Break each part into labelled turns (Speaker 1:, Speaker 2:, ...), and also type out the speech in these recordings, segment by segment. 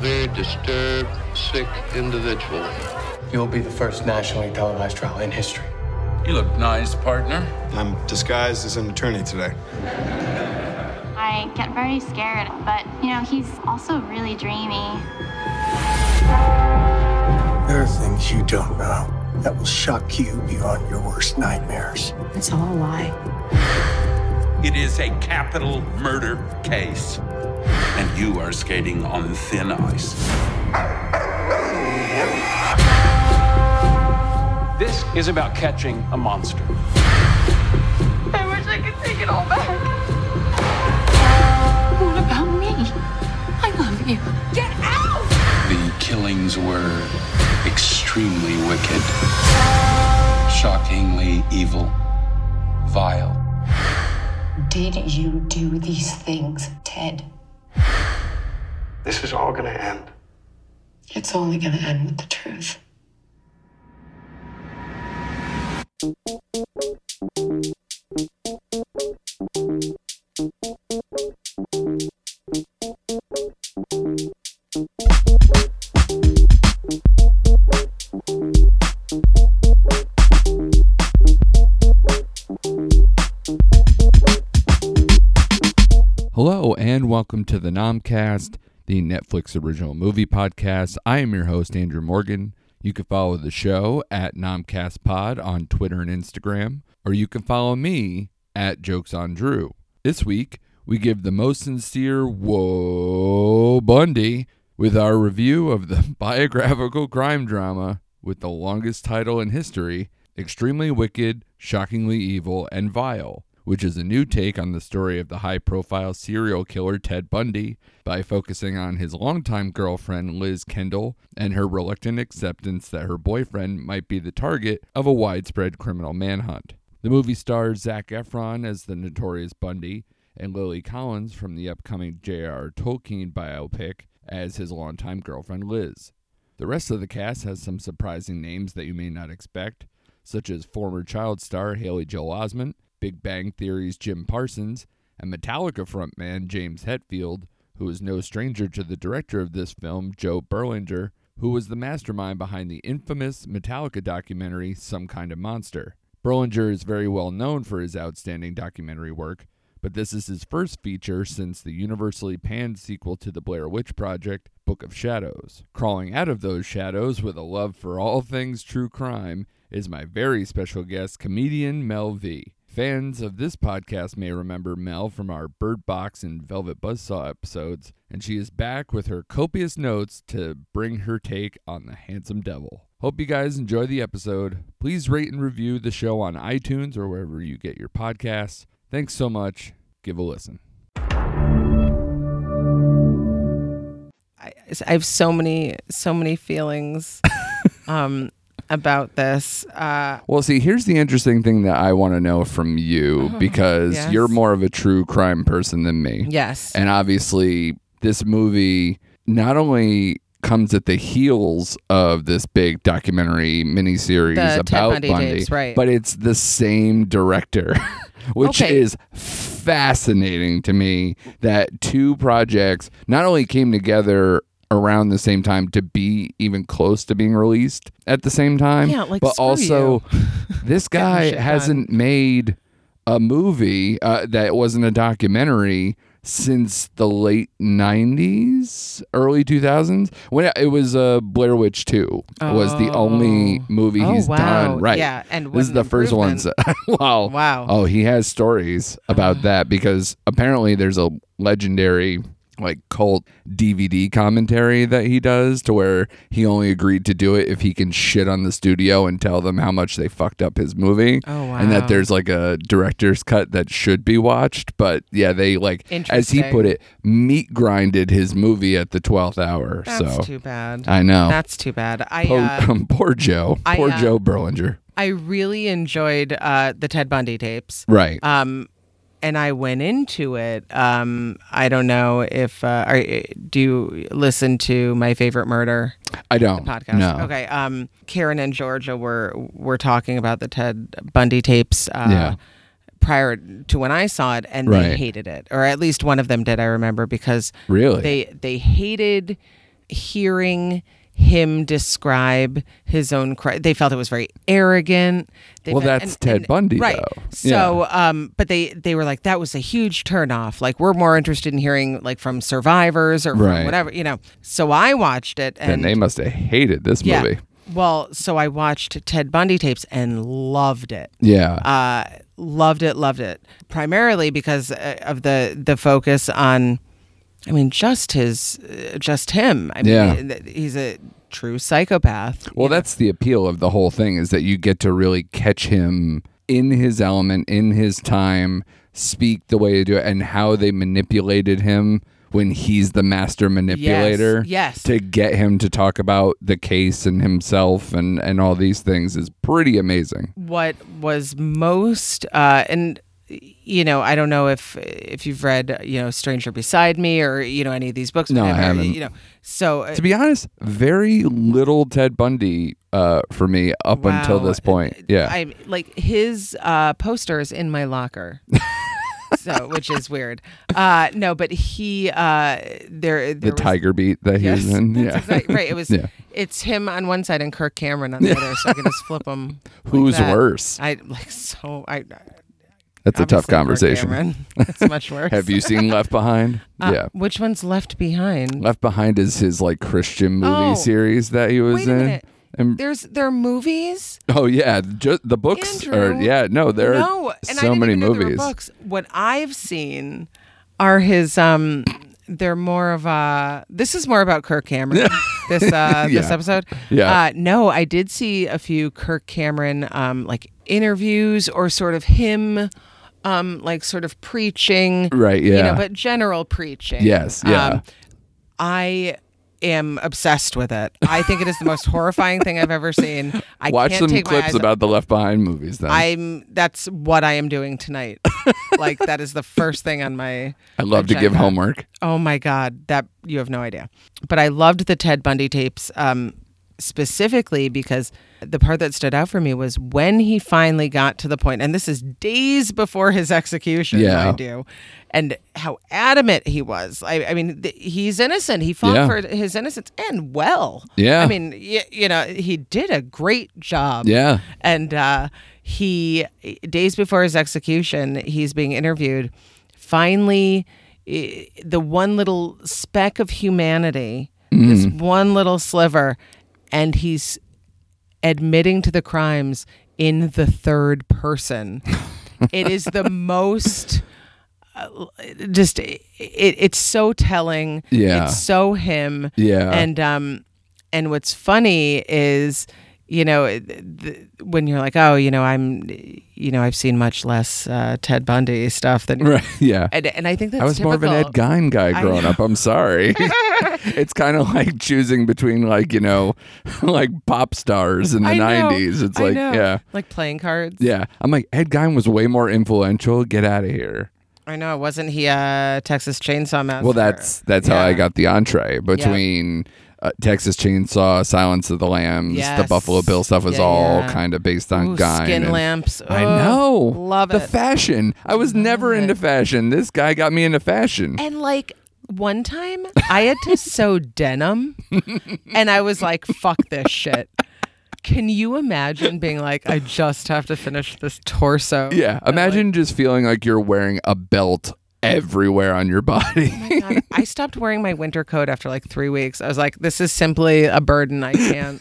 Speaker 1: very disturbed, sick individual.
Speaker 2: You'll be the first nationally televised trial in history.
Speaker 3: You look nice, partner.
Speaker 4: I'm disguised as an attorney today.
Speaker 5: I get very scared, but you know, he's also really dreamy.
Speaker 6: There are things you don't know that will shock you beyond your worst nightmares.
Speaker 7: It's all a lie.
Speaker 3: It is a capital murder case. And you are skating on thin ice.
Speaker 8: This is about catching a monster.
Speaker 9: I wish I could take it all back. What about me? I love you. Get out!
Speaker 3: The killings were extremely wicked, shockingly evil, vile.
Speaker 7: Did you do these things, Ted?
Speaker 6: This is all gonna end.
Speaker 7: It's only going to end with the truth.
Speaker 10: Hello, and welcome to the Nomcast, the Netflix original movie podcast. I am your host, Andrew Morgan. You can follow the show at NomcastPod on Twitter and Instagram, or you can follow me at Jokes on Drew. This week, we give the most sincere Whoa Bundy with our review of the biographical crime drama with the longest title in history, Extremely Wicked, Shockingly Evil, and Vile, which is a new take on the story of the high profile serial killer Ted Bundy by focusing on his longtime girlfriend Liz Kendall and her reluctant acceptance that her boyfriend might be the target of a widespread criminal manhunt. The movie stars Zach Efron as the notorious Bundy and Lily Collins from the upcoming J.R. Tolkien biopic as his longtime girlfriend Liz. The rest of the cast has some surprising names that you may not expect, such as former child star Haley Joel Osment, Big Bang Theory's Jim Parsons, and Metallica frontman James Hetfield, who is no stranger to the director of this film, Joe Berlinger, who was the mastermind behind the infamous Metallica documentary Some Kind of Monster. Berlinger is very well known for his outstanding documentary work, but this is his first feature since the universally panned sequel to the Blair Witch Project, Book of Shadows. Crawling out of those shadows with a love for all things true crime is my very special guest, comedian Mel V. Fans of this podcast may remember Mel from our Bird Box and Velvet Buzzsaw episodes, and she is back with her copious notes to bring her take on the handsome devil. Hope you guys enjoy the episode. Please rate and review the show on iTunes or wherever you get your podcasts. Thanks so much. Give a listen.
Speaker 11: I, I have so many so many feelings um about this uh
Speaker 10: Well, see, here's the interesting thing that I want to know from you because
Speaker 11: Oh, yes.
Speaker 10: you're more of a true crime person than me.
Speaker 11: yes
Speaker 10: And obviously, this movie not only comes at the heels of this big documentary miniseries
Speaker 11: The Ted
Speaker 10: about
Speaker 11: Bundy tapes, right.
Speaker 10: but it's the same director, which
Speaker 11: Okay.
Speaker 10: is fascinating to me that two projects not only came together around the same time to be even close to being released at the same time
Speaker 11: Yeah, like,
Speaker 10: but
Speaker 11: screw
Speaker 10: also this guy
Speaker 11: shit done.
Speaker 10: hasn't made a movie uh, that wasn't a documentary since the late 90s early 2000s when it- it was uh, blair witch 2 was the only
Speaker 11: Oh.
Speaker 10: movie
Speaker 11: Oh,
Speaker 10: he's
Speaker 11: wow.
Speaker 10: done right
Speaker 11: Yeah, and
Speaker 10: this is
Speaker 11: what
Speaker 10: the
Speaker 11: an
Speaker 10: first one
Speaker 11: improvement.
Speaker 10: so- wow
Speaker 11: Wow.
Speaker 10: oh he has stories about that because apparently there's a legendary like cult DVD commentary that he does to where he only agreed to do it if he can shit on the studio and tell them how much they fucked up his movie.
Speaker 11: Oh,
Speaker 10: And
Speaker 11: wow.
Speaker 10: that there's like a director's cut that should be watched. But yeah, they like, as he
Speaker 11: Interesting.
Speaker 10: put it, meat grinded his movie at the 12th hour.
Speaker 11: that's
Speaker 10: so
Speaker 11: too bad
Speaker 10: I know.
Speaker 11: that's too bad I
Speaker 10: poor,
Speaker 11: uh,
Speaker 10: poor Joe.
Speaker 11: I,
Speaker 10: poor
Speaker 11: uh,
Speaker 10: Joe Berlinger.
Speaker 11: I really enjoyed uh the Ted Bundy tapes
Speaker 10: Right.
Speaker 11: um and I went into it um I don't know if uh are, do you listen to my favorite murder
Speaker 10: I don't.
Speaker 11: podcast.
Speaker 10: No.
Speaker 11: Okay. Um, Karen and Georgia were were talking about the Ted Bundy tapes. Uh,
Speaker 10: Yeah.
Speaker 11: Prior to when I saw it, and they
Speaker 10: Right.
Speaker 11: hated it, or at least one of them did. I remember because
Speaker 10: Really?
Speaker 11: they they hated
Speaker 10: hearing him describe his own crime. They felt it was very arrogant. They
Speaker 12: Well,
Speaker 10: fe-
Speaker 12: that's Ted Bundy,
Speaker 10: right?
Speaker 12: though.
Speaker 10: So, um, but they they were like, that was a huge turnoff. Like, we're more interested in hearing like from survivors or from
Speaker 12: Right.
Speaker 10: whatever, you know. So I watched it,
Speaker 12: And
Speaker 10: and
Speaker 12: they must have hated this
Speaker 10: yeah.
Speaker 12: movie.
Speaker 10: Well, so I watched Ted Bundy tapes and loved it
Speaker 12: Yeah.
Speaker 10: uh, loved it, loved it. Primarily because uh, of the the focus on, I mean, just his, uh, just him. I mean,
Speaker 12: Yeah.
Speaker 10: th- he's a true psychopath.
Speaker 12: Well, that's the appeal of the whole thing is that you get to really catch him in his element, in his time, speak the way to do it, and how they manipulated him when he's the master manipulator.
Speaker 10: yes.
Speaker 12: To get him to talk about the case and himself and, and all these things is pretty amazing.
Speaker 10: What was most, uh, and you know, I don't know if if you've read, you know, Stranger Beside Me or you know any of these books.
Speaker 12: No, I
Speaker 10: whatever,
Speaker 12: haven't.
Speaker 10: You know, so uh,
Speaker 12: To be honest, very little Ted Bundy uh, for me up until
Speaker 10: Wow. Uh,
Speaker 12: this point. Yeah.
Speaker 10: I like his uh, posters in my locker. so, which is weird. Uh, no, but he uh, there, there
Speaker 12: the
Speaker 10: was-
Speaker 12: tiger beat that
Speaker 10: Yes,
Speaker 12: he was in.
Speaker 10: that's
Speaker 12: Yeah.
Speaker 10: exact- right. It was.
Speaker 12: Yeah.
Speaker 10: It's him on one side and Kirk Cameron on the other, so I can just flip them.
Speaker 12: Who's worse?
Speaker 10: I like so. I
Speaker 12: That's a
Speaker 10: obviously
Speaker 12: tough
Speaker 10: Kirk
Speaker 12: conversation.
Speaker 10: Cameron. It's much worse.
Speaker 12: Have you seen Left Behind?
Speaker 10: Uh,
Speaker 12: yeah.
Speaker 10: Which one's left behind?
Speaker 12: Left Behind is his like Christian movie
Speaker 10: Oh.
Speaker 12: series that he was
Speaker 10: Wait a
Speaker 12: in.
Speaker 10: minute.
Speaker 12: And
Speaker 10: There's there are movies.
Speaker 12: oh yeah, ju- the books
Speaker 10: Andrew,
Speaker 12: are yeah no there
Speaker 10: no,
Speaker 12: are
Speaker 10: and I
Speaker 12: so
Speaker 10: didn't
Speaker 12: many
Speaker 10: even know there were
Speaker 12: movies.
Speaker 10: books. What I've seen are his. Um, they're more of a. This is more about Kirk Cameron. this uh, this
Speaker 12: Yeah.
Speaker 10: episode.
Speaker 12: Yeah.
Speaker 10: Uh, no, I did see a few Kirk Cameron um, like interviews or sort of him. Um, like sort of preaching,
Speaker 12: Right,
Speaker 10: You
Speaker 12: yeah.
Speaker 10: know, but general preaching. Um,
Speaker 12: Yes, yeah.
Speaker 10: I am obsessed with it. I think it is the most horrifying thing I've ever seen. I
Speaker 12: Watch
Speaker 10: can't
Speaker 12: some
Speaker 10: take my
Speaker 12: clips
Speaker 10: eyes
Speaker 12: about the Left Behind movies. Then I,
Speaker 10: I'm that's what I am doing tonight. like that is the first thing on my
Speaker 12: love to give
Speaker 10: agenda.
Speaker 12: homework.
Speaker 10: Oh my god, that you have no idea. But I loved the Ted Bundy tapes um specifically because the part that stood out for me was when he finally got to the point and this is days before his execution
Speaker 12: Yeah.
Speaker 10: mind you and how adamant he was i, I mean th- he's innocent he fought
Speaker 12: Yeah.
Speaker 10: for his innocence and well
Speaker 12: Yeah.
Speaker 10: i mean y- you know he did a great job
Speaker 12: Yeah.
Speaker 10: and uh, he, days before his execution, he's being interviewed. Finally, i- the one little speck of humanity, this
Speaker 12: Mm.
Speaker 10: one little sliver, and he's admitting to the crimes in the third person. it is the most uh, just it, it's so telling
Speaker 12: Yeah.
Speaker 10: it's so him
Speaker 12: Yeah.
Speaker 10: and um and what's funny is you know th- when you're like oh you know i'm you know i've seen much less uh, ted bundy stuff than
Speaker 12: Right? Yeah.
Speaker 10: and, and i think that's
Speaker 12: I was more of an Ed
Speaker 10: typical.
Speaker 12: Gein guy
Speaker 10: I
Speaker 12: growing
Speaker 10: know.
Speaker 12: up. I'm sorry. it's kind of like choosing between like you know, like pop stars in the
Speaker 10: I know,
Speaker 12: '90s. It's
Speaker 10: I
Speaker 12: like
Speaker 10: know.
Speaker 12: yeah,
Speaker 10: like playing cards
Speaker 12: yeah. I'm like Ed Gein was way more influential. Get out of here.
Speaker 10: i know wasn't he a texas chainsaw massacre
Speaker 12: Well, that's that's how I
Speaker 10: Yeah.
Speaker 12: got the entree between uh, Texas Chainsaw, Silence of the Lambs, the
Speaker 10: Yes.
Speaker 12: Buffalo Bill stuff was
Speaker 10: Yeah,
Speaker 12: all
Speaker 10: yeah.
Speaker 12: kind of based on
Speaker 10: Ooh,
Speaker 12: Gein
Speaker 10: skin
Speaker 12: and-
Speaker 10: lamps
Speaker 12: I
Speaker 10: Oh,
Speaker 12: know,
Speaker 10: love
Speaker 12: the
Speaker 10: it
Speaker 12: fashion. I was never into fashion. This guy got me into fashion.
Speaker 10: And like one time, I had to sew denim, and I was like, "Fuck this shit." Can you imagine being like, "I just have to finish this torso"?
Speaker 12: yeah, imagine just feeling like you're wearing a belt everywhere on your body.
Speaker 10: Oh God, I stopped wearing my winter coat after like three weeks. I was like, "This is simply a burden I can't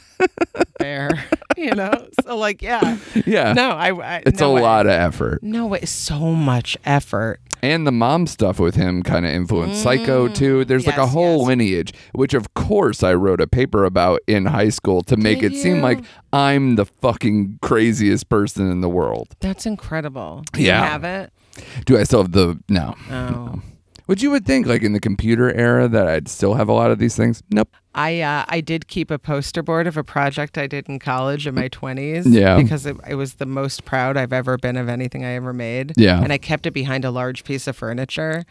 Speaker 10: bear." You know? So like, yeah,
Speaker 12: yeah,
Speaker 10: no, I. I
Speaker 12: it's
Speaker 10: no
Speaker 12: a
Speaker 10: way.
Speaker 12: lot of effort.
Speaker 10: No way, so much effort.
Speaker 12: and the mom stuff with him kind of influenced Psycho too. There's like a
Speaker 10: Mm. yes,
Speaker 12: whole
Speaker 10: yes.
Speaker 12: lineage, which of course I wrote a paper about in high school to make it
Speaker 10: Did
Speaker 12: seem
Speaker 10: you?
Speaker 12: like I'm the fucking craziest person in the world.
Speaker 10: That's incredible. Do
Speaker 12: Yeah.
Speaker 10: you have it.
Speaker 12: Do I still have the no?
Speaker 10: Oh.
Speaker 12: Which you would think, like in the computer era, that I'd still have a lot of these things. Nope.
Speaker 10: I uh, I did keep a poster board of a project I did in college in my twenties.
Speaker 12: Yeah.
Speaker 10: because it, it was the most proud I've ever been of anything I ever made.
Speaker 12: Yeah.
Speaker 10: and I kept it behind a large piece of furniture,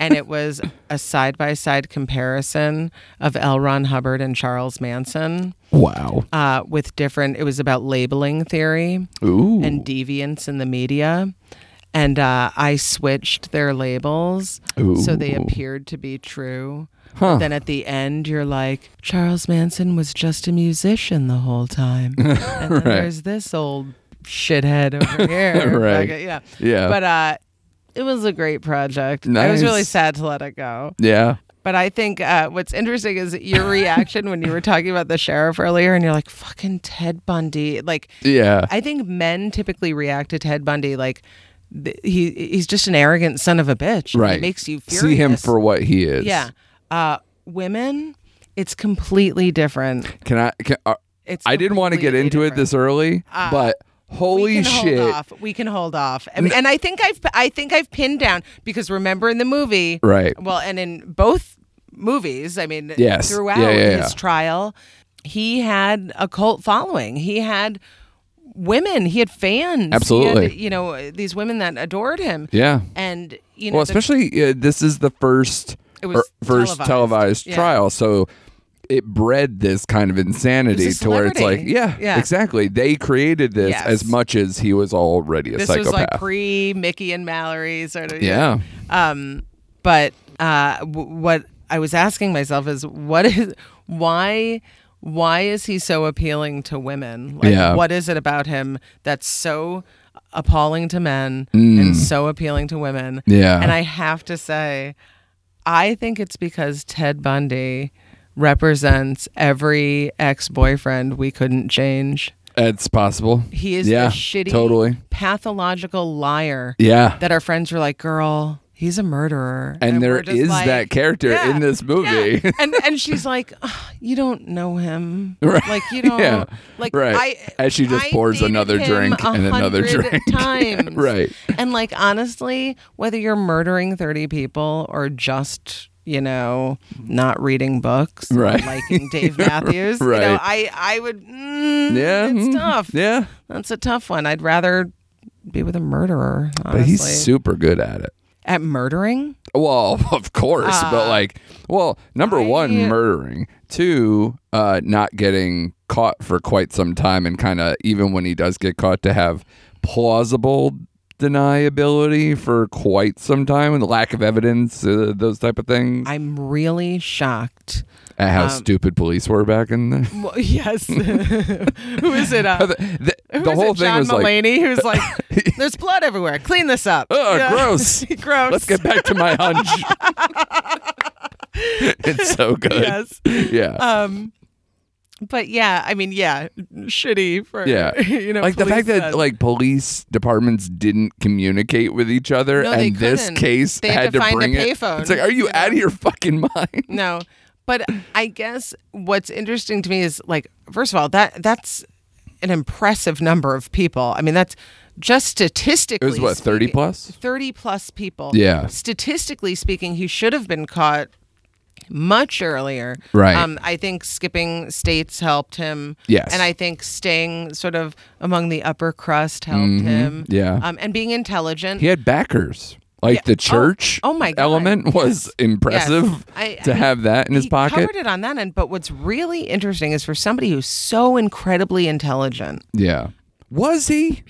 Speaker 10: and it was a side by side comparison of L. Ron Hubbard and Charles Manson
Speaker 12: Wow.
Speaker 10: uh, with different. It was about labeling theory
Speaker 12: Ooh.
Speaker 10: and deviance in the media. and uh, I switched their labels so they
Speaker 12: Ooh.
Speaker 10: appeared to be true.
Speaker 12: Huh.
Speaker 10: Then at the end, you're like, Charles Manson was just a musician the whole time. and then there's this old shithead over here.
Speaker 12: Right.
Speaker 10: Fucking- yeah.
Speaker 12: Yeah.
Speaker 10: But uh, it was a great project. I was really
Speaker 12: Nice.
Speaker 10: sad to let it go.
Speaker 12: Yeah.
Speaker 10: But I think uh, what's interesting is your reaction when you were talking about the sheriff earlier, and you're like, "Fucking Ted Bundy!" Like,
Speaker 12: Yeah.
Speaker 10: I think men typically react to Ted Bundy like th- he he's just an arrogant son of a bitch.
Speaker 12: right.
Speaker 10: it makes you furious.
Speaker 12: see him for what he is.
Speaker 10: yeah. Uh, women, it's completely different.
Speaker 12: Can I? Can, uh,
Speaker 10: It's
Speaker 12: I didn't want to get
Speaker 10: completely Ah,
Speaker 12: into it this early, but holy
Speaker 10: we can
Speaker 12: shit!
Speaker 10: Hold off. We can hold off, and, and I think I've I think I've pinned down because remember in the movie,
Speaker 12: Right.
Speaker 10: Well, and in both movies, I mean,
Speaker 12: Yes.
Speaker 10: throughout
Speaker 12: Yeah, yeah,
Speaker 10: his
Speaker 12: yeah.
Speaker 10: trial, he had a cult following. He had women. He had fans. He had,
Speaker 12: Absolutely.
Speaker 10: you know these women that adored him.
Speaker 12: Yeah.
Speaker 10: and you know,
Speaker 12: Well,
Speaker 10: the-
Speaker 12: especially uh, this is the first
Speaker 10: It was
Speaker 12: er, first
Speaker 10: televised.
Speaker 12: televised
Speaker 10: Yeah.
Speaker 12: trial, so it bred this kind of insanity to where it's like,
Speaker 10: celebrity.
Speaker 12: yeah,
Speaker 10: Yeah.
Speaker 12: exactly. They created this
Speaker 10: Yes.
Speaker 12: as much as he was already a
Speaker 10: this was like
Speaker 12: psychopath.
Speaker 10: pre Mickey and Mallory sort of.
Speaker 12: yeah.
Speaker 10: but uh, w- what I was asking myself is what is why why is he so appealing to women? Like,
Speaker 12: Yeah.
Speaker 10: what is it about him that's so appalling to men and so appealing to women?
Speaker 12: Mm. Yeah.
Speaker 10: and I have to say, I think it's because Ted Bundy represents every ex-boyfriend we couldn't change.
Speaker 12: It's possible.
Speaker 10: He is
Speaker 12: yeah,
Speaker 10: a shitty,
Speaker 12: Totally.
Speaker 10: pathological liar
Speaker 12: Yeah.
Speaker 10: that our friends were like, "Girl, he's a murderer,"
Speaker 12: and
Speaker 10: we're
Speaker 12: there
Speaker 10: just
Speaker 12: is
Speaker 10: like,
Speaker 12: that character
Speaker 10: "Yeah,
Speaker 12: in this movie.
Speaker 10: yeah." and and she's like, "Ugh, "You don't know him,
Speaker 12: Right.
Speaker 10: like you don't,
Speaker 12: Yeah.
Speaker 10: like
Speaker 12: Right.
Speaker 10: I."
Speaker 12: As she just
Speaker 10: I
Speaker 12: pours
Speaker 10: dated
Speaker 12: another
Speaker 10: him
Speaker 12: drink
Speaker 10: a
Speaker 12: and another
Speaker 10: hundred
Speaker 12: drink.
Speaker 10: times,
Speaker 12: Right.
Speaker 10: And like honestly, whether you're murdering thirty people or just you know not reading books, or
Speaker 12: Right.
Speaker 10: liking Dave Matthews, you
Speaker 12: Right.
Speaker 10: know, I I would, mm,
Speaker 12: Yeah.
Speaker 10: it's
Speaker 12: mm,
Speaker 10: tough.
Speaker 12: Yeah.
Speaker 10: That's a tough one. I'd rather be with a murderer, honestly.
Speaker 12: But he's super good at it.
Speaker 10: at murdering.
Speaker 12: Well, of course, but like, well, number one,
Speaker 10: Uh, I-
Speaker 12: murdering. Two, uh, not getting caught for quite some time, and kind of even when he does get caught, to have plausible deniability for quite some time, and the lack of evidence, uh, those type of things.
Speaker 10: I'm really shocked. Um,
Speaker 12: at how stupid police were back in the.
Speaker 10: Well, yes. Who is it? Uh,
Speaker 12: The, the
Speaker 10: who is
Speaker 12: whole
Speaker 10: it?
Speaker 12: thing
Speaker 10: John
Speaker 12: was like,
Speaker 10: Mulaney, who's like, "There's blood everywhere. Clean this up."
Speaker 12: oh,
Speaker 10: Yeah.
Speaker 12: gross.
Speaker 10: gross.
Speaker 12: Let's get back to my hunch. it's so good.
Speaker 10: Yes.
Speaker 12: Yeah.
Speaker 10: Um, but yeah, I mean, yeah, shitty for
Speaker 12: Yeah.
Speaker 10: you know,
Speaker 12: like the
Speaker 10: police
Speaker 12: fact that like police departments didn't communicate with each other
Speaker 10: No, they
Speaker 12: and this
Speaker 10: couldn't.
Speaker 12: case
Speaker 10: They had
Speaker 12: had,
Speaker 10: to find a
Speaker 12: bring it.
Speaker 10: payphone,
Speaker 12: It's like, are you,
Speaker 10: you know?
Speaker 12: out of your fucking mind?
Speaker 10: no. But I guess what's interesting to me is like, first of all, that that's an impressive number of people. I mean, that's just
Speaker 12: It
Speaker 10: statistically.
Speaker 12: was what, thirty
Speaker 10: speaking-
Speaker 12: plus?
Speaker 10: 30 plus people.
Speaker 12: Yeah.
Speaker 10: Statistically speaking, he should have been caught much earlier.
Speaker 12: Right.
Speaker 10: Um, I think skipping states helped him.
Speaker 12: Yes.
Speaker 10: And I think staying sort of among the upper crust helped him.
Speaker 12: Mm-hmm. Yeah.
Speaker 10: Um, and being intelligent.
Speaker 12: He had backers. Like the church
Speaker 10: oh my God.
Speaker 12: element was
Speaker 10: Yes.
Speaker 12: impressive
Speaker 10: I- I
Speaker 12: to
Speaker 10: mean,
Speaker 12: have that in his
Speaker 10: he
Speaker 12: pocket.
Speaker 10: covered it on that end, but what's really interesting is for somebody who's so incredibly intelligent,
Speaker 12: Yeah. Was he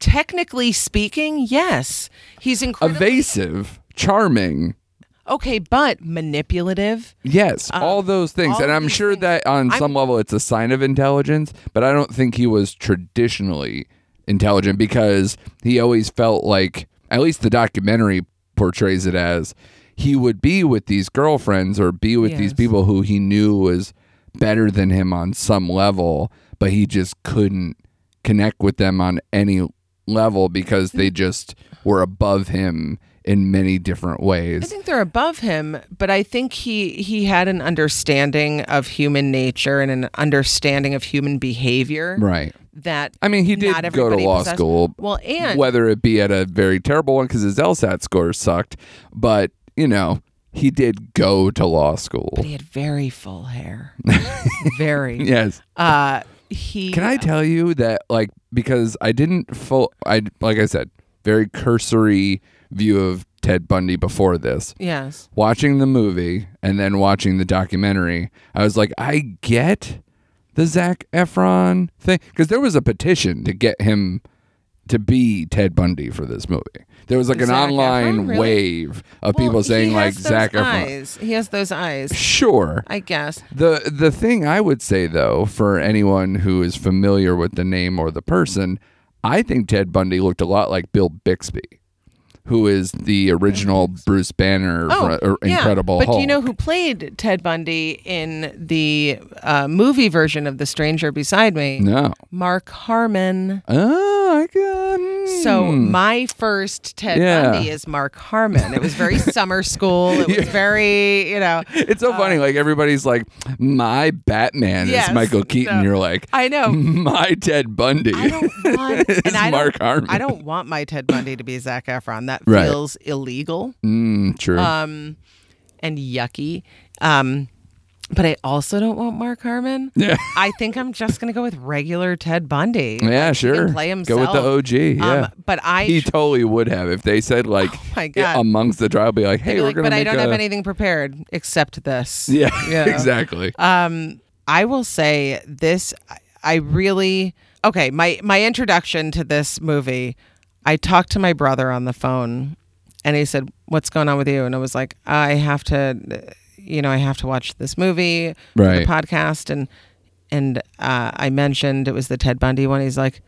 Speaker 10: technically speaking, yes, he's incredibly
Speaker 12: evasive, charming?
Speaker 10: okay, but manipulative. Um,
Speaker 12: Yes, all those things.
Speaker 10: all
Speaker 12: and
Speaker 10: of
Speaker 12: I'm
Speaker 10: these
Speaker 12: sure
Speaker 10: things.
Speaker 12: that on some level it's a sign of intelligence, but I don't think he was traditionally intelligent because he always felt like, at least the documentary portrays it as, he would be with these girlfriends or be with these
Speaker 10: Yes.
Speaker 12: people who he knew was better than him on some level, but he just couldn't connect with them on any level because they just were above him in many different
Speaker 10: I
Speaker 12: ways.
Speaker 10: think they're above him, but I think he he had an understanding of human nature and an understanding of human behavior
Speaker 12: Right.
Speaker 10: that
Speaker 12: I mean, he did
Speaker 10: not
Speaker 12: go to
Speaker 10: everybody
Speaker 12: law
Speaker 10: possess-
Speaker 12: school.
Speaker 10: Well, and
Speaker 12: whether it be at a very terrible one because his LSAT scores sucked, but you know he did go to law school.
Speaker 10: he had very full hair, very.
Speaker 12: yes.
Speaker 10: Uh, he
Speaker 12: Can I tell you that like because I didn't full I like I said very cursory view of Ted Bundy before this.
Speaker 10: Yes.
Speaker 12: Watching the movie and then watching the documentary, I was like, I get the Zach Efron thing because there was a petition to get him
Speaker 10: to be Ted Bundy for this movie. There was like an
Speaker 13: Zac
Speaker 10: online
Speaker 13: Efron, really?
Speaker 10: wave
Speaker 13: Well,
Speaker 10: of people saying
Speaker 13: he
Speaker 10: like
Speaker 13: has those
Speaker 10: Zach Efron.
Speaker 13: eyes. He has those eyes.
Speaker 10: Sure.
Speaker 13: I guess.
Speaker 10: The the thing I would say though, for anyone who is familiar with the name or the person, I think Ted Bundy looked a lot like Bill Bixby, who is the original Bruce Banner
Speaker 13: Oh,
Speaker 10: fr- or
Speaker 13: yeah.
Speaker 10: Incredible
Speaker 13: But
Speaker 10: Hulk.
Speaker 13: do you know who played Ted Bundy in the uh, movie version of The Stranger Beside Me?
Speaker 10: No.
Speaker 13: Mark Harmon.
Speaker 10: Oh, I got.
Speaker 13: So
Speaker 10: hmm.
Speaker 13: my first Ted
Speaker 10: Yeah.
Speaker 13: Bundy is Mark Harmon. It was very summer school. It was very, you know. uh,
Speaker 10: It's so funny. Like everybody's like, my Batman
Speaker 13: Yes,
Speaker 10: is Michael Keaton.
Speaker 13: no.
Speaker 10: You're like,
Speaker 13: I know.
Speaker 10: my Ted Bundy.
Speaker 13: I don't want
Speaker 10: is
Speaker 13: and I
Speaker 10: Mark
Speaker 13: don't,
Speaker 10: Harmon.
Speaker 13: I don't want my Ted Bundy to be Zach Efron. That
Speaker 10: Right.
Speaker 13: feels illegal Um,
Speaker 10: Mm, true.
Speaker 13: and yucky. Um, but I also don't want Mark Harmon.
Speaker 10: yeah.
Speaker 13: I think I'm just gonna go with regular Ted Bundy.
Speaker 10: Yeah,
Speaker 13: Like, he can
Speaker 10: sure.
Speaker 13: play
Speaker 10: Go with
Speaker 13: himself. Um,
Speaker 10: the OG. Yeah.
Speaker 13: but I Oh
Speaker 10: he totally would have if they said like
Speaker 13: my God.
Speaker 10: amongst the trial, be like, hey,
Speaker 13: be
Speaker 10: we're
Speaker 13: like,
Speaker 10: gonna.
Speaker 13: but I
Speaker 10: make
Speaker 13: don't
Speaker 10: a-
Speaker 13: have anything prepared except this.
Speaker 10: Yeah,
Speaker 13: Yeah.
Speaker 10: exactly.
Speaker 13: I will say this I- I really okay, my my introduction to this movie, I talked to my brother on the phone and he said, "What's going on with you?" And I was like, "I have to you know, I have to watch this movie for
Speaker 10: Right.
Speaker 13: the podcast and and uh, I mentioned it was the Ted Bundy one. He's like,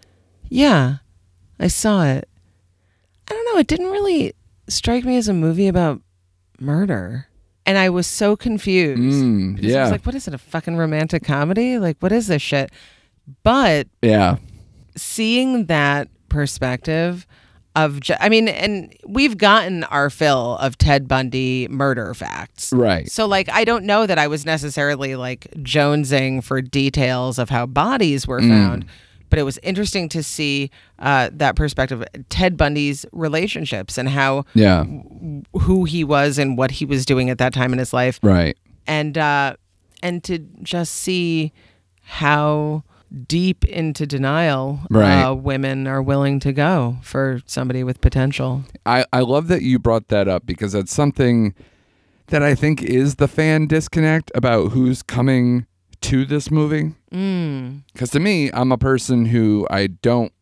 Speaker 13: "Yeah, I saw it." I don't know, it didn't really strike me as a movie about murder. And I was so confused.
Speaker 10: Mm,
Speaker 13: Because I
Speaker 10: yeah.
Speaker 13: was like, what is it, a fucking romantic comedy? Like, what is this shit? But
Speaker 10: yeah.
Speaker 13: seeing that perspective of, ju- I mean, and we've gotten our fill of Ted Bundy murder facts.
Speaker 10: Right.
Speaker 13: So, like, I don't know that I was necessarily like jonesing for details of how bodies
Speaker 10: Mm.
Speaker 13: were found, but it was interesting to see uh, that perspective, Ted Bundy's relationships and how
Speaker 10: Yeah.
Speaker 13: who he was and what he was doing at that time in his life
Speaker 10: Right.
Speaker 13: and uh, and to just see how deep into denial
Speaker 10: Right.
Speaker 13: uh, women are willing to go for somebody with potential.
Speaker 10: I, I love that you brought that up because that's something that I think is the fan disconnect about who's coming to this movie.
Speaker 13: Mm.
Speaker 10: Because to me, I'm a person who I don't.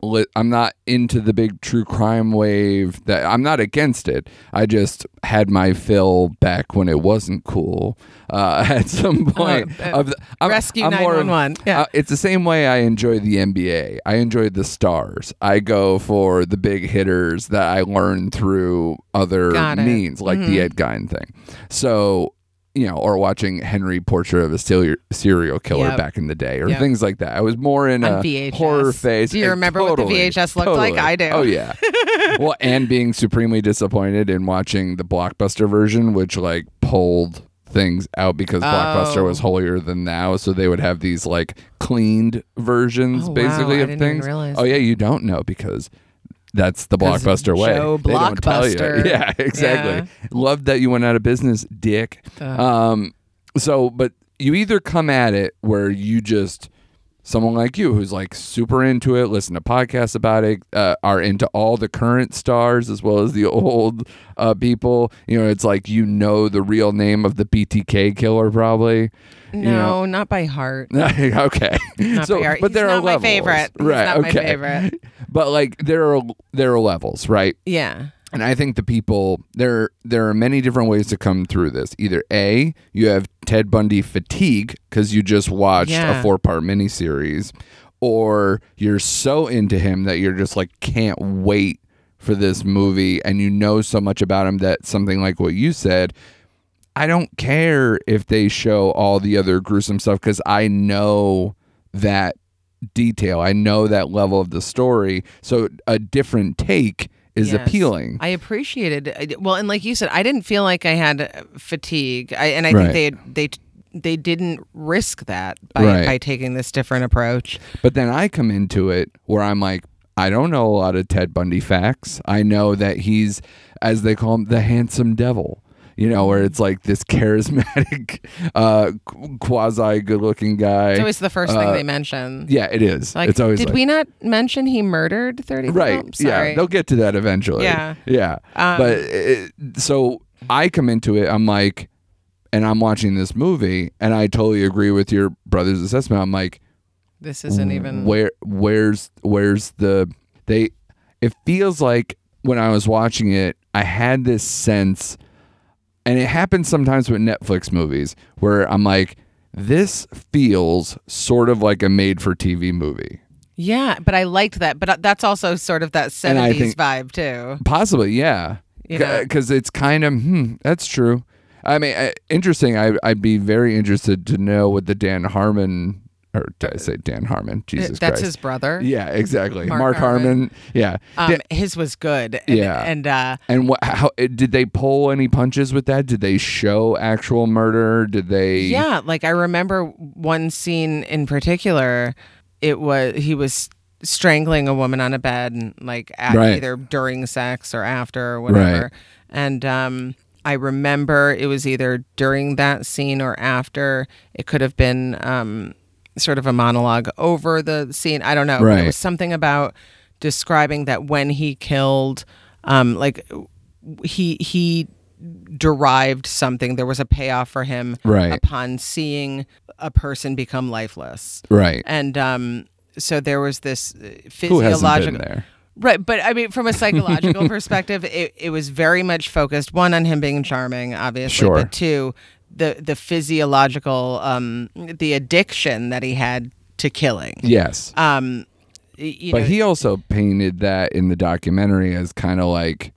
Speaker 10: Li- I'm not into the big true crime wave. That I'm not against it. I just had my fill back when it wasn't cool. Uh, at some point,
Speaker 13: uh,
Speaker 10: of the, I'm,
Speaker 13: Rescue
Speaker 10: I'm more of-
Speaker 13: 911, yeah.
Speaker 10: uh, it's the same way I enjoy the NBA. I enjoy the stars. I go for the big hitters that I learn through other
Speaker 13: Got it. Mm-hmm.
Speaker 10: means, like the Ed Gein thing. So, you know, or watching Henry Portrait of a Serial, serial Killer
Speaker 13: Yep.
Speaker 10: back in the day, or
Speaker 13: Yep.
Speaker 10: things like that. I was more in
Speaker 13: On
Speaker 10: a
Speaker 13: VHS.
Speaker 10: horror phase.
Speaker 13: Do you
Speaker 10: and
Speaker 13: remember what the
Speaker 10: totally-
Speaker 13: VHS looked like?
Speaker 10: totally.
Speaker 13: I do.
Speaker 10: Oh yeah. well, and being supremely disappointed in watching the blockbuster version, which like pulled things out because blockbuster
Speaker 13: Oh.
Speaker 10: was holier than thou so they would have these like cleaned versions
Speaker 13: Oh, wow.
Speaker 10: basically
Speaker 13: I
Speaker 10: of
Speaker 13: didn't even
Speaker 10: things
Speaker 13: realize
Speaker 10: oh yeah you don't know because that's the
Speaker 13: 'Cause
Speaker 10: blockbuster way
Speaker 13: Joe
Speaker 10: They don't tell you.
Speaker 13: Blockbuster.
Speaker 10: yeah exactly love that you went out of business dick um so but you either come at it where you just someone like you who's like super into it, listen to podcasts about it, uh, are into all the current stars as well as the old uh, people. You know, it's like you know the real name of the BTK killer probably.
Speaker 13: No,
Speaker 10: know-
Speaker 13: not by heart.
Speaker 10: okay,
Speaker 13: Not
Speaker 10: so
Speaker 13: by heart.
Speaker 10: but there
Speaker 13: He's
Speaker 10: are
Speaker 13: not my
Speaker 10: levels,
Speaker 13: favorite. He's
Speaker 10: right?
Speaker 13: not my
Speaker 10: okay,
Speaker 13: favorite.
Speaker 10: but like there are there are levels, right?
Speaker 13: Yeah.
Speaker 10: And I think the people there there are many different ways to come through this. Either A, you have Ted Bundy fatigue because you just watched a
Speaker 13: Yeah.
Speaker 10: four part miniseries, or you're so into him that you're just like can't wait for this movie and you know so much about him that something like what you said I don't care if they show all the other gruesome stuff because I know that detail. I know that level of the story. So a different take is
Speaker 13: Yes.
Speaker 10: appealing.
Speaker 13: I appreciated. I d- Well, and like you said, I didn't feel like I had uh, fatigue, I, and I
Speaker 10: Right.
Speaker 13: think they they they didn't risk that by,
Speaker 10: Right.
Speaker 13: by taking this different approach.
Speaker 10: But then I come into it where I'm like, I don't know a lot of Ted Bundy facts. I know that he's, as they call him, the handsome devil. You know, where it's like this charismatic, uh, quasi good looking guy.
Speaker 13: It's always the first thing
Speaker 10: Uh,
Speaker 13: they mention.
Speaker 10: yeah, it is.
Speaker 13: Like,
Speaker 10: it's always
Speaker 13: did
Speaker 10: like,
Speaker 13: we not mention he murdered 30
Speaker 10: right
Speaker 13: people?
Speaker 10: yeah
Speaker 13: Sorry.
Speaker 10: they'll get to that eventually
Speaker 13: Yeah. Um,
Speaker 10: yeah but it, so i come into it i'm like and i'm watching this movie and i totally agree with your brother's assessment i'm like
Speaker 13: this isn't even
Speaker 10: where where's where's the
Speaker 12: They it feels like when I was watching it, I had this sense and it happens sometimes with Netflix movies where I'm like this feels sort of like a made for TV movie.
Speaker 10: Yeah, but I liked that. But uh, that's also sort of that
Speaker 12: And I
Speaker 10: 70s
Speaker 12: think-
Speaker 10: vibe, too.
Speaker 12: Possibly, yeah.
Speaker 10: You know?
Speaker 12: Because it's kind of, hmm, that's true. I mean, uh, interesting. I, I'd be very interested to know what the Dan Harmon, or did I say Dan Harmon? Jesus
Speaker 10: Uh, That's
Speaker 12: Christ.
Speaker 10: his brother.
Speaker 12: Yeah, exactly. Mark,
Speaker 10: Mark
Speaker 12: Harmon.
Speaker 10: Harmon.
Speaker 12: Yeah.
Speaker 10: Um,
Speaker 12: Yeah.
Speaker 10: His was good. And,
Speaker 12: Yeah.
Speaker 10: And uh,
Speaker 12: And what? How uh, did they pull any punches with that? Did they show actual murder? Did they?
Speaker 10: yeah, like I remember one scene in particular. It was he was strangling a woman on a bed, and like at,
Speaker 12: Right.
Speaker 10: either during sex or after or whatever.
Speaker 12: Right.
Speaker 10: And um, I remember it was either during that scene or after. It could have been um, sort of a monologue over the scene. I don't know. but It
Speaker 12: Right.
Speaker 10: was something about describing that when he killed, um, like he he derived something. There was a payoff for him
Speaker 12: Right.
Speaker 10: upon seeing a person become lifeless.
Speaker 12: Right.
Speaker 10: And um, so there was this uh,
Speaker 12: Who hasn't been
Speaker 10: physiological.
Speaker 12: there?
Speaker 10: Right, but I mean, from a psychological perspective, it, it was very much focused one on him being charming, obviously,
Speaker 12: Sure.
Speaker 10: but two, the the physiological, um, the addiction that he had to killing.
Speaker 12: Yes.
Speaker 10: Um, y- you
Speaker 12: but
Speaker 10: know,
Speaker 12: he also painted that in the documentary as kind of like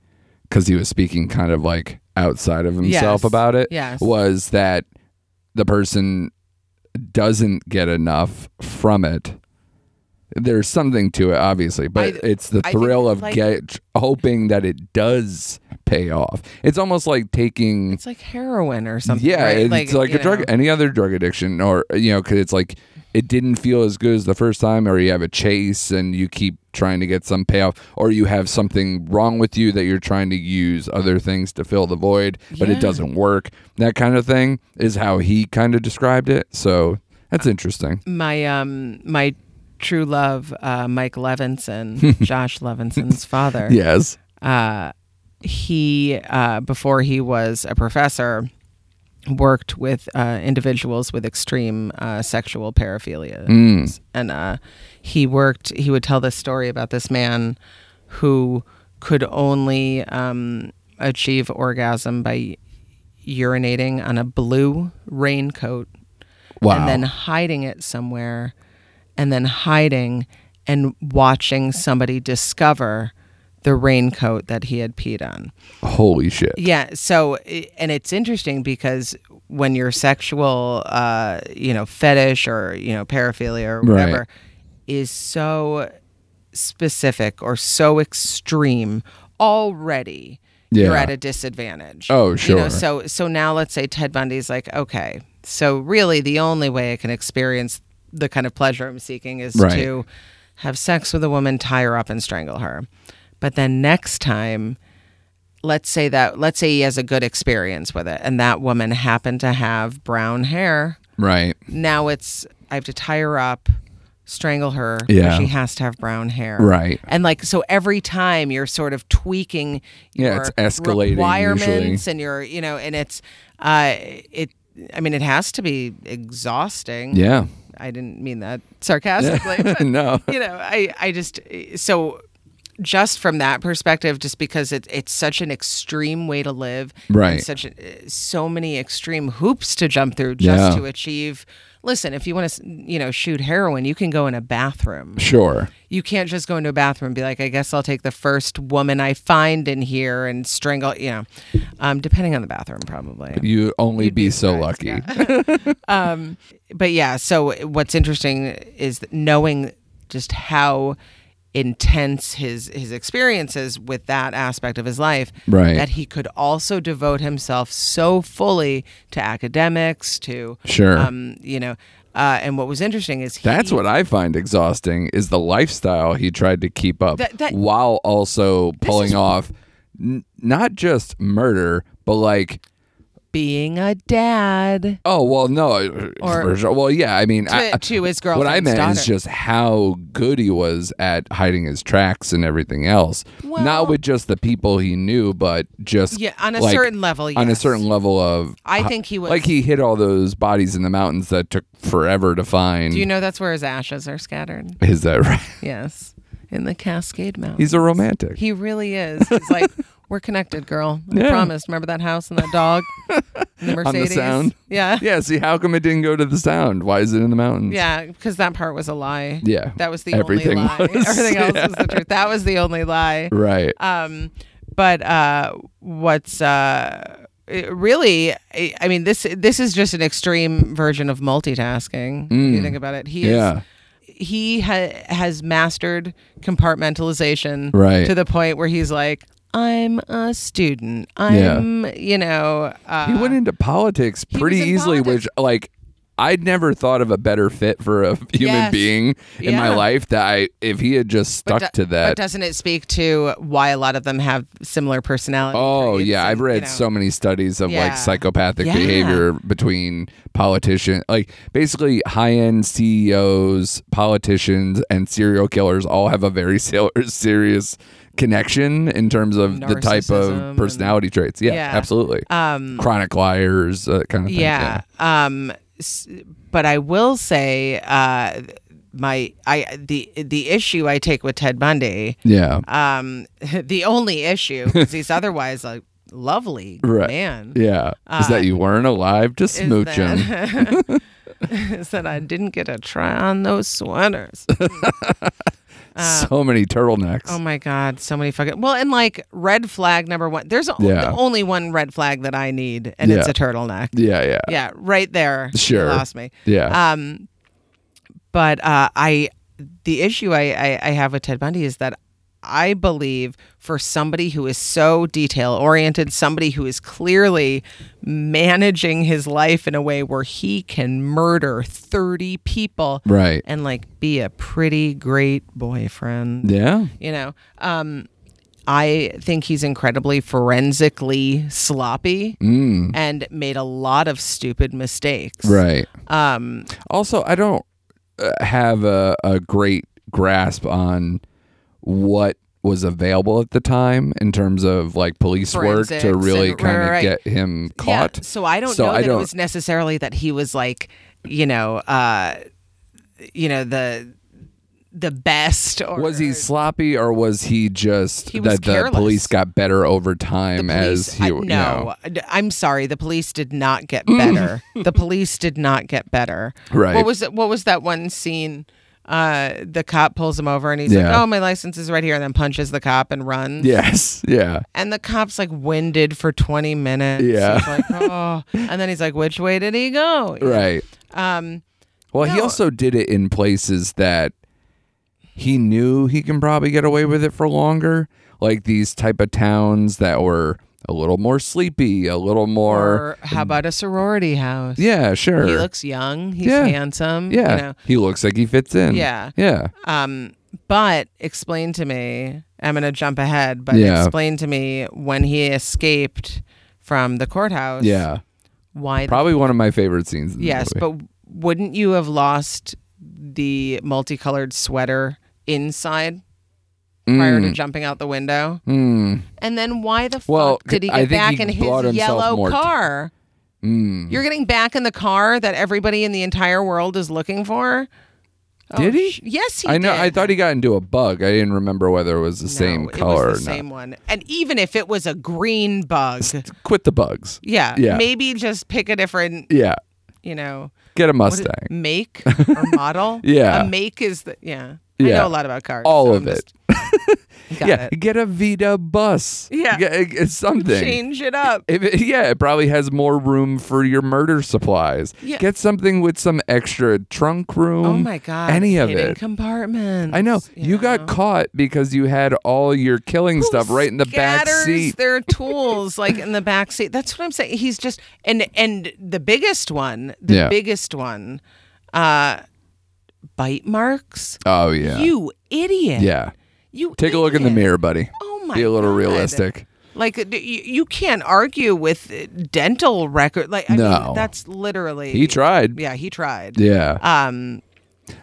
Speaker 12: because he was speaking kind of like outside of himself
Speaker 10: Yes,
Speaker 12: about it
Speaker 10: yes.
Speaker 12: was that the person doesn't get enough from it there's something to it obviously but
Speaker 10: I-
Speaker 12: it's the
Speaker 10: I think,
Speaker 12: thrill of
Speaker 10: like-
Speaker 12: get hoping that it does pay off it's almost like taking
Speaker 10: it's like heroin or something.
Speaker 12: yeah,
Speaker 10: right?
Speaker 12: it's like,
Speaker 10: you
Speaker 12: a drug,
Speaker 10: know.
Speaker 12: any other drug addiction, or you know, because it's like it didn't feel as good as the first time, or you have a chase and you keep trying to get some payoff, or you have something wrong with you that you're trying to use other things to fill the void, but
Speaker 10: Yeah.
Speaker 12: it doesn't work. That kind of thing is how he kind of described it. So that's interesting.
Speaker 10: Uh, my um my true love uh, Mike Levinson, Josh Levinson's father. Uh,
Speaker 12: Yes.
Speaker 10: He uh, before he was a professor worked with uh, individuals with extreme uh, sexual paraphilia, and uh, he worked. He would tell this story about this man who could only um, achieve orgasm by urinating on a blue raincoat
Speaker 12: Wow.
Speaker 10: and then hiding it somewhere and then hiding and watching somebody discover the raincoat that he had peed on.
Speaker 12: Holy shit.
Speaker 10: Yeah, so i- and it's interesting because when your sexual uh, you know, fetish or, you know, paraphilia or whatever
Speaker 12: Right.
Speaker 10: is so specific or so extreme already you're
Speaker 12: Yeah.
Speaker 10: at a disadvantage.
Speaker 12: Oh,
Speaker 10: You know,
Speaker 12: sure.
Speaker 10: so so now let's say Ted Bundy's like, okay, so really the only way I can experience the kind of pleasure I'm seeking is
Speaker 12: Right.
Speaker 10: to have sex with a woman, tie her up, and strangle her. But then next time, let's say that let's say he has a good experience with it, and that woman happened to have brown hair.
Speaker 12: Right.
Speaker 10: Now it's I have to tie her up, strangle her. but
Speaker 12: Yeah.
Speaker 10: she has to have brown hair.
Speaker 12: Right.
Speaker 10: And like so, every time you're sort of tweaking your
Speaker 12: Yeah, it's escalating
Speaker 10: requirements
Speaker 12: usually.
Speaker 10: and your you know, and it's uh, it. I mean, it has to be exhausting.
Speaker 12: Yeah.
Speaker 10: I didn't mean that sarcastically. but,
Speaker 12: No.
Speaker 10: You know, I I just so just from that perspective, just because it, it's such an extreme way to live, and
Speaker 12: Right.
Speaker 10: such a, uh, so many extreme hoops to jump through just
Speaker 12: Yeah.
Speaker 10: to achieve. Listen, if you want to, you know, shoot heroin, you can go in a bathroom.
Speaker 12: Sure.
Speaker 10: You can't just go into a bathroom and be like, I guess I'll take the first woman I find in here and strangle. You know, um, depending on the bathroom, probably
Speaker 12: You'd only be, so lucky.
Speaker 10: but yeah so what's interesting is that knowing just how intense his his experiences with that aspect of his life
Speaker 12: Right.
Speaker 10: that he could also devote himself so fully to academics to
Speaker 12: Sure.
Speaker 10: um you know uh and what was interesting is he,
Speaker 12: That's what I find exhausting is the lifestyle he tried to keep up
Speaker 10: That- that-
Speaker 12: while also pulling off n- not just murder, but like
Speaker 10: being a dad
Speaker 12: oh well no
Speaker 10: Or-
Speaker 12: for sure. well yeah I mean I,
Speaker 10: to, to his girlfriend's
Speaker 12: what I meant
Speaker 10: daughter.
Speaker 12: is just how good he was at hiding his tracks and everything else.
Speaker 10: Well-
Speaker 12: not with just the people he knew, but just
Speaker 10: Yeah, on a
Speaker 12: like,
Speaker 10: certain level,
Speaker 12: on a
Speaker 10: yes.
Speaker 12: certain level of
Speaker 10: I think he was-
Speaker 12: like he hid all those bodies in the mountains that took forever to find.
Speaker 10: do you know that's where his ashes are scattered
Speaker 12: Is that right?
Speaker 10: yes in the Cascade Mountains.
Speaker 12: He's a romantic.
Speaker 10: He really is. He's like, we're connected, girl. I
Speaker 12: Yeah.
Speaker 10: promised. Remember that house and that dog? And the
Speaker 12: On the
Speaker 10: Mercedes?
Speaker 12: sound.
Speaker 10: Yeah.
Speaker 12: Yeah. See, how come it didn't go to the sound? Why is it in the mountains?
Speaker 10: Yeah, because that part was a lie.
Speaker 12: Yeah,
Speaker 10: That was the
Speaker 12: everything
Speaker 10: only lie.
Speaker 12: was.
Speaker 10: Everything else was the truth. That was the only lie.
Speaker 12: Right.
Speaker 10: Um, but uh, what's uh, it really? I I mean this this is just an extreme version of multitasking. If you think about it, he
Speaker 12: Mm. Yeah.
Speaker 10: is. He ha- has mastered compartmentalization
Speaker 12: Right.
Speaker 10: to the point where he's like, I'm a student. I'm, you know, uh,
Speaker 12: he went into politics
Speaker 10: was
Speaker 12: pretty
Speaker 10: in
Speaker 12: easily,
Speaker 10: politics.
Speaker 12: which like I'd never thought of a better fit for a human
Speaker 10: Yes.
Speaker 12: being in my
Speaker 10: Yeah.
Speaker 12: life. That I, if he had just
Speaker 10: But
Speaker 12: stuck
Speaker 10: do-
Speaker 12: to that.
Speaker 10: But doesn't it speak to why a lot of them have similar personality?
Speaker 12: Oh
Speaker 10: traits
Speaker 12: yeah,
Speaker 10: and,
Speaker 12: I've
Speaker 10: you
Speaker 12: read
Speaker 10: know,
Speaker 12: so many studies of
Speaker 10: Yeah.
Speaker 12: like psychopathic
Speaker 10: Yeah.
Speaker 12: behavior between politician, like basically high-end CEOs, E politicians, and serial killers all have a very se- serious connection in terms of the type
Speaker 10: Narcissism
Speaker 12: of
Speaker 10: and-
Speaker 12: personality traits. Yeah,
Speaker 10: Yeah.
Speaker 12: absolutely. Um, Chronic liars, uh, kind of thing.
Speaker 10: Yeah. Um, s- but I will say, uh, my I the the issue I take with Ted Bundy,
Speaker 12: yeah, Yeah.
Speaker 10: um, the only issue because he's otherwise a lovely
Speaker 12: right.
Speaker 10: man. uh,
Speaker 12: Yeah, is that you weren't alive to
Speaker 10: is
Speaker 12: smooch him?
Speaker 10: that, is that I didn't get to try on those sweaters.
Speaker 12: so many turtlenecks.
Speaker 10: Oh my God, so many fucking. Well, and like red flag number one. There's o-
Speaker 12: Yeah.
Speaker 10: only one red flag that I need, and it's
Speaker 12: Yeah.
Speaker 10: a turtleneck.
Speaker 12: yeah, yeah,
Speaker 10: Yeah, right there. you
Speaker 12: Sure.
Speaker 10: lost me.
Speaker 12: Yeah.
Speaker 10: Um, but uh, I, the issue I, I I have with Ted Bundy is that I believe for somebody who is so detail oriented, somebody who is clearly managing his life in a way where he can murder thirty people,
Speaker 12: Right.
Speaker 10: and like be a pretty great boyfriend
Speaker 12: yeah.
Speaker 10: you know um i think he's incredibly forensically sloppy and made a lot of stupid mistakes
Speaker 12: Mm. Right. Um also I don't uh, have a, a great grasp on what was available at the time in terms of like police work to
Speaker 10: Forensics
Speaker 12: really
Speaker 10: and-
Speaker 12: kind of
Speaker 10: right, right.
Speaker 12: get him caught.
Speaker 10: Yeah, so I don't know that it was necessarily that he was like, you know, uh, you know the the best or
Speaker 12: was he sloppy or was he just
Speaker 10: He was
Speaker 12: that the
Speaker 10: careless.
Speaker 12: police got better over time as he
Speaker 10: I-
Speaker 12: you
Speaker 10: no,
Speaker 12: know,
Speaker 10: I- I'm sorry. The police did not get better. the police did not get better.
Speaker 12: Right.
Speaker 10: What was it, what was that one scene? Uh, the cop pulls him over and he's like,
Speaker 12: Yeah.
Speaker 10: "Oh, my license is right here," and then punches the cop and runs.
Speaker 12: Yes. Yeah.
Speaker 10: And the cop's like winded for 20 minutes.
Speaker 12: Yeah.
Speaker 10: He's like, oh. and then he's like, "Which way did he go?"
Speaker 12: Right.
Speaker 10: Um.
Speaker 12: Well, he
Speaker 10: No.
Speaker 12: also did it in places that he knew he can probably get away with it for longer, like these type of towns that were a little more sleepy, a little more
Speaker 10: Or how about a sorority house?
Speaker 12: yeah, sure.
Speaker 10: He looks young. He's
Speaker 12: Yeah.
Speaker 10: handsome.
Speaker 12: yeah,
Speaker 10: You know.
Speaker 12: he looks like he fits in.
Speaker 10: Yeah.
Speaker 12: yeah,
Speaker 10: Um, but explain to me. I'm gonna jump ahead, but
Speaker 12: Yeah.
Speaker 10: explain to me when he escaped from the courthouse.
Speaker 12: yeah.
Speaker 10: Why? the-
Speaker 12: Probably one of my favorite scenes. In the
Speaker 10: yes,
Speaker 12: movie.
Speaker 10: but wouldn't you have lost the multicolored sweater inside prior
Speaker 12: Hmm.
Speaker 10: to jumping out the window? And then why the
Speaker 12: Well,
Speaker 10: fuck did he
Speaker 12: I
Speaker 10: get
Speaker 12: think
Speaker 10: back
Speaker 12: he
Speaker 10: in
Speaker 12: bought
Speaker 10: his
Speaker 12: himself
Speaker 10: yellow
Speaker 12: more t- Hmm.
Speaker 10: car? You're getting back in the car that everybody in the entire world is looking for.
Speaker 12: did he?
Speaker 10: Oh, sh- yes, he
Speaker 12: I know. I
Speaker 10: did.
Speaker 12: thought he got into a bug. I didn't remember whether it was the same
Speaker 10: No,
Speaker 12: color
Speaker 10: It
Speaker 12: or
Speaker 10: was the
Speaker 12: not.
Speaker 10: same one. And even if it was a green bug,
Speaker 12: Quit the bugs.
Speaker 10: yeah,
Speaker 12: Yeah.
Speaker 10: maybe just pick a different,
Speaker 12: Yeah,
Speaker 10: you know,
Speaker 12: get a
Speaker 10: what is-
Speaker 12: Mustang.
Speaker 10: make or model.
Speaker 12: Yeah.
Speaker 10: a make is the yeah. I
Speaker 12: Yeah.
Speaker 10: know a lot about cars.
Speaker 12: All
Speaker 10: so
Speaker 12: of
Speaker 10: I'm
Speaker 12: it.
Speaker 10: just- got
Speaker 12: yeah,
Speaker 10: it.
Speaker 12: get a Vita bus.
Speaker 10: Yeah.
Speaker 12: Get- it's something.
Speaker 10: Change it up.
Speaker 12: If it- yeah, it probably has more room for your murder supplies.
Speaker 10: Yeah.
Speaker 12: Get something with some extra trunk room.
Speaker 10: Oh my god!
Speaker 12: Any of
Speaker 10: hidden
Speaker 12: it.
Speaker 10: Compartments.
Speaker 12: I know. You got
Speaker 10: know?
Speaker 12: caught because you had all your killing stuff right in the back
Speaker 10: scatters
Speaker 12: seat.
Speaker 10: Their tools, like in the back seat. That's what I'm saying. He's just and and the biggest one, the
Speaker 12: Yeah.
Speaker 10: biggest one, uh, bite marks.
Speaker 12: oh yeah.
Speaker 10: You idiot.
Speaker 12: yeah.
Speaker 10: You
Speaker 12: Take a look in the
Speaker 10: idiot.
Speaker 12: mirror, buddy.
Speaker 10: Oh my
Speaker 12: Be a little
Speaker 10: God.
Speaker 12: realistic.
Speaker 10: Like d- you, you can't argue with uh, dental record. Like I
Speaker 12: No.
Speaker 10: mean, that's literally
Speaker 12: He tried.
Speaker 10: Yeah, he tried.
Speaker 12: Yeah.
Speaker 10: Um,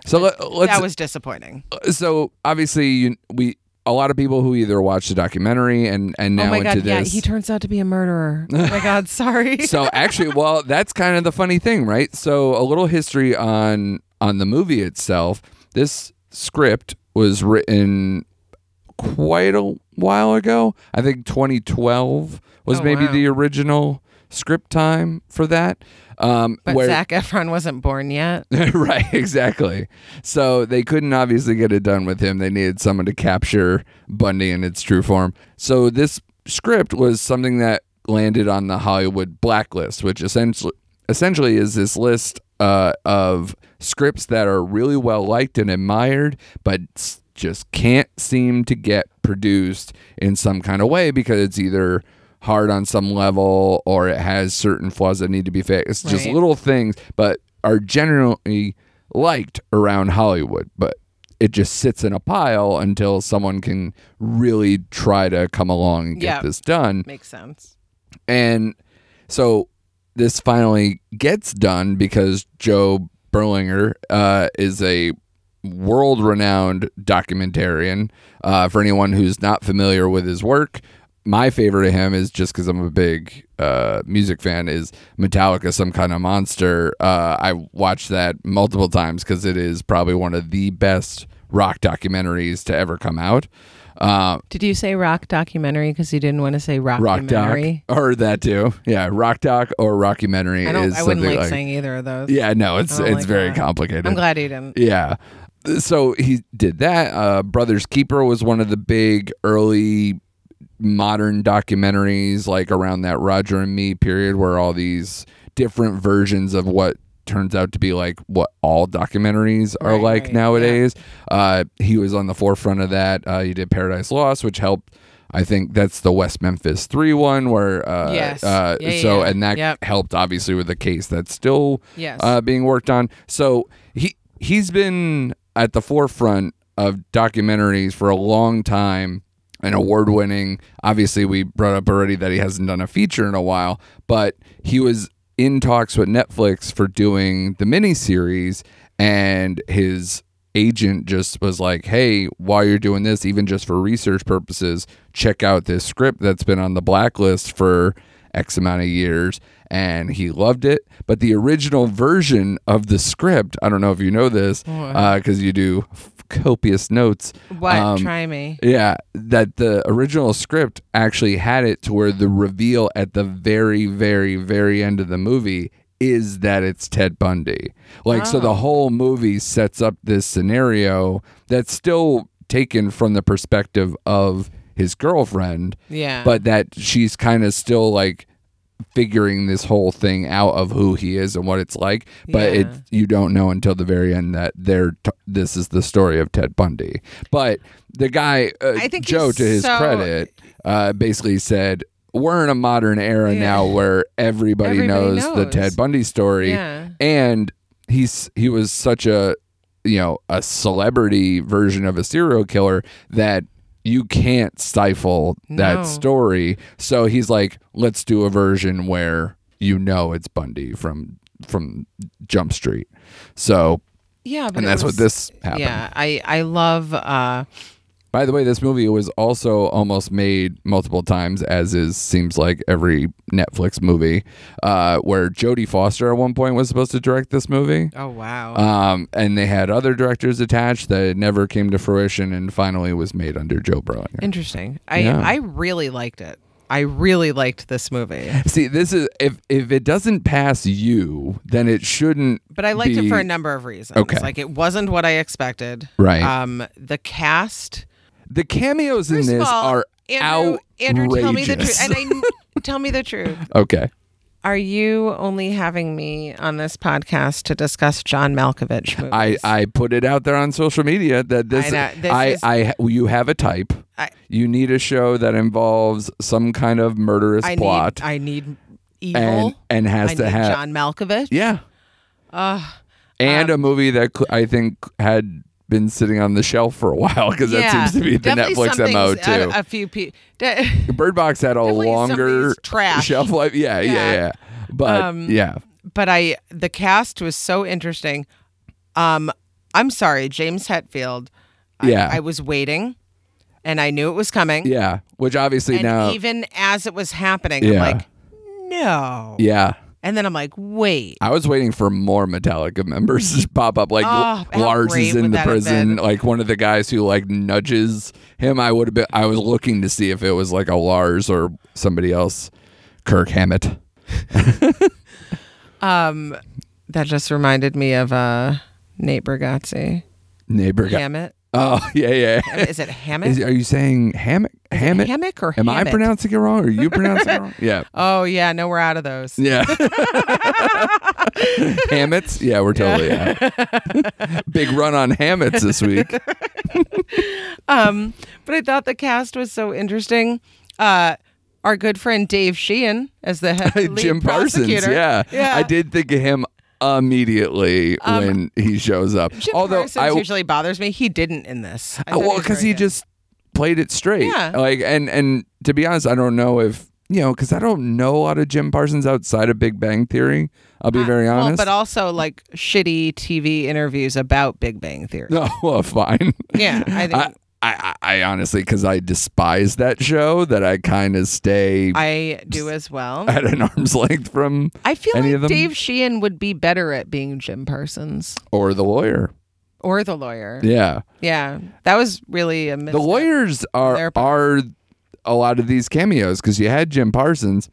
Speaker 12: so let, us
Speaker 10: that was disappointing.
Speaker 12: so obviously you, we a lot of people who either watched the documentary and and now
Speaker 10: oh my
Speaker 12: into
Speaker 10: god! Yeah,
Speaker 12: this.
Speaker 10: he turns out to be a murderer. Oh my god! Sorry.
Speaker 12: so actually well that's kind of the funny thing right so a little history on on the movie itself this script
Speaker 10: was written quite a while ago. I think 2012 was
Speaker 14: Oh,
Speaker 10: maybe
Speaker 14: wow.
Speaker 10: the original script time for that. Um,
Speaker 14: But
Speaker 10: where-
Speaker 14: Zach Efron wasn't born yet.
Speaker 10: right, exactly. So they couldn't obviously get it done with him. They needed someone to capture Bundy in its true form. So this script was something that landed on the Hollywood blacklist, which essentially essentially is this list uh, of scripts that are really well liked and admired, but s- just can't seem to get produced in some kind of way because it's either hard on some level or it has certain flaws that need to be fixed. Just
Speaker 14: Right.
Speaker 10: little little things, but are generally liked around Hollywood, but it just sits in a pile until someone can really try to come along and get
Speaker 14: Yeah.
Speaker 10: this done.
Speaker 14: Makes sense.
Speaker 10: And so this finally gets done because Joe Berlinger uh, is a world renowned documentarian. Uh, for anyone who's not familiar with his work, my favorite of him is just because I'm a big uh, music fan, is Metallica, Some Kind of Monster. Uh, I watched that multiple times because it is probably one of the best rock documentaries to ever come out. Uh,
Speaker 14: Did you say rock documentary because you didn't want to say rock
Speaker 10: rock doc
Speaker 14: documentary?
Speaker 10: or that too yeah rock doc or rockumentary
Speaker 14: I don't.
Speaker 10: is
Speaker 14: I wouldn't
Speaker 10: something
Speaker 14: like,
Speaker 10: like,
Speaker 14: saying either of those.
Speaker 10: yeah no it's
Speaker 14: I
Speaker 10: it's
Speaker 14: don't like
Speaker 10: very
Speaker 14: that.
Speaker 10: complicated
Speaker 14: I'm glad you didn't.
Speaker 10: yeah so he did that uh brothers keeper was one of the big early modern documentaries like around that roger and me period where all these different versions of what turns out to be like what all documentaries are
Speaker 14: Right,
Speaker 10: like
Speaker 14: right,
Speaker 10: nowadays uh he was on the forefront of that uh he did paradise lost which helped i think that's the west memphis 3 one where uh,
Speaker 14: Yes.
Speaker 10: uh
Speaker 14: Yeah, yeah,
Speaker 10: so
Speaker 14: yeah.
Speaker 10: and that
Speaker 14: Yep.
Speaker 10: helped obviously with the case that's still
Speaker 14: Yes.
Speaker 10: uh, being worked on. So he he's been at the forefront of documentaries for a long time. An award winning. Obviously, we brought up already that he hasn't done a feature in a while, but he was in talks with Netflix for doing the miniseries, and his agent just was like, "Hey, while you're doing this, even just for research purposes, check out this script that's been on the blacklist for X amount of years." And he loved it. But the original version of the script, I don't know if you know this, because you do f- copious notes.
Speaker 14: What?
Speaker 10: um,
Speaker 14: Try me.
Speaker 10: yeah, that the original script actually had it to where the reveal at the very, very, very end of the movie is that it's Ted Bundy. Like, so
Speaker 14: Oh.
Speaker 10: the whole movie sets up this scenario that's still taken from the perspective of his girlfriend,
Speaker 14: Yeah.
Speaker 10: but that she's kind of still like figuring this whole thing out of who he is and what it's like but
Speaker 14: Yeah.
Speaker 10: it you don't know until the very end that they're t- this is the story of Ted Bundy but the guy uh,
Speaker 14: I think
Speaker 10: Joe
Speaker 14: he's
Speaker 10: to his
Speaker 14: so-
Speaker 10: credit uh, basically said we're in a modern era
Speaker 14: Yeah.
Speaker 10: now where everybody,
Speaker 14: Everybody
Speaker 10: knows, the
Speaker 14: knows.
Speaker 10: Ted Bundy story
Speaker 14: Yeah.
Speaker 10: and he's he was such a you know a celebrity version of a serial killer that you can't stifle
Speaker 14: No.
Speaker 10: that story so he's like let's do a version where you know it's bundy from from jump street so
Speaker 14: Yeah. But
Speaker 10: and
Speaker 14: it
Speaker 10: that's
Speaker 14: was-
Speaker 10: what this happened
Speaker 14: Yeah. I I love. uh
Speaker 10: by the way this movie was also almost made multiple times as is seems like every netflix movie uh, where jodie foster at one point was supposed to direct this movie
Speaker 14: Oh wow.
Speaker 10: Um, and they had other directors attached that it never came to fruition and finally was made under Joe Berlinger.
Speaker 14: Interesting. I
Speaker 10: Yeah.
Speaker 14: I really liked it. I really liked this movie.
Speaker 10: See, this is if if it doesn't pass you, then it shouldn't.
Speaker 14: But I liked it for a
Speaker 10: be-
Speaker 14: number of reasons.
Speaker 10: Okay.
Speaker 14: Like it wasn't what I expected.
Speaker 10: Right.
Speaker 14: Um the cast
Speaker 10: The cameos
Speaker 14: First
Speaker 10: in
Speaker 14: of
Speaker 10: this
Speaker 14: all,
Speaker 10: are
Speaker 14: Andrew,
Speaker 10: outrageous.
Speaker 14: Andrew, tell me the truth. And I kn- tell me the truth.
Speaker 10: okay.
Speaker 14: Are you only having me on this podcast to discuss John Malkovich movies?
Speaker 10: I, I put it out there on social media that this
Speaker 14: I know, this
Speaker 10: I,
Speaker 14: is-
Speaker 10: I, you have a type.
Speaker 14: I-
Speaker 10: you need a show that involves some kind of murderous
Speaker 14: I
Speaker 10: plot
Speaker 14: need I need evil
Speaker 10: and and has
Speaker 14: I
Speaker 10: to
Speaker 14: need
Speaker 10: have
Speaker 14: John Malkovich.
Speaker 10: Yeah.
Speaker 14: Um,
Speaker 10: and a movie that cl- I think had been sitting on the shelf for a while because
Speaker 14: Yeah.
Speaker 10: that seems to be the
Speaker 14: Definitely
Speaker 10: Netflix MO
Speaker 14: something's-
Speaker 10: too.
Speaker 14: A, a few people.
Speaker 10: Bird Box had a
Speaker 14: definitely
Speaker 10: longer
Speaker 14: something's trash.
Speaker 10: shelf life. Yeah, yeah, yeah.
Speaker 14: Yeah. Um,
Speaker 10: But yeah,
Speaker 14: but I the cast was so interesting. Um, I'm sorry, James Hetfield. I,
Speaker 10: Yeah.
Speaker 14: I was waiting, and I knew it was coming.
Speaker 10: yeah. Which obviously
Speaker 14: and
Speaker 10: now,
Speaker 14: even as it was happening,
Speaker 10: Yeah.
Speaker 14: I'm like, no,
Speaker 10: yeah,
Speaker 15: And then I'm like, wait.
Speaker 10: I was waiting for more Metallica members to pop up. Like
Speaker 15: Oh, how
Speaker 10: Lars is
Speaker 15: great
Speaker 10: in
Speaker 15: would
Speaker 10: the
Speaker 15: that have
Speaker 10: prison.
Speaker 15: been?
Speaker 10: Like one of the guys who like nudges him. I would have been. I was looking to see if it was like a Lars or somebody else. Kirk Hammett.
Speaker 15: Um, That just reminded me of uh, Nate Bargatze.
Speaker 10: Neighbor guy.
Speaker 15: Hammett.
Speaker 10: Oh yeah, yeah.
Speaker 15: Is it Hammett?
Speaker 10: Is, are you saying hammock? Hammock?
Speaker 15: hammock or
Speaker 10: Am I
Speaker 15: hammock?
Speaker 10: pronouncing it wrong? Are you pronouncing it wrong? Yeah.
Speaker 15: oh, yeah. No, we're out of those.
Speaker 10: Yeah. Hammets? Yeah, we're totally out. Big run on Hammets this week.
Speaker 15: Um, But I thought the cast was so interesting. Uh, our good friend Dave Sheehan as the head lead
Speaker 10: Jim Parsons.
Speaker 15: prosecutor.
Speaker 10: Yeah.
Speaker 15: yeah. Um,
Speaker 10: I did think of him immediately when he shows up.
Speaker 15: Jim
Speaker 10: Although
Speaker 15: Parsons
Speaker 10: I
Speaker 15: usually bothers me. He didn't in this. I
Speaker 10: Uh,
Speaker 15: thought
Speaker 10: well
Speaker 15: was
Speaker 10: because
Speaker 15: very
Speaker 10: he
Speaker 15: good.
Speaker 10: just played it straight
Speaker 15: Yeah.
Speaker 10: like and and to be honest i don't know if you know because i don't know a lot of jim parsons outside of big bang theory i'll be very
Speaker 15: Uh, Well,
Speaker 10: honest
Speaker 15: but also like shitty TV interviews about Big Bang Theory.
Speaker 10: no Oh, well fine
Speaker 15: Yeah, I think
Speaker 10: I,
Speaker 15: I,
Speaker 10: I i honestly because i despise that show that i kind of stay
Speaker 15: do as well.
Speaker 10: at an arm's length from
Speaker 15: I feel
Speaker 10: any of
Speaker 15: like
Speaker 10: them?
Speaker 15: Dave Sheehan would be better at being Jim Parsons
Speaker 10: or the lawyer
Speaker 15: or the lawyer. Yeah,
Speaker 10: yeah
Speaker 15: that was really a missed
Speaker 10: the
Speaker 15: up.
Speaker 10: lawyers
Speaker 15: their
Speaker 10: are
Speaker 15: part.
Speaker 10: are a lot of these cameos because you had Jim Parsons.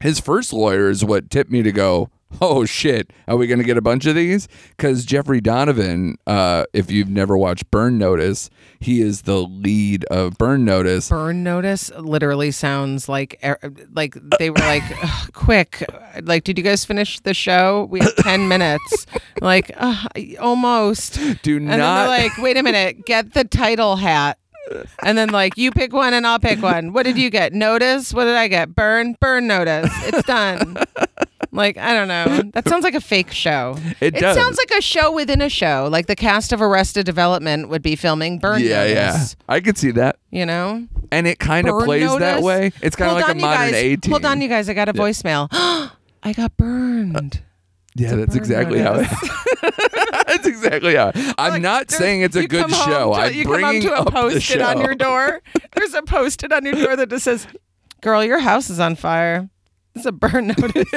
Speaker 10: His first lawyer is what tipped me to go. Oh shit! Are we going to get a bunch of these? Because Jeffrey Donovan, uh, if you've never watched Burn Notice, he is the lead of Burn Notice.
Speaker 15: Burn notice literally sounds like er- like they were like "Ugh, quick like did you guys finish the show we have 10 minutes like "Ugh, I- almost
Speaker 10: Do
Speaker 15: and then
Speaker 10: not-
Speaker 15: they're like wait a minute get the title hat and then like you pick one and I'll pick one what did you get notice what did I get burn burn notice it's done like I don't know that sounds like a fake show
Speaker 10: It does.
Speaker 15: sounds like a show within a show like the cast of Arrested Development would be filming burn
Speaker 10: yeah, yeah,
Speaker 15: notice
Speaker 10: I could see that,
Speaker 15: you know
Speaker 10: and it kind of
Speaker 15: burn
Speaker 10: plays that
Speaker 15: notice?
Speaker 10: way. It's kind of
Speaker 15: Hold
Speaker 10: like a
Speaker 15: on, you
Speaker 10: modern
Speaker 15: guys.
Speaker 10: A team.
Speaker 15: Hold on, you guys. I got a voicemail. I got burned.
Speaker 10: Yeah, that's
Speaker 15: burn
Speaker 10: exactly how. It, that's exactly how. it- I'm
Speaker 15: Like,
Speaker 10: not
Speaker 15: there's-
Speaker 10: saying it's a
Speaker 15: you
Speaker 10: good
Speaker 15: come home
Speaker 10: show.
Speaker 15: to-
Speaker 10: I'm
Speaker 15: you come home
Speaker 10: bringing
Speaker 15: to a
Speaker 10: up the
Speaker 15: post-it
Speaker 10: show.
Speaker 15: on your door. There's a post-it on your door that just says, "Girl, your house is on fire." It's a burn notice.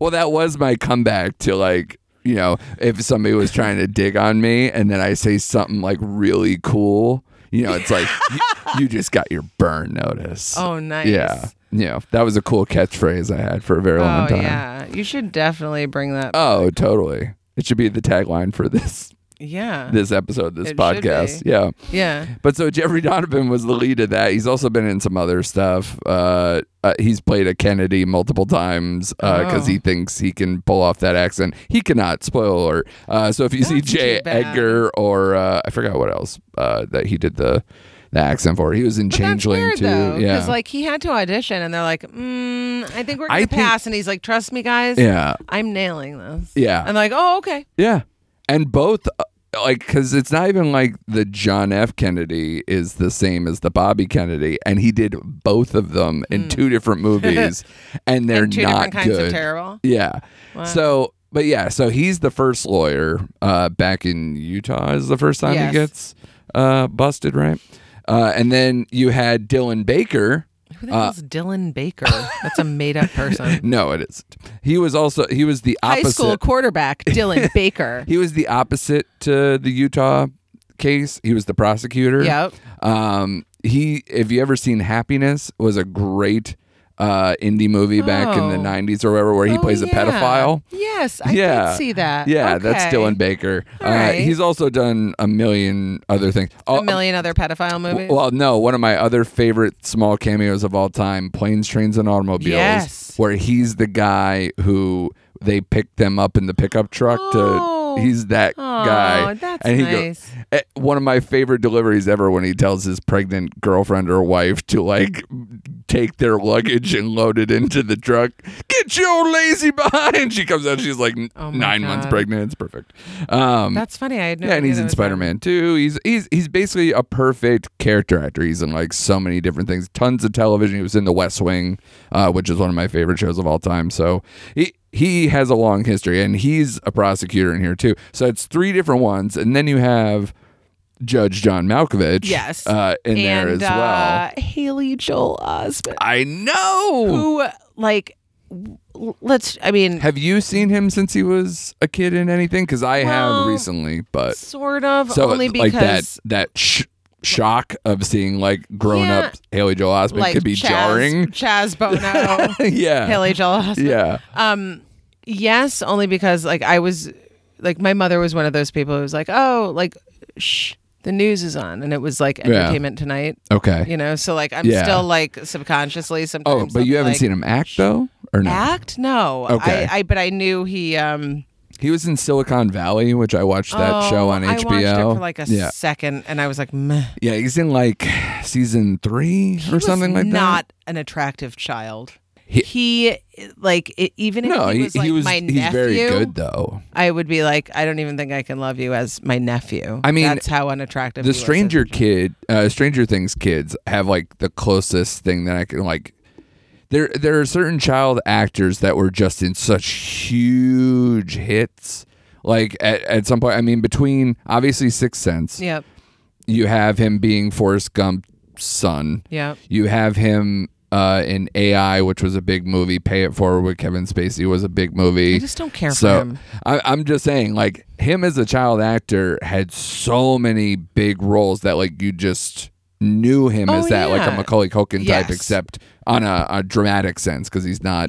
Speaker 10: Well, that was my comeback to like, you know, if somebody was trying to dig on me and then I say something like really cool, you know, it's like, you, you just got your burn notice.
Speaker 15: Oh, nice.
Speaker 10: Yeah. Yeah. That was a cool catchphrase I had for a very long
Speaker 15: Oh
Speaker 10: time.
Speaker 15: yeah, you should definitely bring that.
Speaker 10: Oh, totally. It should be the tagline for this
Speaker 15: yeah,
Speaker 10: this episode, this
Speaker 15: It should
Speaker 10: podcast.
Speaker 15: be.
Speaker 10: Yeah.
Speaker 15: yeah.
Speaker 10: But so Jeffrey Donovan was the lead of that. He's also been in some other stuff. Uh, uh, he's played a Kennedy multiple times because
Speaker 15: Oh.
Speaker 10: he thinks he can pull off that accent. He cannot. Spoiler. alert. Uh, so if you see
Speaker 15: That's too
Speaker 10: J.
Speaker 15: bad.
Speaker 10: Edgar or uh, I forgot what else uh, that he did the the accent for. He was in
Speaker 15: But
Speaker 10: Changeling
Speaker 15: that's weird,
Speaker 10: too.
Speaker 15: Though,
Speaker 10: yeah.
Speaker 15: Because like he had to audition, and they're like, mm, "I think we're
Speaker 10: I
Speaker 15: gonna
Speaker 10: think-
Speaker 15: pass," and he's like, "Trust me, guys.
Speaker 10: yeah.
Speaker 15: I'm nailing this."
Speaker 10: Yeah.
Speaker 15: I'm like, "Oh, okay."
Speaker 10: Yeah. And both, uh, like, because it's not even like the John F. Kennedy is the same as the Bobby Kennedy. And he did both of them in two different movies. and they're
Speaker 15: Hmm. And two
Speaker 10: not
Speaker 15: different kinds
Speaker 10: good.
Speaker 15: of terrible.
Speaker 10: Yeah. So, but yeah, so he's the first lawyer uh, back in Utah, is the first time
Speaker 15: Yes.
Speaker 10: he gets uh, busted, right? Uh, and then you had Dylan Baker. Uh,
Speaker 15: Who the hell's Dylan Baker? That's a made up person.
Speaker 10: No, it isn't. He was also, he was the
Speaker 15: High
Speaker 10: opposite.
Speaker 15: school quarterback, Dylan Baker.
Speaker 10: He was the opposite to the Utah case. He was the prosecutor.
Speaker 15: Yep.
Speaker 10: Um, he, if you ever seen Happiness, was a great uh, indie movie back in the
Speaker 15: Oh.
Speaker 10: '90s or wherever, where he
Speaker 15: Oh,
Speaker 10: plays a
Speaker 15: yeah.
Speaker 10: pedophile.
Speaker 15: Yes, I
Speaker 10: yeah,
Speaker 15: did see that.
Speaker 10: Yeah, that's
Speaker 15: Okay.
Speaker 10: Dylan Baker. Uh,
Speaker 15: All right.
Speaker 10: He's also done a million other things. Oh,
Speaker 15: A million other pedophile movies.
Speaker 10: Well, no, one of my other favorite small cameos of all time, Planes, Trains, and Automobiles,
Speaker 15: Yes.
Speaker 10: where he's the guy who they picked them up in the pickup truck
Speaker 15: Oh.
Speaker 10: to. He's that
Speaker 15: Aw,
Speaker 10: guy.
Speaker 15: that's
Speaker 10: and he
Speaker 15: nice.
Speaker 10: Goes, one of my favorite deliveries ever when he tells his pregnant girlfriend or wife to like take their luggage and load it into the truck. Get your lazy behind. She comes out. She's like nine
Speaker 15: Oh my
Speaker 10: months
Speaker 15: God.
Speaker 10: pregnant. It's perfect. Um,
Speaker 15: that's funny. I had no
Speaker 10: yeah, and
Speaker 15: idea
Speaker 10: he's
Speaker 15: that
Speaker 10: in
Speaker 15: was him.
Speaker 10: Spider Man too. He's he's he's basically a perfect character actor. He's in like so many different things, tons of television. He was in The West Wing, uh, which is one of my favorite shows of all time. So he he has a long history, and he's a prosecutor in here too. So it's three different ones, and then you have Judge John Malkovich,
Speaker 15: Yes.
Speaker 10: uh, in there
Speaker 15: And,
Speaker 10: as well.
Speaker 15: Uh, Haley Joel Osment,
Speaker 10: I know.
Speaker 15: who like w-
Speaker 10: l- let's. I mean,
Speaker 12: Have you seen him since he was a kid in anything? Because I
Speaker 10: Well,
Speaker 12: have recently, but
Speaker 10: sort of.
Speaker 12: so
Speaker 10: only
Speaker 12: like
Speaker 10: because
Speaker 12: that that sh- shock of seeing like grown up Haley Joel Osment
Speaker 10: like
Speaker 12: could be
Speaker 10: Chaz,
Speaker 12: jarring.
Speaker 10: Chaz Bono,
Speaker 12: yeah,
Speaker 10: Haley Joel Osment.
Speaker 12: Yeah,
Speaker 10: Yes, only because like I was like my mother was one of those people who was like, "Oh, like shh, the news is on." And it was like Entertainment Tonight.
Speaker 12: okay.
Speaker 10: You know, so like I'm
Speaker 12: Yeah.
Speaker 10: still like subconsciously
Speaker 12: oh,
Speaker 10: sometimes.
Speaker 12: but you
Speaker 10: I'm
Speaker 12: haven't
Speaker 10: like,
Speaker 12: seen him act though, or no?
Speaker 10: act? No.
Speaker 12: Okay.
Speaker 10: I, I but I knew he um
Speaker 12: He was in Silicon Valley, which I watched that show
Speaker 10: oh,
Speaker 12: on HBO.
Speaker 10: I watched it for like a
Speaker 12: yeah,
Speaker 10: second and I was like, meh.
Speaker 12: yeah, he's in like season three
Speaker 10: He
Speaker 12: or
Speaker 10: was
Speaker 12: something like that.
Speaker 10: Not an attractive child. He, like it, even if
Speaker 12: No,
Speaker 10: he was like
Speaker 12: he was
Speaker 10: my
Speaker 12: he's
Speaker 10: nephew,
Speaker 12: very good though.
Speaker 10: I would be like, I don't even think I can love you as my nephew.
Speaker 12: I mean,
Speaker 10: that's how unattractive he
Speaker 12: the
Speaker 10: was as a
Speaker 12: stranger
Speaker 10: child.
Speaker 12: kid uh stranger things kids have like the closest thing that i can like there there are certain child actors that were just in such huge hits like at, at some point i mean between obviously sixth sense
Speaker 10: Yep.
Speaker 12: you have him being forrest gump's son
Speaker 10: Yep.
Speaker 12: you have him uh, in AI, which was a big movie, Pay It Forward with Kevin Spacey was a big movie.
Speaker 10: I just don't care for
Speaker 12: so,
Speaker 10: him.
Speaker 12: I, I'm just saying, like him as a child actor had so many big roles that like you just knew him
Speaker 10: Oh,
Speaker 12: as that, like a
Speaker 10: yeah.
Speaker 12: Macaulay Culkin type,
Speaker 10: Yes.
Speaker 12: except on a, a dramatic sense because he's not.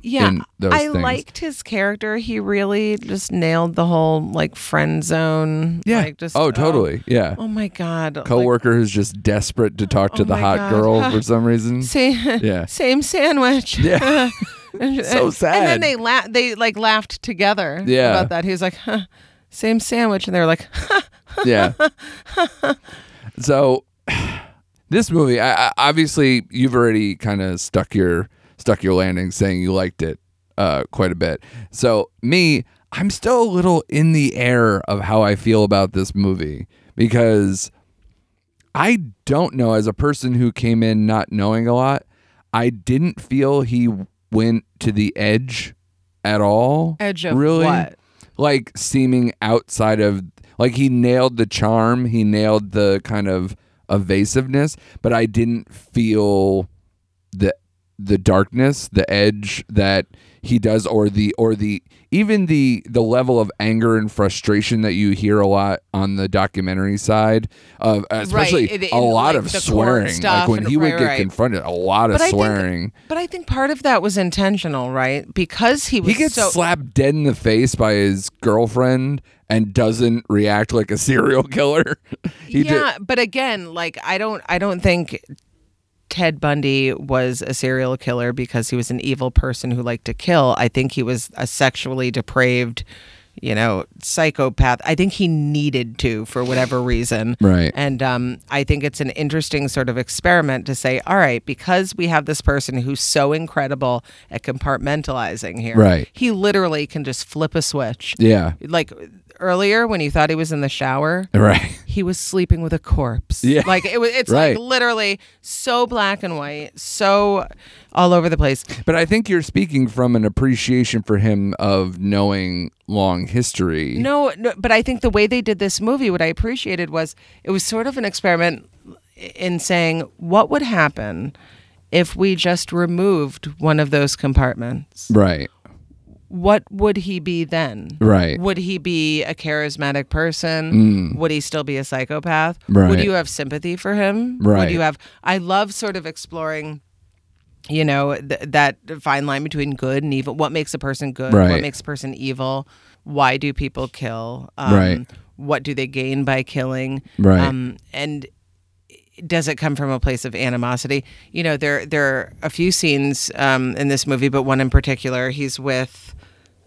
Speaker 10: Yeah,
Speaker 12: in those
Speaker 10: I
Speaker 12: things.
Speaker 10: liked his character. He really just nailed the whole like friend zone.
Speaker 12: Yeah.
Speaker 10: Like, just
Speaker 12: oh, totally. Yeah.
Speaker 10: Oh, my god. like,
Speaker 12: Coworker who's just desperate to talk to
Speaker 10: Oh
Speaker 12: the
Speaker 10: my
Speaker 12: hot
Speaker 10: God.
Speaker 12: girl for some reason.
Speaker 10: same.
Speaker 12: Yeah.
Speaker 10: Same sandwich.
Speaker 12: Yeah.
Speaker 10: And-
Speaker 12: So
Speaker 10: and- And
Speaker 12: sad.
Speaker 10: then they la- they like laughed together
Speaker 12: Yeah.
Speaker 10: about that. He was like, huh, same sandwich, and they were like,
Speaker 12: yeah. so this movie, I, I, obviously, you've already kind of stuck your stuck your landing, saying you liked it uh, quite a bit. So me, I'm still a little in the air of how I feel about this movie because I don't know. As a person who came in not knowing a lot, I didn't feel he went to the edge at all.
Speaker 10: Edge of
Speaker 12: really
Speaker 10: what?
Speaker 12: like seeming outside of like he nailed the charm, he nailed the kind of evasiveness, but I didn't feel the the darkness, the edge that he does or the or the even the the level of anger and frustration that you hear a lot on the documentary side of especially
Speaker 10: it- in,
Speaker 12: a lot of
Speaker 10: like, the court
Speaker 12: swearing like
Speaker 10: stuff
Speaker 12: when
Speaker 10: and-
Speaker 12: he would
Speaker 10: right,
Speaker 12: get
Speaker 10: right.
Speaker 12: confronted a lot of
Speaker 10: But I think-
Speaker 12: swearing
Speaker 10: But I think part of that was intentional, right? Because he was
Speaker 12: he gets
Speaker 10: so
Speaker 12: slapped dead in the face by his girlfriend and doesn't react like a serial killer. He ju-
Speaker 10: yeah. but again, like I don't, I don't think Ted Bundy was a serial killer because he was an evil person who liked to kill. I think he was a sexually depraved, you know, psychopath. I think he needed to for whatever reason,
Speaker 12: Right.
Speaker 10: And um, I think it's an interesting sort of experiment to say, all right, because we have this person who's so incredible at compartmentalizing here,
Speaker 12: Right.
Speaker 10: He literally can just flip a switch,
Speaker 12: yeah,
Speaker 10: like earlier when you thought he was in the shower
Speaker 12: right.
Speaker 10: he was sleeping with a corpse
Speaker 12: Yeah.
Speaker 10: like it was it's
Speaker 12: Right.
Speaker 10: like literally so black and white so all over the place
Speaker 12: But I think you're speaking from an appreciation for him of knowing long history.
Speaker 10: no, no but i think the way they did this movie what i appreciated was it was sort of an experiment in saying what would happen if we just removed one of those compartments
Speaker 12: Right.
Speaker 10: what would he be then?
Speaker 12: Right. Mm.
Speaker 10: Would he be a charismatic person? Would he still be a psychopath?
Speaker 12: Right.
Speaker 10: Would you have sympathy for him?
Speaker 12: Right.
Speaker 10: Would you have? I love sort of exploring, you know, th- that fine line between good and evil. What makes a person good?
Speaker 12: Right.
Speaker 10: What makes a person evil? Why do people kill? Um,
Speaker 12: Right.
Speaker 10: What do they gain by killing? Um,
Speaker 12: Right.
Speaker 10: and does it come from a place of animosity? You know, there there are a few scenes um, in this movie, but one in particular, he's with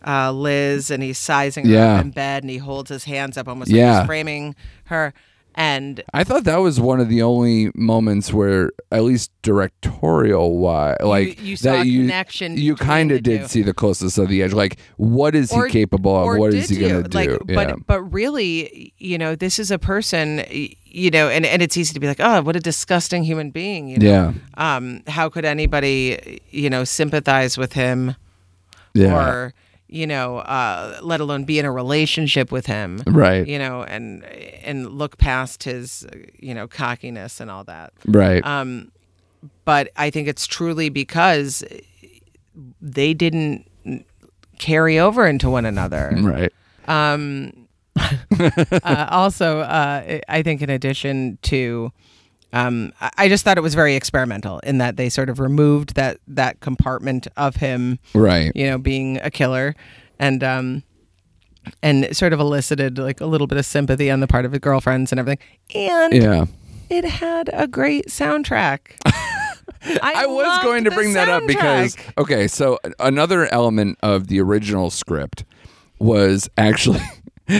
Speaker 10: uh, Liz and he's sizing her
Speaker 12: Yeah.
Speaker 10: up in bed, and he holds his hands up almost like
Speaker 12: Yeah.
Speaker 10: he's framing her. And
Speaker 12: I thought that was one of the only moments where, at least directorial wise, like
Speaker 10: you saw
Speaker 12: that
Speaker 10: a
Speaker 12: you
Speaker 10: connection
Speaker 12: you
Speaker 10: between
Speaker 12: kind
Speaker 10: the
Speaker 12: of did
Speaker 10: two.
Speaker 12: see the closest of the edge. Like, what is
Speaker 10: or-
Speaker 12: he capable
Speaker 10: or
Speaker 12: of? What is he
Speaker 10: did
Speaker 12: going to
Speaker 10: you?
Speaker 12: do?
Speaker 10: Like,
Speaker 12: yeah.
Speaker 10: but but really, you know, this is a person, y- you know, and and it's easy to be like, oh, what a disgusting human being, you know.
Speaker 12: yeah,
Speaker 10: Um, how could anybody, you know, sympathize with him?
Speaker 12: yeah,
Speaker 10: or you know uh, let alone be in a relationship with him
Speaker 12: right,
Speaker 10: you know and and look past his you know cockiness and all that
Speaker 12: right,
Speaker 10: um but i think it's truly because
Speaker 7: they didn't carry over into one another.
Speaker 10: Right.
Speaker 7: Um, uh, also, uh, I think in addition to, um, I- I just thought it was very experimental in that they sort of removed that that compartment of him,
Speaker 10: Right.
Speaker 7: you know, being a killer, and um, and sort of elicited like a little bit of sympathy on the part of his girlfriends and everything. And
Speaker 10: Yeah.
Speaker 7: it had a great soundtrack.
Speaker 10: I was
Speaker 7: loved
Speaker 10: going to
Speaker 7: the
Speaker 10: bring that up because
Speaker 7: soundtrack.
Speaker 10: okay, so another element of the original script was actually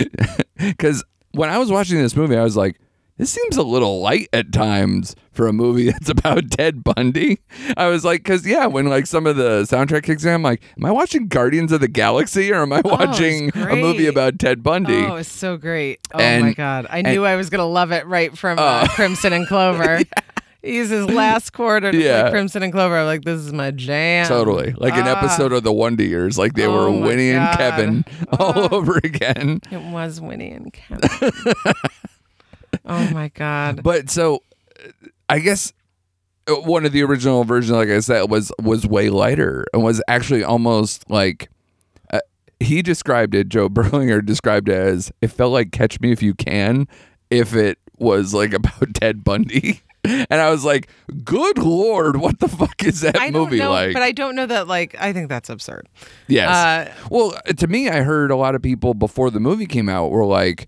Speaker 10: because when I was watching this movie, I was like, this seems a little light at times for a movie that's about Ted Bundy. I was like, because yeah, when like some of the soundtrack kicks in, I'm like, am I watching Guardians of the Galaxy or am I watching a movie
Speaker 7: Oh, great.
Speaker 10: about Ted Bundy?
Speaker 7: Oh, it's so great. Oh my
Speaker 10: And- Oh.
Speaker 7: god. I knew I was going to love it right from uh, Crimson and Clover. He's his last quarter to play
Speaker 10: Yeah.
Speaker 7: Crimson and Clover. I'm like, this is my jam. Ah.
Speaker 10: Totally. Like an episode of The Wonder Years. Like they
Speaker 7: Oh
Speaker 10: were
Speaker 7: my
Speaker 10: Winnie and
Speaker 7: God. Ah.
Speaker 10: Kevin all over again.
Speaker 7: It was Winnie and Kevin. oh my god.
Speaker 10: But so, uh, I guess uh, one of the original versions, like I said, was was way lighter and was actually almost like uh, he described it. Joe Berlinger described it as it felt like Catch Me If You Can, if it was like about Ted Bundy. And I was like, "Good lord, what the fuck is that
Speaker 7: I don't
Speaker 10: movie
Speaker 7: know,
Speaker 10: like?"
Speaker 7: but I don't know that. Like, I think that's absurd.
Speaker 10: Yes.
Speaker 7: Uh,
Speaker 10: well, to me, I heard a lot of people before the movie came out were like,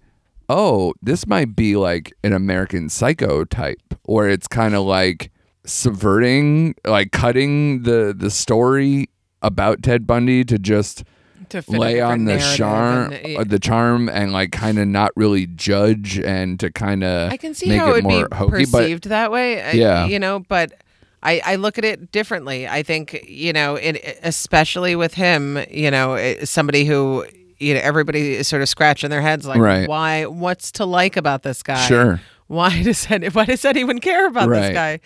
Speaker 10: "Oh, this might be like an American Psycho type, or it's kind of like subverting, like cutting the the story about Ted Bundy to just
Speaker 7: To fit a
Speaker 10: lay on the
Speaker 7: different
Speaker 10: charm,
Speaker 7: narrative and-
Speaker 10: uh, the charm, and like kind of not really judge and to kind of
Speaker 7: I can see
Speaker 10: make
Speaker 7: how
Speaker 10: it
Speaker 7: it
Speaker 10: more
Speaker 7: would be
Speaker 10: hokey, but
Speaker 7: perceived that way. I-
Speaker 10: Yeah.
Speaker 7: you know, but I I look at it differently. I think you know, it, especially with him, you know, it- somebody who you know everybody is sort of scratching their heads like,
Speaker 10: Right.
Speaker 7: why? What's to like about this guy?
Speaker 10: Sure.
Speaker 7: Why does any, why does anyone care about
Speaker 10: Right.
Speaker 7: this guy?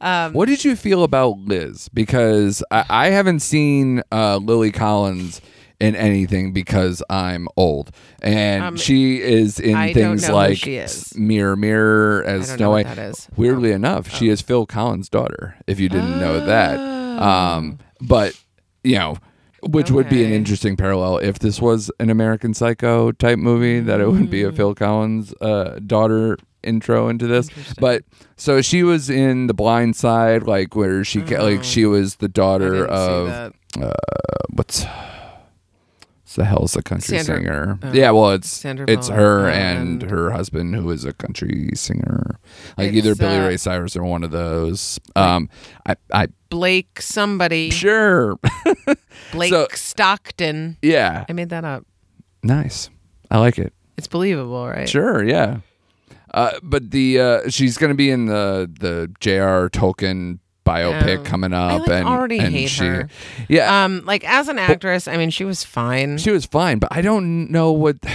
Speaker 7: Um,
Speaker 10: What did you feel about Liz? Because I, I haven't seen uh, Lily Collins in anything because I'm old, and she is in
Speaker 7: Um, I don't
Speaker 10: things
Speaker 7: know who
Speaker 10: like
Speaker 7: she is.
Speaker 10: S- Mirror, Mirror, as
Speaker 7: don't know
Speaker 10: Snow
Speaker 7: what
Speaker 10: White.
Speaker 7: that is. Oh.
Speaker 10: Weirdly enough, she is Phil Collins' daughter. If you didn't know that, um, but you know. Which would be an
Speaker 7: Okay.
Speaker 10: interesting parallel if this was an American Psycho type movie, that it would
Speaker 7: Mm.
Speaker 10: be a Phil Collins uh, daughter intro into this. But so she was in The Blind Side, like where she ca- like she was the daughter
Speaker 7: Uh-huh. didn't see
Speaker 10: of uh,
Speaker 7: that.
Speaker 10: what's it's the hell's a country
Speaker 7: Sandra- oh,
Speaker 10: singer? yeah, well, it's
Speaker 7: Sandra
Speaker 10: it's
Speaker 7: Bullock Oh, um,
Speaker 10: her and
Speaker 7: and-
Speaker 10: her husband who is a country singer, like
Speaker 7: It's,
Speaker 10: either Billy
Speaker 7: uh,
Speaker 10: Ray Cyrus or one of those. Um, I I
Speaker 7: Blake somebody
Speaker 10: sure
Speaker 7: Blake
Speaker 10: so-
Speaker 7: Stockton.
Speaker 10: yeah
Speaker 7: I made that up.
Speaker 10: nice I like it.
Speaker 7: It's believable, right?
Speaker 10: Sure, yeah. Uh, but the uh, she's going to be in the the J.R. Tolkien biopic
Speaker 7: Oh.
Speaker 10: coming up,
Speaker 7: like,
Speaker 10: and
Speaker 7: already
Speaker 10: and
Speaker 7: hate
Speaker 10: she,
Speaker 7: her.
Speaker 10: Yeah,
Speaker 7: Um, like as an actress, I mean, she was fine.
Speaker 10: she was fine, but I don't know what.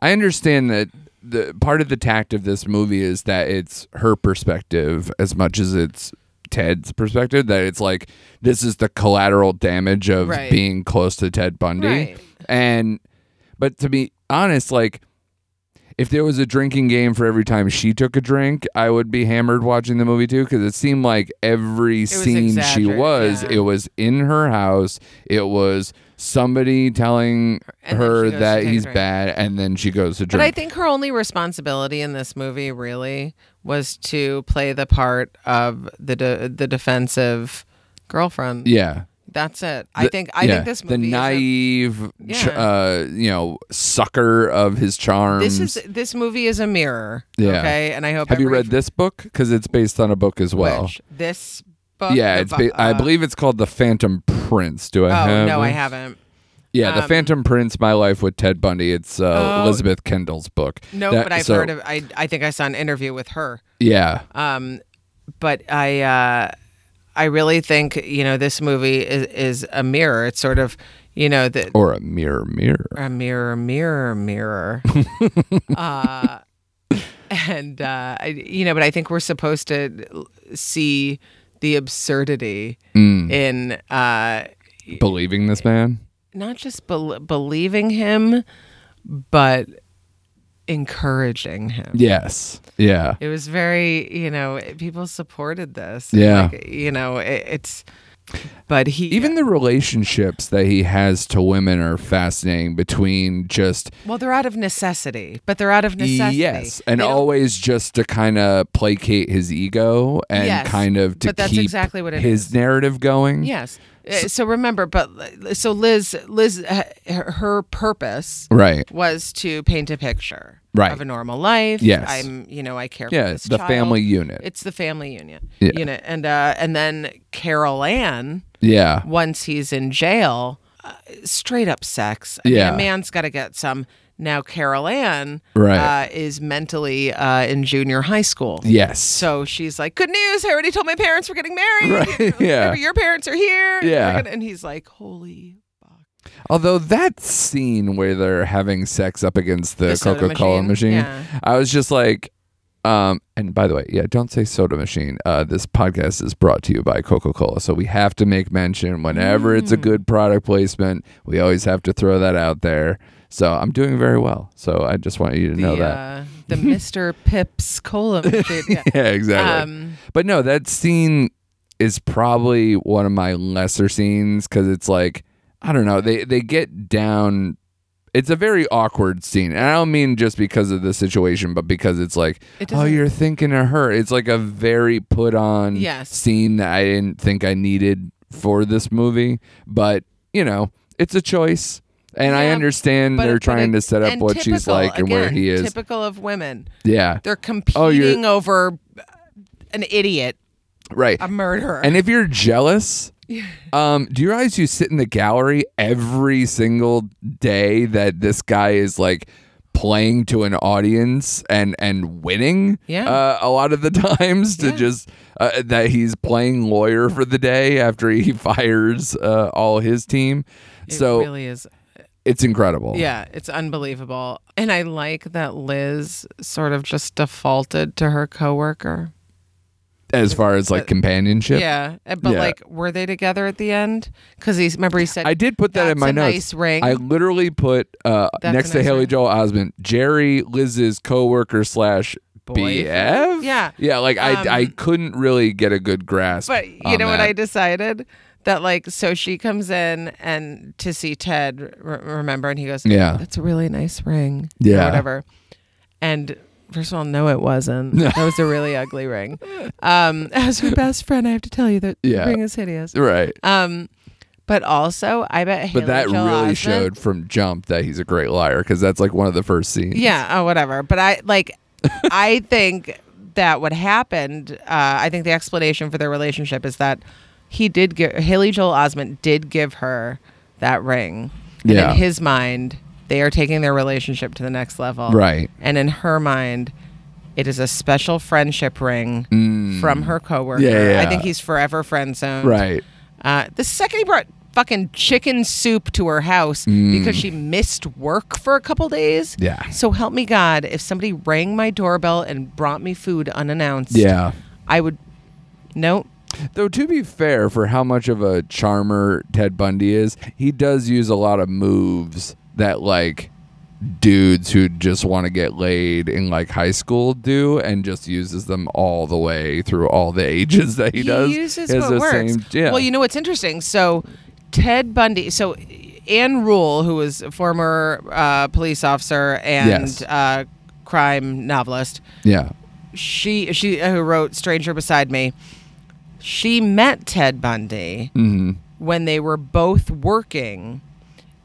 Speaker 10: I understand that the part of the tact of this movie is that it's her perspective as much as it's Ted's perspective. That it's like this is the collateral damage of
Speaker 7: Right.
Speaker 10: being close to Ted Bundy,
Speaker 7: Right.
Speaker 10: and but to be honest, like if there was a drinking game for every time she took a drink, I would be hammered watching the movie too because it seemed like every
Speaker 7: was
Speaker 10: scene she
Speaker 7: exaggerated,
Speaker 10: was,
Speaker 7: yeah.
Speaker 10: it was in her house. It was somebody telling
Speaker 7: And then
Speaker 10: her
Speaker 7: she goes
Speaker 10: that
Speaker 7: to take a
Speaker 10: he's
Speaker 7: drink.
Speaker 10: bad, and then she goes to drink.
Speaker 7: But I think her only responsibility in this movie really was to play the part of the de- the defensive girlfriend.
Speaker 10: yeah.
Speaker 7: That's it. I
Speaker 10: The-
Speaker 7: think I
Speaker 10: yeah.
Speaker 7: think this
Speaker 10: the
Speaker 7: movie
Speaker 10: naive, ch-
Speaker 7: Yeah.
Speaker 10: uh, you know, sucker of his
Speaker 7: is
Speaker 10: charms.
Speaker 7: a, this is this movie is a mirror.
Speaker 10: Yeah.
Speaker 7: Okay, and I hope
Speaker 10: Have you
Speaker 7: every-
Speaker 10: read this book? Because it's based on a book as well.
Speaker 7: which- this book.
Speaker 10: yeah,
Speaker 7: the
Speaker 10: it's.
Speaker 7: vi-
Speaker 10: Ba- I
Speaker 7: uh,
Speaker 10: believe it's called The Phantom Prince. Do I
Speaker 7: Oh
Speaker 10: have?
Speaker 7: no, I
Speaker 10: it?
Speaker 7: haven't.
Speaker 10: Yeah, The
Speaker 7: Um,
Speaker 10: Phantom Prince, My Life with Ted Bundy. It's uh,
Speaker 7: Oh.
Speaker 10: Elizabeth Kendall's book.
Speaker 7: No,
Speaker 10: That-
Speaker 7: but I've
Speaker 10: so-
Speaker 7: heard of. I I think I saw an interview with her.
Speaker 10: Yeah,
Speaker 7: Um, but I uh, I really think you know this movie is is a mirror. It's sort of you know the
Speaker 10: or a mirror, mirror.
Speaker 7: a mirror, mirror, mirror. uh, and uh, I, you know, but I think we're supposed to l- see the absurdity in uh,
Speaker 10: Mm. Believing this man.
Speaker 7: not just bel believing him, but encouraging him.
Speaker 10: Yes. Yeah.
Speaker 7: It was very, you know, people supported this.
Speaker 10: Yeah.
Speaker 7: Like, you know, it, it's
Speaker 10: But he
Speaker 12: Even the relationships that he has to women are fascinating between just
Speaker 10: well, they're out of necessity, but they're out of necessity.
Speaker 12: yes and
Speaker 10: They don't-
Speaker 12: always just to kind of placate his ego and
Speaker 10: Yes,
Speaker 12: kind of to
Speaker 10: but that's
Speaker 12: keep
Speaker 10: exactly what it
Speaker 12: his
Speaker 10: is.
Speaker 12: narrative going.
Speaker 10: Yes. Uh, So remember, but uh, so Liz, Liz, uh, her her purpose
Speaker 12: Right.
Speaker 10: was to paint a picture
Speaker 12: Right.
Speaker 10: of a normal life.
Speaker 12: Yes.
Speaker 10: I'm, you know, I care
Speaker 12: Yeah,
Speaker 10: for this
Speaker 12: the
Speaker 10: child.
Speaker 12: family unit.
Speaker 10: It's the family unit.
Speaker 12: Yeah.
Speaker 10: Unit, and uh, and then Carol Ann,
Speaker 12: Yeah.
Speaker 10: once he's in jail, uh, straight up sex. I
Speaker 12: Yeah.
Speaker 10: mean, a man's got to get some. Now Carol Ann,
Speaker 12: Right.
Speaker 10: uh, is mentally uh, in junior high school.
Speaker 12: Yes.
Speaker 10: So she's like, "Good news! I already told my parents we're getting married.
Speaker 12: Right, yeah.
Speaker 10: Your parents are here. and we're
Speaker 12: Yeah.
Speaker 10: gonna-" And he's like, "Holy
Speaker 12: Although that scene where they're having sex up against the,
Speaker 10: The soda
Speaker 12: Coca Cola machine,
Speaker 10: machine? Yeah.
Speaker 12: I was just like, um, and by the way, yeah, don't say soda machine. Uh, this podcast is brought to you by Coca Cola. So we have to make mention whenever
Speaker 10: Mm.
Speaker 12: it's a good product placement, we always have to throw that out there. So I'm doing very well. So I just want you to
Speaker 10: the
Speaker 12: know that.
Speaker 10: uh, the Mister Pips Cola." machine. Yeah.
Speaker 12: yeah, exactly.
Speaker 10: Um,
Speaker 12: but no, that scene is probably one of my lesser scenes because it's like I don't know. They they get down. It's a very awkward scene, and I don't mean just because of the situation, but because it's like,
Speaker 10: It
Speaker 12: oh,
Speaker 10: doesn't-
Speaker 12: you're thinking of her. It's like a very put on
Speaker 10: Yes.
Speaker 12: scene that I didn't think I needed for this movie, but you know, it's a choice, and I
Speaker 10: Yeah,
Speaker 12: understand
Speaker 10: but-
Speaker 12: they're
Speaker 10: but
Speaker 12: trying
Speaker 10: it-
Speaker 12: to set up
Speaker 10: and
Speaker 12: what she's
Speaker 10: typical,
Speaker 12: like and where
Speaker 10: again,
Speaker 12: he is.
Speaker 10: Typical of women.
Speaker 12: yeah,
Speaker 10: They're
Speaker 12: Oh, you're-
Speaker 10: competing over an idiot,
Speaker 12: right.
Speaker 10: a murderer.
Speaker 12: And if you're jealous, um, do you realize you sit in the gallery every single day that this guy is like playing to an audience and and winning?
Speaker 10: Yeah.
Speaker 12: Uh, a lot of the times to
Speaker 10: Yeah.
Speaker 12: just uh, that he's playing lawyer for the day after he fires uh, all his team.
Speaker 10: it
Speaker 12: so
Speaker 10: really is. uh,
Speaker 12: it's incredible.
Speaker 10: Yeah, it's unbelievable. And I like that Liz sort of just defaulted to her coworker.
Speaker 12: As far as like companionship.
Speaker 10: Uh, Yeah, uh, but
Speaker 12: Yeah.
Speaker 10: like, were they together at the end? Because he's remember he said
Speaker 12: I did put that in
Speaker 10: "That's
Speaker 12: my
Speaker 10: a
Speaker 12: notes.
Speaker 10: Nice ring.
Speaker 12: I literally put uh,
Speaker 10: That's
Speaker 12: next
Speaker 10: a
Speaker 12: to
Speaker 10: nice
Speaker 12: Haley
Speaker 10: ring.
Speaker 12: Joel Osment, Jerry Liz's coworker slash BF.
Speaker 10: Boyfriend? Yeah.
Speaker 12: yeah. Like
Speaker 10: Um,
Speaker 12: I, I couldn't really get a good grasp.
Speaker 10: but you
Speaker 12: on
Speaker 10: know what I
Speaker 12: that.
Speaker 10: decided that like, so she comes in and to see Ted, re- remember, and he goes,
Speaker 12: Yeah.
Speaker 10: that's a really nice ring, or
Speaker 12: Yeah.
Speaker 10: whatever." And first of all, no, it wasn't. that was a really ugly ring. Um, as her best friend, I have to tell you that
Speaker 12: Yeah.
Speaker 10: the ring is hideous.
Speaker 12: Right.
Speaker 10: Um, but also, I bet.
Speaker 12: but
Speaker 10: Haley
Speaker 12: that
Speaker 10: Joel
Speaker 12: really
Speaker 10: Osment-
Speaker 12: showed from jump that he's a great liar because that's like one of the first scenes.
Speaker 10: Yeah, oh, whatever. But I like, I think that what happened. Uh, I think the explanation for their relationship is that he did give Haley Joel Osment did give her that ring, and
Speaker 12: Yeah.
Speaker 10: in his mind, they are taking their relationship to the next level,
Speaker 12: Right.
Speaker 10: And in her mind. It is a special friendship ring from her coworker.
Speaker 12: Mm. Yeah, yeah.
Speaker 10: I think he's forever friend zoned.
Speaker 12: Right.
Speaker 10: Uh, the second he brought fucking chicken soup to her house because she missed work for a couple days.
Speaker 12: Mm. Yeah.
Speaker 10: So help me God, if somebody rang my doorbell and brought me food unannounced,
Speaker 12: Yeah.
Speaker 10: I would. No.
Speaker 12: Though to be fair, for how much of a charmer Ted Bundy is, he does use a lot of moves that like dudes who just want to get laid in like high school do, and just uses them all the way through all the ages that he, does.
Speaker 10: uses
Speaker 12: He has
Speaker 10: what
Speaker 12: the
Speaker 10: works.
Speaker 12: same- yeah.
Speaker 10: Well, you know what's interesting? So Ted Bundy. So Ann Rule, who was a former uh, police officer and
Speaker 12: Yes.
Speaker 10: uh, crime novelist,
Speaker 12: yeah,
Speaker 10: she she who wrote Stranger Beside Me, she met Ted Bundy when they were both working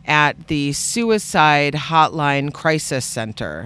Speaker 10: at the suicide hotline crisis center.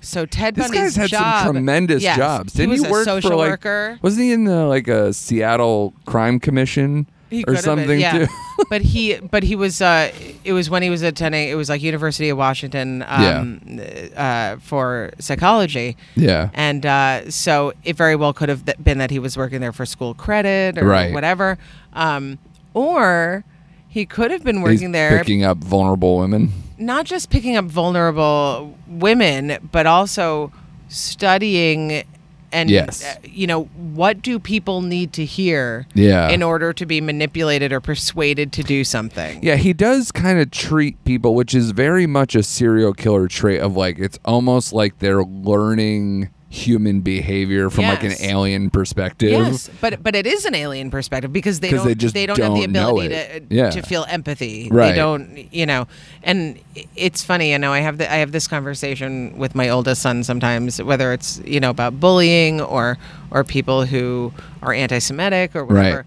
Speaker 10: so Ted
Speaker 12: this
Speaker 10: Bundy's
Speaker 12: guy's had
Speaker 10: job,
Speaker 12: some tremendous
Speaker 10: yes,
Speaker 12: jobs. Didn't
Speaker 10: he was a
Speaker 12: work
Speaker 10: social
Speaker 12: for like?
Speaker 10: worker?
Speaker 12: Wasn't he in the like a Seattle crime commission
Speaker 10: He
Speaker 12: or
Speaker 10: could have
Speaker 12: something
Speaker 10: been, yeah.
Speaker 12: too?
Speaker 10: but he, but he was. Uh, it was when he was attending. It was like University of Washington. Um, uh, for psychology.
Speaker 12: Yeah.
Speaker 10: And uh, so it very well could have th- been that he was working there for school credit or
Speaker 12: Right.
Speaker 10: whatever, um, or he could have been working
Speaker 12: He's
Speaker 10: there
Speaker 12: picking up vulnerable women.
Speaker 10: not just picking up vulnerable women, but also studying and
Speaker 12: Yes.
Speaker 10: uh, you know what do people need to hear
Speaker 12: Yeah.
Speaker 10: in order to be manipulated or persuaded to do something.
Speaker 12: Yeah, he does kind of treat people, which is very much a serial killer trait of like it's almost like they're learning human behavior from like
Speaker 10: Yes.
Speaker 12: an alien perspective.
Speaker 10: Yes, but but it is an alien perspective because they
Speaker 12: 'Cause
Speaker 10: don't
Speaker 12: they just
Speaker 10: have the
Speaker 12: don't know
Speaker 10: ability to uh,
Speaker 12: it. Yeah.
Speaker 10: to feel empathy.
Speaker 12: Right.
Speaker 10: They don't, you know. And it's funny, you know, I have the, I have this conversation with my oldest son sometimes whether it's, you know, about bullying or or people who are anti-semitic or
Speaker 12: Right.
Speaker 10: whatever.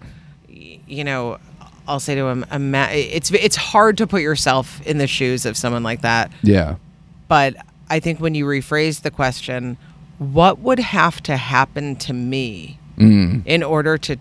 Speaker 10: Y- You know, I'll say to him, "Ima- it's it's hard to put yourself in the shoes of someone like that.
Speaker 12: Yeah.
Speaker 10: But I think when you rephrase the question, what would have to happen to me
Speaker 12: Mm.
Speaker 10: in order to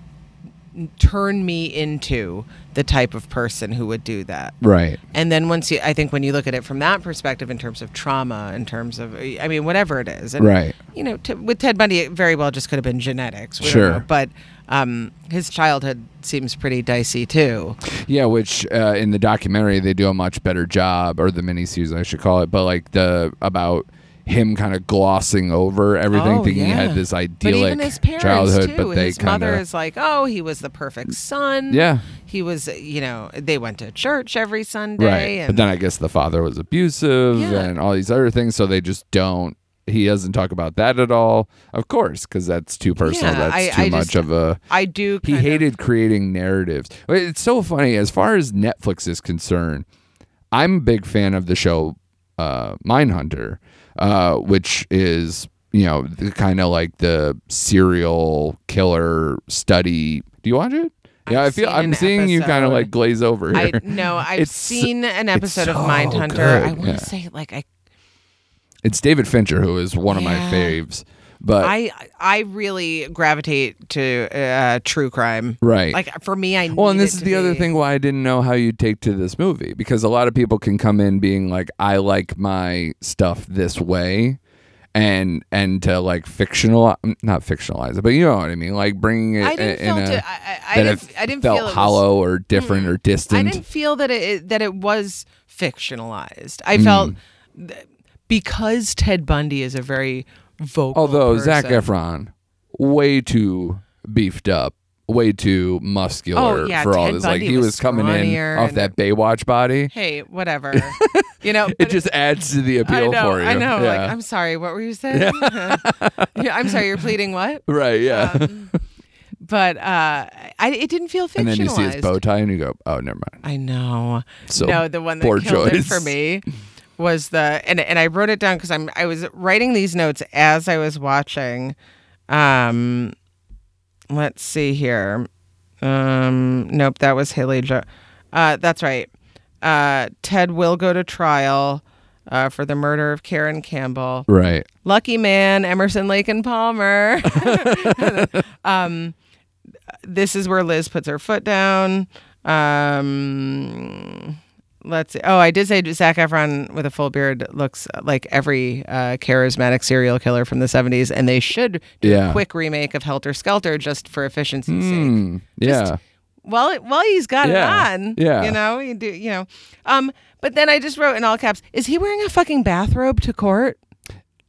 Speaker 10: turn me into the type of person who would do that?
Speaker 12: Right.
Speaker 10: And then once you, I think when you look at it from that perspective, in terms of trauma, in terms of, I mean, whatever it is, and,
Speaker 12: Right.
Speaker 10: You know, t- with Ted Bundy, it very well just could have been genetics. we don't
Speaker 12: Sure.
Speaker 10: know. but um, his childhood seems pretty dicey too.
Speaker 12: Yeah, which uh, in the documentary they do a much better job, or the miniseries I should call it, but like the about him kind of glossing over everything,
Speaker 10: Oh,
Speaker 12: thinking he
Speaker 10: yeah.
Speaker 12: had this idyllic
Speaker 10: but even his parents
Speaker 12: childhood,
Speaker 10: too.
Speaker 12: but they
Speaker 10: his
Speaker 12: kind
Speaker 10: mother
Speaker 12: of
Speaker 10: is like, oh, he was the perfect son.
Speaker 12: Yeah.
Speaker 10: he was. You know, they went to church every Sunday.
Speaker 12: right.
Speaker 10: And
Speaker 12: But then I guess the father was abusive
Speaker 10: Yeah.
Speaker 12: and all these other things, so they just don't. He doesn't talk about that at all, of course, because that's too personal.
Speaker 10: Yeah,
Speaker 12: that's
Speaker 10: I-
Speaker 12: too
Speaker 10: I
Speaker 12: much
Speaker 10: just-
Speaker 12: of a.
Speaker 10: I do.
Speaker 12: he
Speaker 10: kind of-
Speaker 12: hated creating narratives. It's so funny as far as Netflix is concerned. I'm a big fan of the show uh, Mindhunter, uh, which is you know the kind of like the serial killer study. Do you watch it? Yeah,
Speaker 10: I've
Speaker 12: I feel
Speaker 10: seen
Speaker 12: I'm
Speaker 10: an
Speaker 12: seeing you kind of
Speaker 10: episode.
Speaker 12: like glaze over
Speaker 10: I
Speaker 12: here.
Speaker 10: no, I've
Speaker 12: It's-
Speaker 10: seen an
Speaker 12: it's
Speaker 10: episode of
Speaker 12: so
Speaker 10: Mindhunter. I
Speaker 12: good,
Speaker 10: want to
Speaker 12: yeah.
Speaker 10: say like I,
Speaker 12: It's David Fincher who is one of my
Speaker 10: Yeah.
Speaker 12: faves, but
Speaker 10: I, I really gravitate to uh, true crime.
Speaker 12: Right.
Speaker 10: Like for me, I.
Speaker 12: Well, and
Speaker 10: need
Speaker 12: this
Speaker 10: it
Speaker 12: is
Speaker 10: to
Speaker 12: the other
Speaker 10: be-
Speaker 12: thing why I didn't know how you'd take to this movie because a lot of people can come in being like, I like my stuff this way. And and to like fictional, not fictionalize it, but you know what I mean, like bringing it
Speaker 10: I didn't
Speaker 12: in
Speaker 10: feel
Speaker 12: a
Speaker 10: to- I- I- I
Speaker 12: that
Speaker 10: didn't-
Speaker 12: it
Speaker 10: I didn't
Speaker 12: felt
Speaker 10: feel it was-
Speaker 12: hollow or different or distant.
Speaker 10: I didn't feel that it that it was fictionalized.
Speaker 12: Mm.
Speaker 10: I felt th- because Ted Bundy is a very vocal.
Speaker 12: Although
Speaker 10: person,
Speaker 12: Zach Efron, way too beefed up, way too muscular
Speaker 10: Oh, yeah,
Speaker 12: for all
Speaker 10: Ted
Speaker 12: this. like
Speaker 10: Bundy
Speaker 12: he was,
Speaker 10: was
Speaker 12: coming in
Speaker 10: scrawnier
Speaker 12: off
Speaker 10: and-
Speaker 12: that Baywatch body.
Speaker 10: Hey, whatever. you know,
Speaker 12: It
Speaker 10: but
Speaker 12: just adds to the
Speaker 10: I
Speaker 12: appeal
Speaker 10: know.
Speaker 12: for you.
Speaker 10: I know.
Speaker 12: Yeah.
Speaker 10: Like, I'm sorry. What were you saying? Yeah. I'm sorry. You're pleading what? Um,
Speaker 12: right. Yeah.
Speaker 10: But uh, I, it didn't feel fictionalized.
Speaker 12: and then you see his bow tie and you go, oh, never mind.
Speaker 10: I know.
Speaker 12: So,
Speaker 10: no, the one that
Speaker 12: poor
Speaker 10: killed it
Speaker 12: choice.
Speaker 10: for me was the and and I wrote it down because I'm I was writing these notes as I was watching. Um, let's see here. Um, nope, that was Haley. Jo- uh, that's right. Uh, Ted will go to trial uh, for the murder of Karen Campbell.
Speaker 12: Right.
Speaker 10: Lucky Man, Emerson, Lake, and Palmer. um, this is where Liz puts her foot down. Um, let's see. Oh, I did say Zach Efron with a full beard looks like every uh, charismatic serial killer from the 70s, and they should do
Speaker 12: Yeah.
Speaker 10: a quick remake of Helter Skelter just for efficiency's sake.
Speaker 12: Mm, yeah.
Speaker 10: Well, it- well, he's got
Speaker 12: Yeah.
Speaker 10: it on.
Speaker 12: Yeah.
Speaker 10: you know, you do, you know. Um, but then I just wrote in all caps: Is he wearing a fucking bathrobe to court?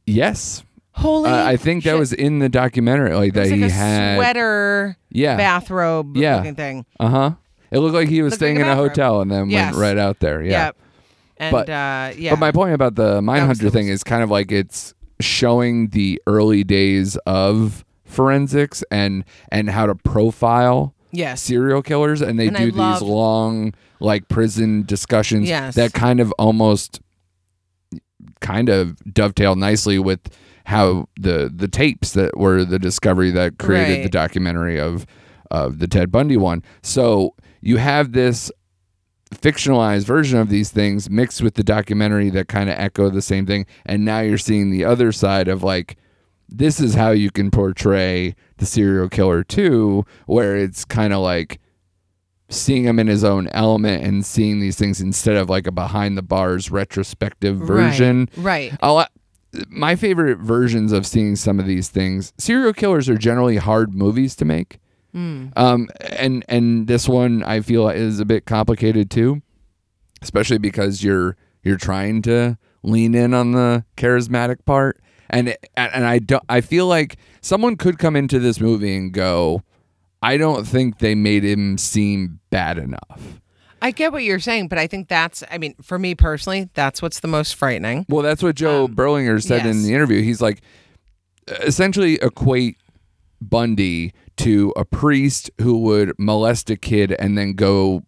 Speaker 12: Yes.
Speaker 10: Holy!
Speaker 12: Uh, I think that
Speaker 10: shit.
Speaker 12: was in the documentary, like that
Speaker 10: It's
Speaker 12: he
Speaker 10: like a
Speaker 12: had.
Speaker 10: sweater,
Speaker 12: Yeah.
Speaker 10: bathrobe
Speaker 12: Yeah.
Speaker 10: looking thing.
Speaker 12: Uh huh. It looked like he was
Speaker 10: Looked
Speaker 12: staying
Speaker 10: like a
Speaker 12: in a
Speaker 10: bathrobe.
Speaker 12: hotel and then
Speaker 10: Yes.
Speaker 12: went right out there. Yeah.
Speaker 10: Yep. And
Speaker 12: But-
Speaker 10: uh, yeah,
Speaker 12: But my point about the
Speaker 10: was
Speaker 12: Mindhunter
Speaker 10: the
Speaker 12: thing is kind of like it's showing the early days of forensics and and how to profile
Speaker 10: yes,
Speaker 12: serial killers and they
Speaker 10: And
Speaker 12: do
Speaker 10: I
Speaker 12: these
Speaker 10: love-
Speaker 12: long like prison discussions
Speaker 10: Yes.
Speaker 12: that kind of almost kind of dovetail nicely with how the the tapes that were the discovery that created the
Speaker 10: Right.
Speaker 12: documentary of of the Ted Bundy one. So you have this fictionalized version of these things mixed with the documentary that kind of echo the same thing and now you're seeing the other side of like this is how you can portray the serial killer too where it's kind of like seeing him in his own element and seeing these things instead of like a behind the bars retrospective version
Speaker 10: Right.
Speaker 12: a lot my favorite versions of seeing some of these things serial killers are generally hard movies to make um, and and this one i feel is a bit complicated too especially because you're you're trying to lean in on the charismatic part and it, and and i don't i feel like someone could come into this movie and go i don't think they made him seem bad enough
Speaker 10: I get what you're saying, but I think that's. I mean, for me personally, that's what's the most frightening. Um,
Speaker 12: Well, that's what Joe Berlinger said in
Speaker 10: yes.
Speaker 12: the interview. He's like, essentially equate Bundy to a priest who would molest a kid and then go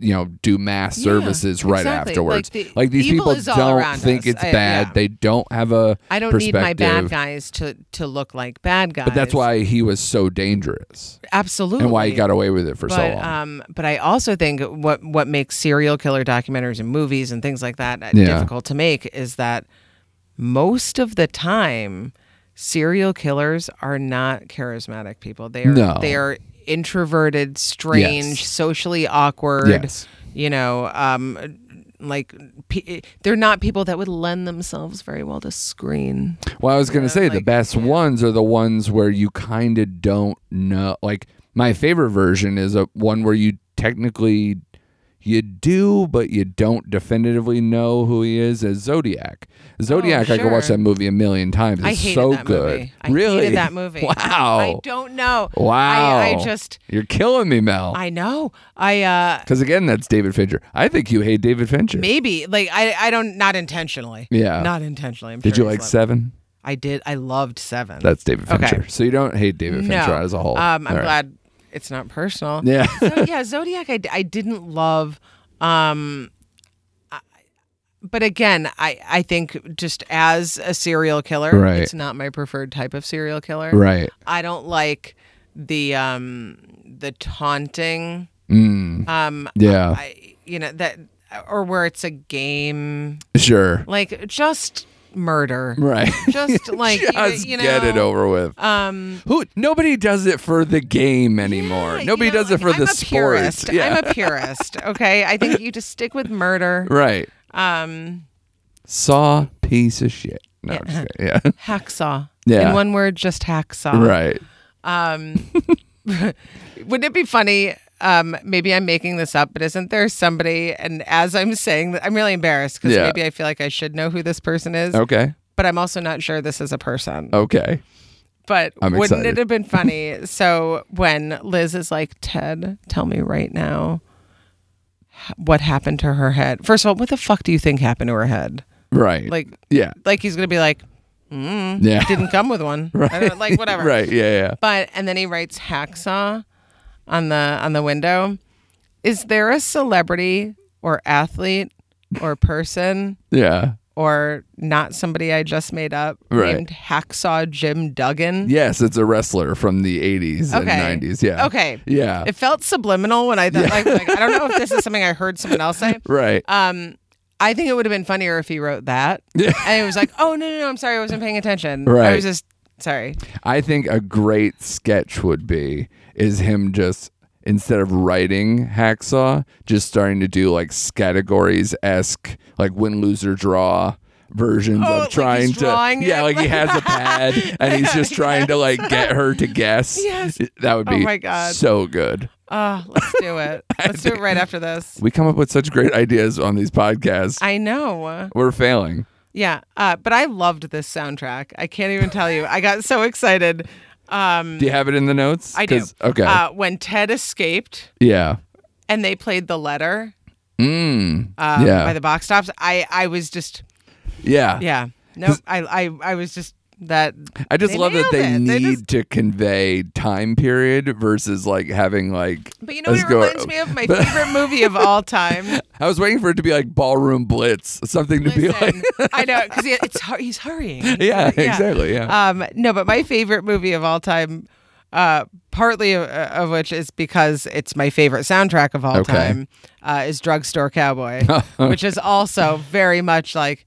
Speaker 12: you know do mass
Speaker 10: Yeah,
Speaker 12: services right
Speaker 10: exactly.
Speaker 12: afterwards
Speaker 10: Like, the
Speaker 12: these
Speaker 10: evil
Speaker 12: people
Speaker 10: is all
Speaker 12: don't
Speaker 10: around
Speaker 12: think
Speaker 10: us.
Speaker 12: it's
Speaker 10: I-
Speaker 12: bad
Speaker 10: yeah.
Speaker 12: they don't have a
Speaker 10: I don't need my bad
Speaker 12: perspective.
Speaker 10: guys to to look like bad guys.
Speaker 12: but that's why he was so dangerous
Speaker 10: absolutely
Speaker 12: and why he got away with it for
Speaker 10: but,
Speaker 12: so long
Speaker 10: Um, but I also think what what makes serial killer documentaries and movies and things like that uh,
Speaker 12: Yeah.
Speaker 10: difficult to make is that most of the time serial killers are not charismatic people. They are
Speaker 12: No.
Speaker 10: they are introverted, strange,
Speaker 12: Yes.
Speaker 10: socially awkward.
Speaker 12: Yes.
Speaker 10: You know, um, like pe- they're not people that would lend themselves very well to screen.
Speaker 12: Well, I was going to say the
Speaker 10: like,
Speaker 12: best ones are the ones where you kind of don't know. Like my favorite version is a one where you technically you do, but you don't definitively know who he is as Zodiac. Zodiac, I could watch
Speaker 10: Oh, sure.
Speaker 12: that movie a million times. It's
Speaker 10: I hated
Speaker 12: so
Speaker 10: that
Speaker 12: good.
Speaker 10: movie. I
Speaker 12: really,
Speaker 10: hated that movie.
Speaker 12: Wow.
Speaker 10: I don't know.
Speaker 12: Wow.
Speaker 10: I, I just
Speaker 12: you're killing me, Mel.
Speaker 10: I know. I uh
Speaker 12: Because again, that's David Fincher. I think you hate David Fincher.
Speaker 10: maybe like I I don't not intentionally.
Speaker 12: Yeah.
Speaker 10: Not intentionally. I'm
Speaker 12: Did
Speaker 10: sure
Speaker 12: you
Speaker 10: he's
Speaker 12: like
Speaker 10: loved-
Speaker 12: Seven?
Speaker 10: I did. I loved Seven.
Speaker 12: That's David
Speaker 10: Okay.
Speaker 12: Fincher. So you don't hate David
Speaker 10: no.
Speaker 12: Fincher as a whole.
Speaker 10: Um, I'm
Speaker 12: All right.
Speaker 10: glad it's not personal.
Speaker 12: Yeah.
Speaker 10: so, yeah, Zodiac. I, I didn't love. Um, I- but again, I I think just as a serial killer,
Speaker 12: Right.
Speaker 10: it's not my preferred type of serial killer.
Speaker 12: Right.
Speaker 10: I don't like the um the taunting. Um,
Speaker 12: Mm. Yeah.
Speaker 10: I you know that or where it's a game
Speaker 12: sure.
Speaker 10: like just murder.
Speaker 12: Right.
Speaker 10: Just like you-
Speaker 12: Just
Speaker 10: you, know,
Speaker 12: get it over with.
Speaker 10: Um,
Speaker 12: Who nobody does it for the game anymore.
Speaker 10: yeah,
Speaker 12: nobody
Speaker 10: you know,
Speaker 12: does it
Speaker 10: like,
Speaker 12: for
Speaker 10: I'm
Speaker 12: the
Speaker 10: a
Speaker 12: sport.
Speaker 10: Purist.
Speaker 12: Yeah.
Speaker 10: I'm a purist. Okay, I think you just stick with murder.
Speaker 12: right.
Speaker 10: Um,
Speaker 12: Saw piece of shit. No, I'm just kidding. yeah.
Speaker 10: hacksaw.
Speaker 12: Yeah.
Speaker 10: In one word, just hacksaw.
Speaker 12: right.
Speaker 10: Um, wouldn't it be funny? Um, maybe I'm making this up, but isn't there somebody? And as I'm saying, that, I'm really embarrassed because
Speaker 12: Yeah.
Speaker 10: maybe I feel like I should know who this person is,
Speaker 12: Okay.
Speaker 10: but I'm also not sure this is a person.
Speaker 12: Okay.
Speaker 10: But
Speaker 12: I'm
Speaker 10: wouldn't
Speaker 12: excited.
Speaker 10: it have been funny? so when Liz is like, Ted, tell me right now h- what happened to her head. First of all, what the fuck do you think happened to her head?
Speaker 12: Right.
Speaker 10: Like,
Speaker 12: yeah.
Speaker 10: like he's gonna be like, mm,
Speaker 12: Yeah.
Speaker 10: didn't come with one. I don't, like whatever.
Speaker 12: right. Yeah.
Speaker 10: But and then he writes hacksaw on the on the window. Is there a celebrity or athlete or person
Speaker 12: Yeah. Yeah.
Speaker 10: or not somebody I just made up
Speaker 12: Right.
Speaker 10: named Hacksaw Jim Duggan?
Speaker 12: Yes, it's a wrestler from the 80s
Speaker 10: Okay.
Speaker 12: and 90s. Yeah.
Speaker 10: Okay.
Speaker 12: Yeah.
Speaker 10: It felt subliminal when I thought like, like I don't know if this is something I heard someone else say.
Speaker 12: right.
Speaker 10: Um I think it would have been funnier if he wrote that.
Speaker 12: Yeah.
Speaker 10: And it was like, oh no, no, no, I'm sorry, I wasn't paying attention. I
Speaker 12: Right.
Speaker 10: was just sorry.
Speaker 12: I think a great sketch would be is him just instead of writing hacksaw, just starting to do like categories esque like win loser draw versions
Speaker 10: Oh,
Speaker 12: of
Speaker 10: like he's
Speaker 12: trying
Speaker 10: drawing
Speaker 12: to yeah
Speaker 10: it?
Speaker 12: like he has a pad and he's just trying to like get her to guess
Speaker 10: Yes.
Speaker 12: that would be
Speaker 10: Oh my God.
Speaker 12: so good
Speaker 10: Oh, let's do it. Let's do it right after this.
Speaker 12: we come up with such great ideas on these podcasts
Speaker 10: I know.
Speaker 12: we're failing
Speaker 10: Yeah, uh, but I loved this soundtrack. I can't even tell you. I got so excited. Um,
Speaker 12: do you have it in the notes
Speaker 10: I do.
Speaker 12: 'Cause- okay
Speaker 10: Uh, when Ted escaped
Speaker 12: yeah
Speaker 10: and they played the letter
Speaker 12: mm.
Speaker 10: um,
Speaker 12: Yeah.
Speaker 10: by the box tops, I I was just
Speaker 12: yeah
Speaker 10: yeah. No, I I I was just that.
Speaker 12: I just
Speaker 10: They
Speaker 12: love that
Speaker 10: nailed
Speaker 12: they
Speaker 10: it. They
Speaker 12: need
Speaker 10: just-
Speaker 12: to convey time period versus like having like.
Speaker 10: But you know what
Speaker 12: us
Speaker 10: it
Speaker 12: go-
Speaker 10: reminds me of? My favorite movie of all time.
Speaker 12: I was waiting for it to be like ballroom blitz, something to be like.
Speaker 10: Listen, I know because it's hu- he's hurrying.
Speaker 12: Yeah, exactly. Yeah.
Speaker 10: Um, no, but my favorite movie of all time, uh, partly of, of which is because it's my favorite soundtrack of all
Speaker 12: Okay.
Speaker 10: time, uh, is Drugstore Cowboy, which is also very much like,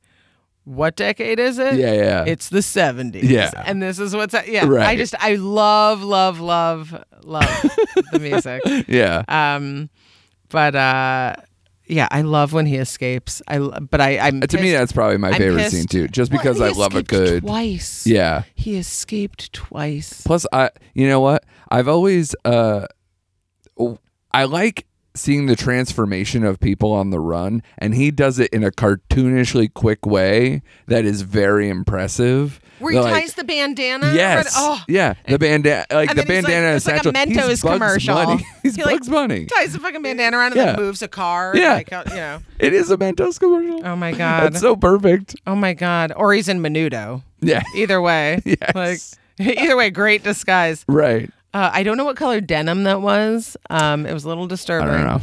Speaker 10: what decade is it?
Speaker 12: Yeah, yeah.
Speaker 10: It's the 70s.
Speaker 12: Yeah.
Speaker 10: And this is what's, yeah. I
Speaker 12: Right.
Speaker 10: just, I love, love, love, love the music.
Speaker 12: yeah.
Speaker 10: Um, but, uh, yeah, I love when he escapes. I, l- but I, I'm,
Speaker 12: Uh, to me,
Speaker 10: pissed-
Speaker 12: that's probably my
Speaker 10: I'm
Speaker 12: favorite
Speaker 10: pissed.
Speaker 12: scene too, just
Speaker 10: Well,
Speaker 12: because
Speaker 10: he
Speaker 12: I love a
Speaker 10: escaped
Speaker 12: good.
Speaker 10: twice.
Speaker 12: Yeah.
Speaker 10: He escaped twice.
Speaker 12: Plus, I you know what I've always uh, I like seeing the transformation of people on the run and he does it in a cartoonishly quick way that is very impressive
Speaker 10: Where he
Speaker 12: Like,
Speaker 10: ties the bandana. around-
Speaker 12: Yes.
Speaker 10: Oh.
Speaker 12: Yeah. The bandana, like
Speaker 10: And
Speaker 12: the
Speaker 10: then he's like-
Speaker 12: bandana is
Speaker 10: it's like a
Speaker 12: satchel.
Speaker 10: Mentos
Speaker 12: he's Bugs
Speaker 10: commercial.
Speaker 12: Bunny. He's
Speaker 10: He, like,
Speaker 12: Bugs Bunny.
Speaker 10: Ties the fucking bandana around and
Speaker 12: Yeah.
Speaker 10: then moves a car.
Speaker 12: Yeah.
Speaker 10: Like, uh, you know.
Speaker 12: It is a Mentos commercial.
Speaker 10: Oh my God.
Speaker 12: That's so perfect.
Speaker 10: Oh my God. Or he's in Menudo.
Speaker 12: Yeah.
Speaker 10: Either way.
Speaker 12: Yes.
Speaker 10: Like, either way, great disguise.
Speaker 12: Right.
Speaker 10: Uh, I don't know what color denim that was. Um, it was a little
Speaker 12: I
Speaker 10: disturbing.
Speaker 12: don't know.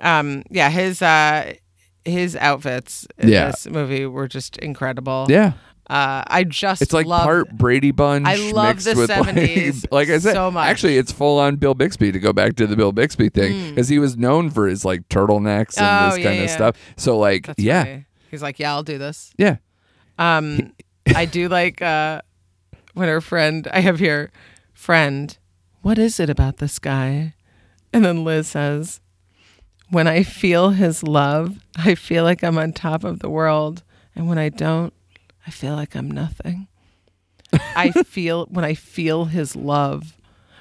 Speaker 10: Um, yeah, his uh, his outfits in
Speaker 12: Yeah.
Speaker 10: this movie were just incredible.
Speaker 12: Yeah.
Speaker 10: Uh, I just
Speaker 12: It's like
Speaker 10: love-
Speaker 12: part Brady Bunch.
Speaker 10: I love
Speaker 12: mixed
Speaker 10: the
Speaker 12: with
Speaker 10: 70s
Speaker 12: Like, like I said,
Speaker 10: so much.
Speaker 12: actually, it's full on Bill Bixby to go back to the Bill Bixby thing because he was known for his like turtlenecks and
Speaker 10: Hmm. Oh,
Speaker 12: this
Speaker 10: yeah,
Speaker 12: kind of
Speaker 10: yeah.
Speaker 12: stuff. So like,
Speaker 10: That's
Speaker 12: yeah,
Speaker 10: funny. He's like, yeah, I'll do this.
Speaker 12: yeah,
Speaker 10: Um, I do like uh, when her friend, I have here, friend, what is it about this guy? And then Liz says, when I feel his love, I feel like I'm on top of the world. And when I don't, I feel like I'm nothing. I feel, when I feel his love,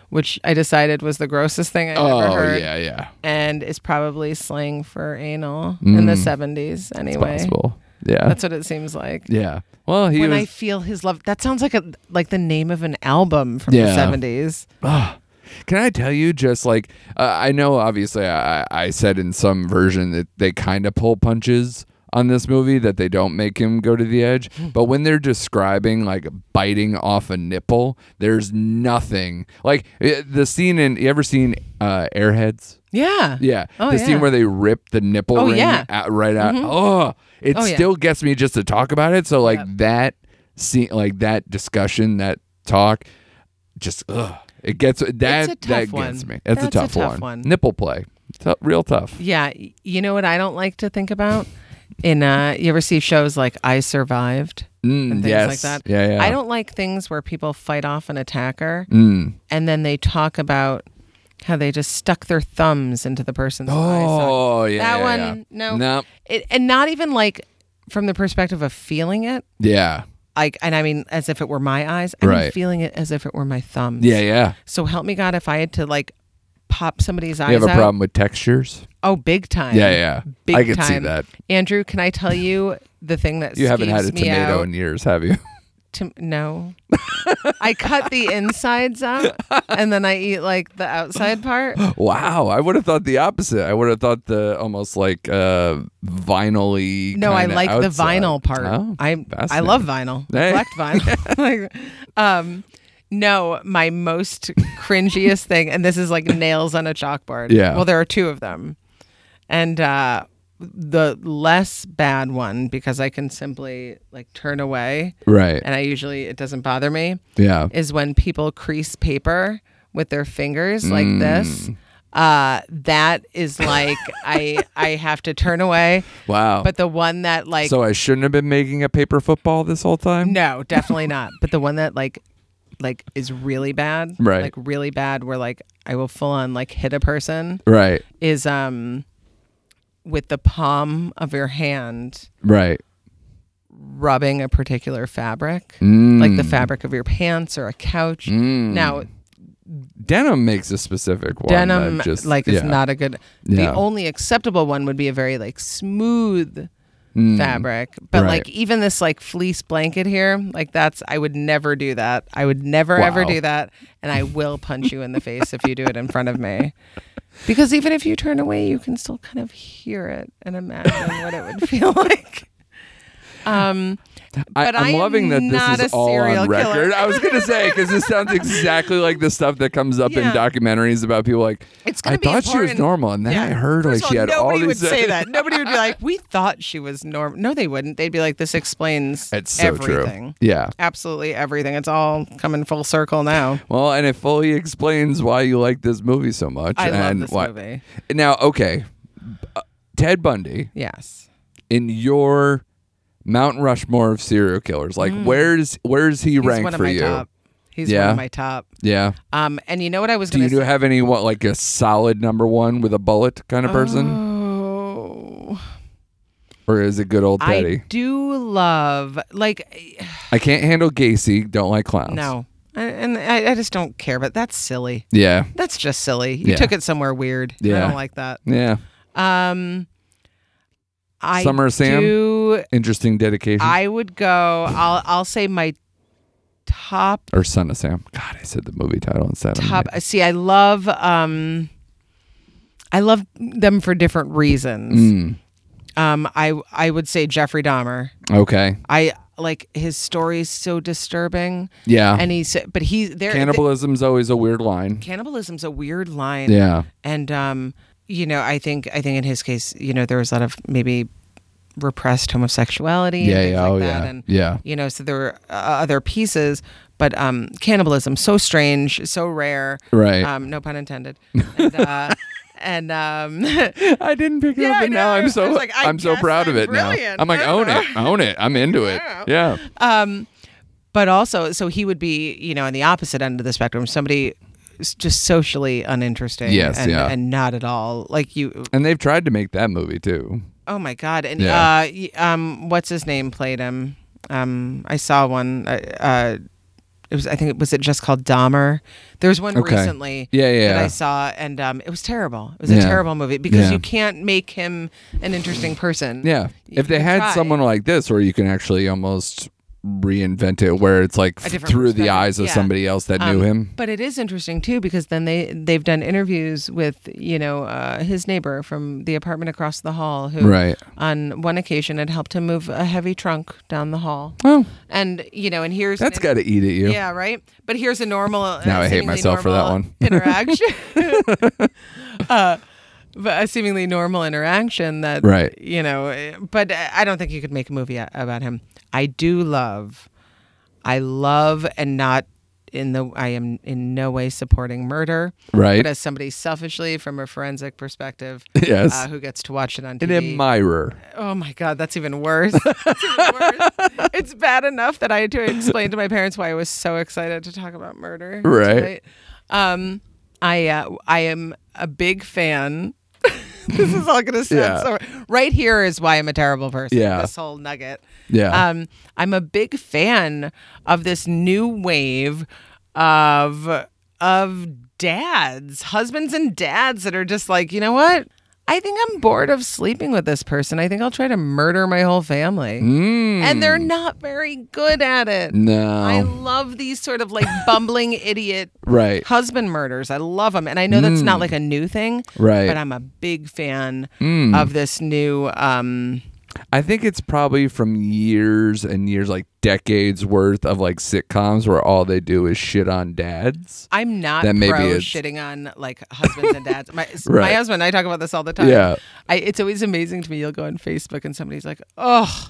Speaker 10: which I decided was the grossest thing I
Speaker 12: oh
Speaker 10: ever heard.
Speaker 12: yeah, yeah.
Speaker 10: And is probably slang for anal in the 70s
Speaker 12: Mm.
Speaker 10: anyway.
Speaker 12: Possible. Yeah.
Speaker 10: That's what it seems like
Speaker 12: yeah. Well, he
Speaker 10: when
Speaker 12: was.
Speaker 10: I feel his love. That sounds like a like the name of an album from
Speaker 12: Yeah. Ah.
Speaker 10: the seventies.
Speaker 12: Can I tell you just like uh, I know obviously I, I said in some version that they kind of pull punches on this movie that they don't make him go to the edge,
Speaker 10: Hmm.
Speaker 12: but when they're describing like biting off a nipple, there's nothing like it, the scene in you ever seen uh, Airheads?
Speaker 10: Yeah.
Speaker 12: Yeah,
Speaker 10: Oh,
Speaker 12: the
Speaker 10: yeah.
Speaker 12: scene where they rip the nipple
Speaker 10: Oh,
Speaker 12: ring
Speaker 10: yeah. Mm-hmm.
Speaker 12: out, right out. Oh, it
Speaker 10: Oh, yeah.
Speaker 12: still gets me just to talk about it. So like
Speaker 10: Yep.
Speaker 12: that scene, like that discussion, that talk, just ugh, it gets that that
Speaker 10: tough
Speaker 12: gets
Speaker 10: one.
Speaker 12: me. That's, a tough, one.
Speaker 10: one.
Speaker 12: Nipple play, T- real tough.
Speaker 10: Yeah. y- You know what I don't like to think about? In uh you ever see shows like I Survived
Speaker 12: Mm,
Speaker 10: and things
Speaker 12: yes.
Speaker 10: like that?
Speaker 12: Yeah, yeah.
Speaker 10: I don't like things where people fight off an attacker
Speaker 12: Mm.
Speaker 10: and then they talk about how they just stuck their thumbs into the person's eye socket.
Speaker 12: Oh yeah,
Speaker 10: That
Speaker 12: yeah,
Speaker 10: one,
Speaker 12: yeah.
Speaker 10: no.
Speaker 12: no,
Speaker 10: It, and not even like from the perspective of feeling it.
Speaker 12: yeah,
Speaker 10: Like and I mean as if it were my eyes. I mean
Speaker 12: Right.
Speaker 10: feeling it as if it were my thumbs.
Speaker 12: yeah, yeah.
Speaker 10: So help me God, if I had to like pop somebody's eyes
Speaker 12: You have a
Speaker 10: out.
Speaker 12: problem with textures?
Speaker 10: Oh, big time.
Speaker 12: Yeah, yeah.
Speaker 10: Big
Speaker 12: I can
Speaker 10: time.
Speaker 12: see that.
Speaker 10: Andrew, can I tell you the thing that
Speaker 12: You haven't had a
Speaker 10: skeeves me
Speaker 12: tomato
Speaker 10: out
Speaker 12: in years, have you?
Speaker 10: to- no, I cut the insides out and then I eat like the outside part.
Speaker 12: Wow, I would have thought the opposite. I would have thought the almost like uh vinyl-y.
Speaker 10: No, I
Speaker 12: kinda
Speaker 10: like the
Speaker 12: outside.
Speaker 10: vinyl part.
Speaker 12: Oh,
Speaker 10: I I
Speaker 12: fascinating.
Speaker 10: love vinyl.
Speaker 12: Hey.
Speaker 10: I collect vinyl. like, um, no, my most cringiest thing, and this is like nails on a chalkboard.
Speaker 12: Yeah.
Speaker 10: Well, there are two of them, and uh, the less bad one because I can simply like turn away,
Speaker 12: Right.
Speaker 10: and I usually it doesn't bother me.
Speaker 12: Yeah.
Speaker 10: Is when people crease paper with their fingers
Speaker 12: Mm.
Speaker 10: like this. Uh, that is like I I have to turn away.
Speaker 12: Wow.
Speaker 10: But the one that like
Speaker 12: so I shouldn't have been making a paper football this whole time.
Speaker 10: no, definitely not. But the one that like like is really bad,
Speaker 12: Right.
Speaker 10: Like really bad, where like I will full on like hit a person
Speaker 12: Right.
Speaker 10: is um with the palm of your hand
Speaker 12: Right.
Speaker 10: rubbing a particular fabric, like the
Speaker 12: Mm.
Speaker 10: fabric of your pants or a couch. Now
Speaker 12: Denim makes a specific one. that
Speaker 10: denim
Speaker 12: just
Speaker 10: like
Speaker 12: yeah.
Speaker 10: is not a good.
Speaker 12: Yeah.
Speaker 10: The only acceptable one would be a very like smooth. fabric but
Speaker 12: Mm. Right.
Speaker 10: like even this like fleece blanket here like that's i would never do that i would never ever
Speaker 12: Wow.
Speaker 10: do that and i will punch you in the face if you do it in front of me because even if you turn away you can still kind of hear it and imagine what it would feel like um
Speaker 12: I,
Speaker 10: but
Speaker 12: I'm
Speaker 10: I am
Speaker 12: loving that
Speaker 10: not
Speaker 12: this is
Speaker 10: a
Speaker 12: all on
Speaker 10: serial
Speaker 12: record.
Speaker 10: killer.
Speaker 12: I was gonna say because this sounds exactly like the stuff that comes up
Speaker 10: Yeah.
Speaker 12: in documentaries about people. Like
Speaker 10: It's
Speaker 12: I
Speaker 10: gonna be
Speaker 12: thought she was
Speaker 10: important.
Speaker 12: normal, and then I heard
Speaker 10: First
Speaker 12: like
Speaker 10: of
Speaker 12: she
Speaker 10: all,
Speaker 12: had all
Speaker 10: nobody
Speaker 12: these.
Speaker 10: would say that nobody would be like we thought she was normal no they wouldn't they'd be like this explains
Speaker 12: It's so
Speaker 10: everything
Speaker 12: true. Yeah.
Speaker 10: absolutely everything it's all coming full circle now
Speaker 12: Well, and it fully explains why you like this movie so much.
Speaker 10: i love
Speaker 12: and
Speaker 10: this
Speaker 12: why-
Speaker 10: movie
Speaker 12: Now, okay, uh, Ted Bundy
Speaker 10: yes
Speaker 12: in your Mount Rushmore of serial killers, like where's where's he
Speaker 10: Mm. He's
Speaker 12: ranked
Speaker 10: one of
Speaker 12: for
Speaker 10: my
Speaker 12: you?
Speaker 10: Top. He's one
Speaker 12: Yeah.
Speaker 10: of my top.
Speaker 12: Yeah.
Speaker 10: Um, and you know what I was
Speaker 12: Do
Speaker 10: going
Speaker 12: you
Speaker 10: to say?
Speaker 12: have any what like a solid number one with a bullet kind of person,
Speaker 10: Oh,
Speaker 12: or is it good old
Speaker 10: I
Speaker 12: Teddy?
Speaker 10: do love like
Speaker 12: I, can't handle Gacy. Don't like clowns.
Speaker 10: no, I, and I, I just don't care. But that's silly.
Speaker 12: Yeah.
Speaker 10: That's just silly. You
Speaker 12: Yeah.
Speaker 10: took it somewhere weird. I
Speaker 12: Yeah.
Speaker 10: don't like that.
Speaker 12: Yeah.
Speaker 10: Um, I
Speaker 12: Summer of Sam?
Speaker 10: do-
Speaker 12: Interesting dedication.
Speaker 10: I would go. I'll I'll say my top
Speaker 12: or Son of Sam. God, I said the movie title instead. I'm
Speaker 10: top.
Speaker 12: like-
Speaker 10: See, I love um, I love them for different reasons.
Speaker 12: Mm,
Speaker 10: Um, I I would say Jeffrey Dahmer.
Speaker 12: okay.
Speaker 10: I like his story is so disturbing,
Speaker 12: Yeah.
Speaker 10: and he's but he there
Speaker 12: Cannibalism's always a weird line.
Speaker 10: cannibalism's a weird line.
Speaker 12: Yeah.
Speaker 10: and um, you know, I think I think in his case, you know, there was a lot of maybe repressed homosexuality.
Speaker 12: Yeah,
Speaker 10: and things
Speaker 12: yeah,
Speaker 10: like
Speaker 12: oh,
Speaker 10: that.
Speaker 12: yeah,
Speaker 10: and,
Speaker 12: yeah.
Speaker 10: You know, so there were uh, other pieces, but um, cannibalism so strange, so rare.
Speaker 12: Right.
Speaker 10: Um, no pun intended. And, uh, and um,
Speaker 12: I didn't pick it
Speaker 10: Yeah,
Speaker 12: up,
Speaker 10: I
Speaker 12: and now
Speaker 10: know.
Speaker 12: I'm
Speaker 10: I
Speaker 12: so
Speaker 10: was like, I
Speaker 12: I'm so
Speaker 10: guess
Speaker 12: proud of
Speaker 10: I'm
Speaker 12: it
Speaker 10: brilliant.
Speaker 12: now. I'm like,
Speaker 10: I
Speaker 12: own
Speaker 10: don't
Speaker 12: it, own it. I'm into it. Yeah.
Speaker 10: Um, but also, so he would be, you know, on the opposite end of the spectrum. Somebody. s- Just socially uninteresting,
Speaker 12: Yes,
Speaker 10: and,
Speaker 12: yeah.
Speaker 10: and not at all like you.
Speaker 12: And they've tried to make that movie too.
Speaker 10: Oh my god! And
Speaker 12: Yeah.
Speaker 10: uh, y- um, what's his name played him? Um, I saw one. Uh, uh, it was I think it was it just called Dahmer. There was one
Speaker 12: Okay.
Speaker 10: recently.
Speaker 12: Yeah, yeah,
Speaker 10: That
Speaker 12: yeah.
Speaker 10: I saw, and um, it was terrible. It was a
Speaker 12: Yeah.
Speaker 10: terrible movie because
Speaker 12: Yeah.
Speaker 10: you can't make him an interesting person.
Speaker 12: Yeah.
Speaker 10: You
Speaker 12: If they
Speaker 10: can
Speaker 12: had
Speaker 10: try.
Speaker 12: someone like this, where you can actually almost reinvent it, where it's like
Speaker 10: A different
Speaker 12: through the
Speaker 10: perspective,
Speaker 12: eyes of
Speaker 10: yeah.
Speaker 12: somebody else that
Speaker 10: Um,
Speaker 12: knew him.
Speaker 10: But it is interesting too because then they they've done interviews with you know uh, his neighbor from the apartment across the hall who
Speaker 12: Right.
Speaker 10: on one occasion had helped him move a heavy trunk down the hall.
Speaker 12: Oh,
Speaker 10: And you know, and here's an
Speaker 12: that's got to eat at you.
Speaker 10: Yeah, right. But here's a normal. uh,
Speaker 12: Now I hate
Speaker 10: seemingly
Speaker 12: myself for that
Speaker 10: normal
Speaker 12: one.
Speaker 10: interaction. Uh, but a seemingly normal interaction that
Speaker 12: Right.
Speaker 10: you know. eh, But I I don't think you could make a movie a- about him. I do love. I love and not in the. I am in no way supporting murder.
Speaker 12: Right.
Speaker 10: But as somebody selfishly from a forensic perspective.
Speaker 12: Yes.
Speaker 10: Uh, who gets to watch it on
Speaker 12: An
Speaker 10: TV?
Speaker 12: admirer.
Speaker 10: Oh my God, that's even worse. That's even worse. It's bad enough that I had to explain to my parents why I was so excited to talk about murder.
Speaker 12: Right.
Speaker 10: tonight. Um, I uh, I am a big fan. this is all gonna sound
Speaker 12: Yeah.
Speaker 10: so. Right here is why I'm a terrible person.
Speaker 12: Yeah.
Speaker 10: This whole nugget.
Speaker 12: Yeah.
Speaker 10: Um, I'm a big fan of this new wave of of dads, husbands and dads that are just like, you know what? I think I'm bored of sleeping with this person. I think I'll try to murder my whole family. And they're not very good at it.
Speaker 12: Hmm. No.
Speaker 10: I love these sort of like bumbling idiot
Speaker 12: Right. Hmm.
Speaker 10: husband murders. I love them. And I know that's not like a new thing,
Speaker 12: Right. Hmm.
Speaker 10: but I'm a big fan of this new um
Speaker 12: I think it's probably from years and years, like decades worth of like sitcoms where all they do is shit on dads.
Speaker 10: I'm not
Speaker 12: That maybe
Speaker 10: pro
Speaker 12: it's-
Speaker 10: shitting on like husbands and dads. My, my
Speaker 12: Right.
Speaker 10: husband, and I talk about this all the time.
Speaker 12: Yeah.
Speaker 10: I, it's always amazing to me. You'll go on Facebook and somebody's like, "Oh,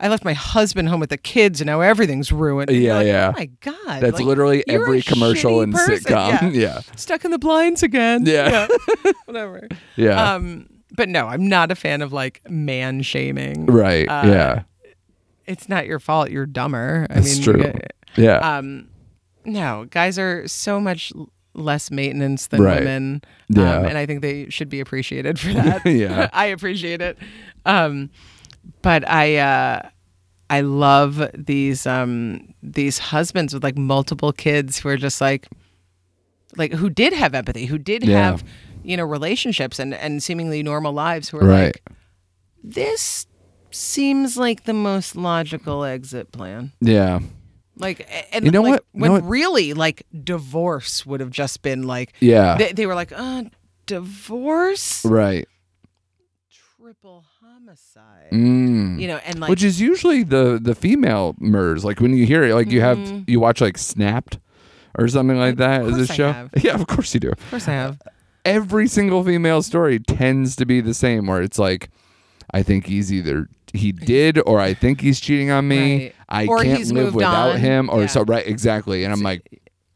Speaker 10: I left my husband home with the kids, and now everything's ruined." And you're
Speaker 12: Yeah,
Speaker 10: like,
Speaker 12: yeah.
Speaker 10: Oh my god,
Speaker 12: That's
Speaker 10: like,
Speaker 12: literally
Speaker 10: you're a
Speaker 12: every commercial
Speaker 10: shitty
Speaker 12: and
Speaker 10: person.
Speaker 12: sitcom. Yeah.
Speaker 10: Stuck in the blinds again.
Speaker 12: Yeah.
Speaker 10: Whatever.
Speaker 12: Yeah.
Speaker 10: Um, but no, I'm not a fan of like man shaming.
Speaker 12: right.
Speaker 10: uh,
Speaker 12: yeah.
Speaker 10: It's not your fault. You're dumber. I
Speaker 12: That's
Speaker 10: mean,
Speaker 12: true.
Speaker 10: uh,
Speaker 12: yeah.
Speaker 10: um no guys are so much l- less maintenance than
Speaker 12: Right.
Speaker 10: women
Speaker 12: Yeah.
Speaker 10: um, and i think they should be appreciated for that
Speaker 12: Yeah.
Speaker 10: i appreciate it um but i uh i love these um these husbands with like multiple kids who are just like like who did have empathy who did
Speaker 12: Yeah.
Speaker 10: have you know relationships and and seemingly normal lives who are
Speaker 12: right.
Speaker 10: like this seems like the most logical exit plan
Speaker 12: yeah.
Speaker 10: like, a- and
Speaker 12: You know
Speaker 10: like,
Speaker 12: what? You
Speaker 10: When
Speaker 12: know what?
Speaker 10: really, like, divorce would have just been like,
Speaker 12: Yeah.
Speaker 10: they, they were like, uh, divorce,
Speaker 12: right.
Speaker 10: triple homicide,
Speaker 12: Mm.
Speaker 10: you know, and like,
Speaker 12: Which is usually the the female murders. Like when you hear it, like you have you watch like Snapped or something like that as
Speaker 10: Mm-hmm. course
Speaker 12: a
Speaker 10: I
Speaker 12: show.
Speaker 10: have.
Speaker 12: Yeah, of course you do.
Speaker 10: of course I have.
Speaker 12: every single female story tends to be the same where it's like i think he's either he did or i think he's cheating on me
Speaker 10: Right.
Speaker 12: i
Speaker 10: Or
Speaker 12: can't
Speaker 10: he's
Speaker 12: live
Speaker 10: moved
Speaker 12: without
Speaker 10: on.
Speaker 12: him or
Speaker 10: Yeah.
Speaker 12: so right exactly and i'm like